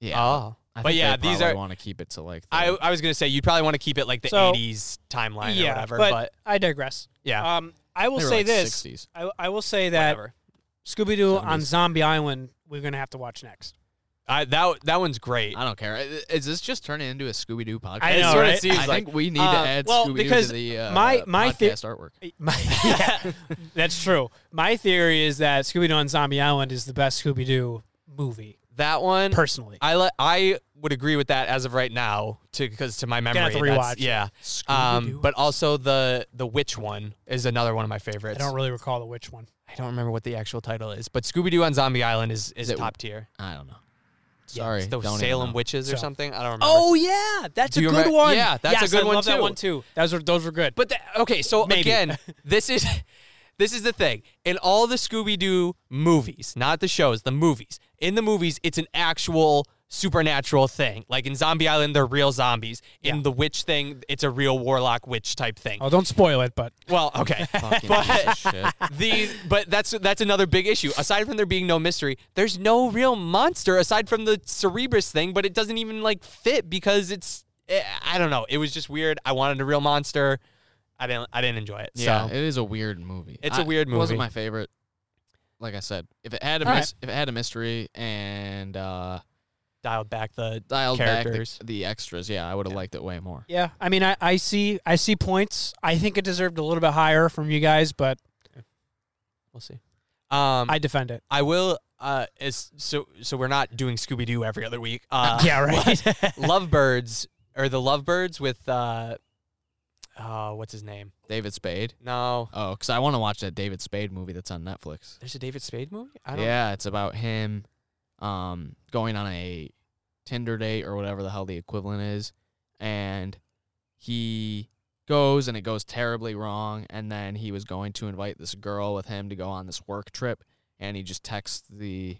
A: Yeah,
B: Oh.
A: I
B: but
A: think
B: yeah,
A: they
B: these
A: probably
B: are-
A: want to keep it to like. the-
B: I, I was gonna say you'd probably want to keep it like the
C: So-
B: '80s timeline
C: Yeah,
B: or whatever,
C: but-
B: but, uh,
C: I digress.
B: yeah,
C: Um, I will
A: they were,
C: say
A: like,
C: this.
A: 60s.
C: I, I will say that
B: whatever.
C: Scooby Doo on
A: 70s.
C: Zombie Island, we're gonna have to watch next.
B: I, that that one's great.
A: I don't care. I- Is this just turning into a Scooby Doo podcast?
C: I
B: it
C: know,
B: sort
C: right?
B: of seems
A: I
B: like
A: think we need
C: uh,
A: to add
C: well,
A: Scooby Doo
C: because
A: to the uh,
C: my- my
A: podcast
C: the-
A: artwork.
C: My- [LAUGHS] yeah, [LAUGHS] that's true. My theory is that Scooby Doo on Zombie Island is the best Scooby Doo movie,
B: that one.
C: personally.
B: I le- I would agree with that as of right now, to because to my memory,
C: have to
B: that's-
C: rewatch.
B: yeah.
C: Scooby-Doo.
B: Um, but also the the witch one is another one of my favorites.
C: I don't really recall the which one.
B: I don't remember what the actual title is, but Scooby Doo on Zombie Island is is,
A: Is it-
B: top tier.
A: I don't know.
B: Yeah,
A: Sorry,
B: it's the
A: don't even
B: Salem
A: know.
B: witches or
C: So-
B: something. I don't remember.
C: Oh yeah, that's
B: Do
C: a
B: you
C: good
B: remember-
C: one.
B: yeah, that's a
C: Yes,
B: good
C: I
B: one,
C: love That
B: too.
C: one too. Those were those were good.
B: But the, okay, so
C: Maybe. [LAUGHS]
B: again, this is this is the thing. In all the Scooby Doo movies, not the shows, the movies. In the movies, it's an actual supernatural thing. Like in Zombie Island, they're real zombies. In
C: Yeah.
B: the witch thing, it's a real warlock witch type thing.
C: oh, don't spoil it. But
B: Well,
C: [LAUGHS]
B: okay. [LAUGHS]
A: Fucking piece
B: but
A: of shit.
B: these but that's that's another big issue. Aside from there being no mystery, there's no real monster aside from the Cerebrus thing, but it doesn't even like fit because it's eh, I don't know. It was just weird. I wanted a real monster. I didn't I didn't enjoy it.
A: Yeah,
B: so
A: it is a weird movie.
B: It's a
A: I-
B: weird
A: It wasn't
B: movie.
A: my favorite. Like I said, if it had a
C: All right.
A: mis- if it had a mystery and uh,
B: dialed back the
A: dialed
B: Characters.
A: back the, the extras, yeah, I would have liked it way more.
C: yeah, I mean, I, I see I see points. I think it deserved a little bit higher from you guys, but
B: we'll see. Um
C: I
B: I,
C: defend it.
B: I will uh is so so we're not doing Scooby Doo every other week. Uh
C: [LAUGHS]
A: [LAUGHS]
C: yeah, right. [LAUGHS]
B: Lovebirds or the Lovebirds with uh oh, what's his name?
A: David Spade.
B: No.
A: Oh, because I want to watch that David Spade movie that's on Netflix.
B: There's a David Spade movie? I don't
A: Yeah, it's about him um, going on a Tinder date or whatever the hell the equivalent is. And he goes and it goes terribly wrong. And then he was going to invite this girl with him to go on this work trip. And he just texts the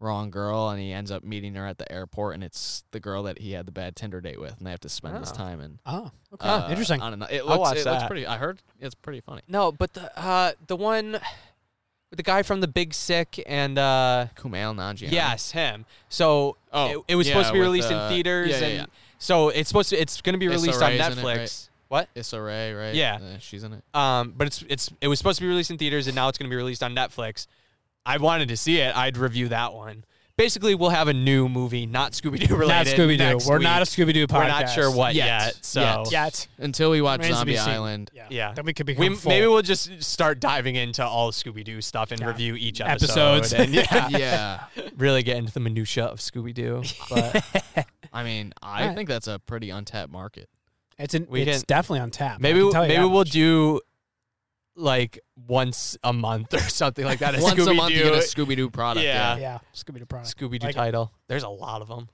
A: wrong girl and he ends up meeting her at the airport. And it's the girl that he had the bad Tinder date with. And they have to spend this
B: Oh.
A: time in.
C: oh, okay,
A: uh,
C: interesting.
A: I don't know. It
B: I'll
A: looks,
B: watch
A: it looks
B: that.
A: pretty. I heard it's pretty funny.
B: No, but the uh the one with the guy from the Big Sick and uh
A: Kumail Nanjiani.
B: yes, him. So
A: Oh,
B: it, it was
A: yeah,
B: supposed to be
A: with,
B: released
A: uh,
B: in theaters
A: yeah, yeah,
B: and
A: yeah.
B: so it's supposed to it's going to be
A: Issa
B: released
A: Rae's in
B: on
A: it,
B: Netflix. What?
A: Issa Rae, right?
B: Yeah.
A: Uh, she's in it.
B: Um but it's it's it was supposed to be released in theaters and now it's going to be released on Netflix. I wanted to see it. I'd review that one. Basically, we'll have a new movie, not Scooby Doo
C: Not
B: related.
C: Scooby
B: next
C: Doo. We're not a
B: week.
C: Scooby Doo podcast.
B: We're not sure what
A: Yet.
B: yet. so
A: Yet.
C: yet.
A: Until we watch
C: Remains to be
A: Zombie
C: seen.
A: Island.
C: Yeah.
B: Yeah.
C: Then we could become
B: We,
C: full.
B: maybe we'll just start diving into all Scooby Doo stuff and
C: Yeah.
B: review each episode
C: Episodes.
B: and
C: [LAUGHS]
B: yeah,
A: [LAUGHS]
B: [LAUGHS]
A: Yeah.
B: really get into the minutia of Scooby Doo. But
A: I mean, I
C: Alright.
A: think that's a pretty untapped
C: [LAUGHS]
A: market.
C: It's an,
B: we
C: it's
B: can-
C: definitely on tap. I
B: maybe
C: can
B: we-
C: tell you
B: maybe
C: that
B: we'll
C: much.
B: do like once a month or something like that.
A: Once a
B: Scooby-Doo,
A: month you get a Scooby Doo product. Yeah.
B: Yeah.
C: Yeah, Scooby Doo product.
B: Scooby Doo
C: Like it.
B: title. There's a lot of them.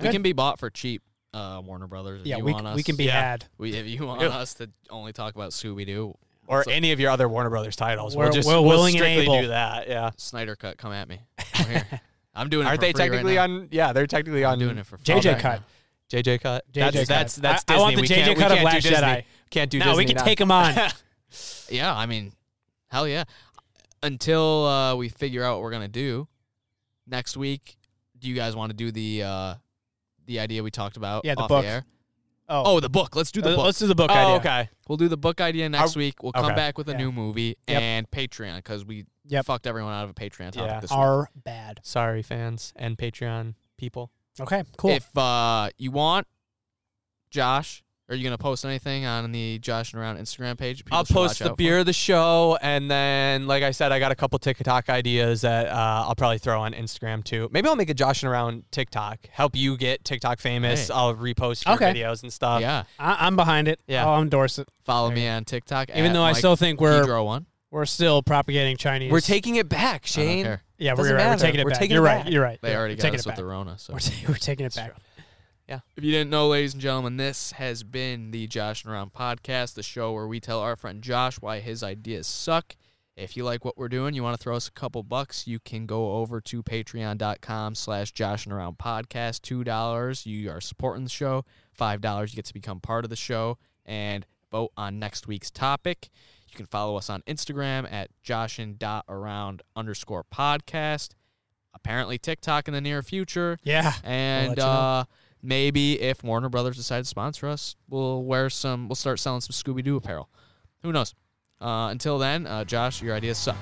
A: We can be bought for cheap, uh, Warner Brothers. If
C: Yeah,
A: you
C: we,
A: want us,
C: we can be
B: Yeah.
C: had.
A: we- if you want
B: Yeah.
A: us to only talk about Scooby Doo,
B: Or
A: So-
B: any of your other Warner Brothers titles.
C: We're-
B: we'll just
C: we're
B: we'll
C: willing and
B: strictly
C: able.
B: do that. Yeah.
A: Snyder Cut, come
C: [LAUGHS]
A: at me. I'm here. I'm doing it. for
B: Aren't they
A: free right
B: technically
A: now.
B: on? Yeah, they're technically
A: I'm
B: on
A: doing it for free
C: JJ
A: right
C: Cut.
A: now.
B: JJ cut.
C: JJ
B: that's,
C: cut.
B: That's that's
C: I- I
B: Disney.
C: want the
B: we
C: JJ
B: can't, we
C: cut of
B: can't do
C: Last
B: Disney.
C: Jedi.
B: Can't do
C: No,
B: Disney
C: we can
B: now.
C: take 'em on.
B: [LAUGHS]
A: Yeah, I mean, hell yeah. Until uh, we figure out what we're gonna do next week, do you guys want to do the uh, the idea we talked about?
C: Yeah, the
A: off
C: book.
A: air?
C: Oh,
A: Oh, the book. Let's do the
C: uh,
A: book.
C: let's do the book idea.
B: oh, okay.
A: We'll do the book idea next week. We'll come
B: okay.
A: back with a
C: Yeah.
A: new movie
C: Yep.
A: and Patreon because we
C: Yep.
A: fucked everyone out of a Patreon topic
B: Yeah.
A: this week.
C: Are bad.
B: Sorry, fans and Patreon people.
C: Okay, cool.
A: If uh, you want, Josh, are you gonna post anything on the Josh and Around Instagram page? People
B: I'll
A: should
B: post
A: watch
B: the
A: out for?
B: beer of the show, and then, like I said, I got a couple TikTok ideas that uh, I'll probably throw on Instagram too. Maybe I'll make a Josh and around TikTok, help you get TikTok famous.
A: Hey.
B: I'll repost your
C: Okay.
B: videos and stuff.
A: Yeah,
C: I, I'm behind it.
B: Yeah.
C: I'll endorse it.
A: follow
B: There
A: me on TikTok.
C: Even
A: at
C: though I
A: Mike
C: still think we're
A: Pedro one.
C: we're still propagating Chinese.
B: we're taking it back,
A: I don't
B: Shane.
A: care.
C: yeah, we're,
B: doesn't
C: right, we're
B: matter.
C: taking it
B: We're
C: back.
B: taking
C: You're
B: it
C: right.
B: back.
C: You're right.
A: They
C: We're
A: already got
C: taking
A: us
C: it
A: with
C: back.
A: the Rona. So
C: We're, ta- [LAUGHS] we're taking it back.
A: if you didn't know, ladies and gentlemen, this has been the Josh and Around podcast, the show where we tell our friend Josh why his ideas suck. If you like what we're doing, you want to throw us a couple bucks, you can go over to patreon.com slash Josh and Around podcast. $2, you are supporting the show. $5, you get to become part of the show and vote on next week's topic. You You can follow us on Instagram at joshin.around underscore podcast. Apparently TikTok in the near future.
C: Yeah.
A: And
C: let you know.
A: uh, maybe if Warner Brothers decides to sponsor us, we'll wear some, we'll start selling some Scooby Doo apparel. Who knows? Uh, until then, uh, Josh, your ideas suck.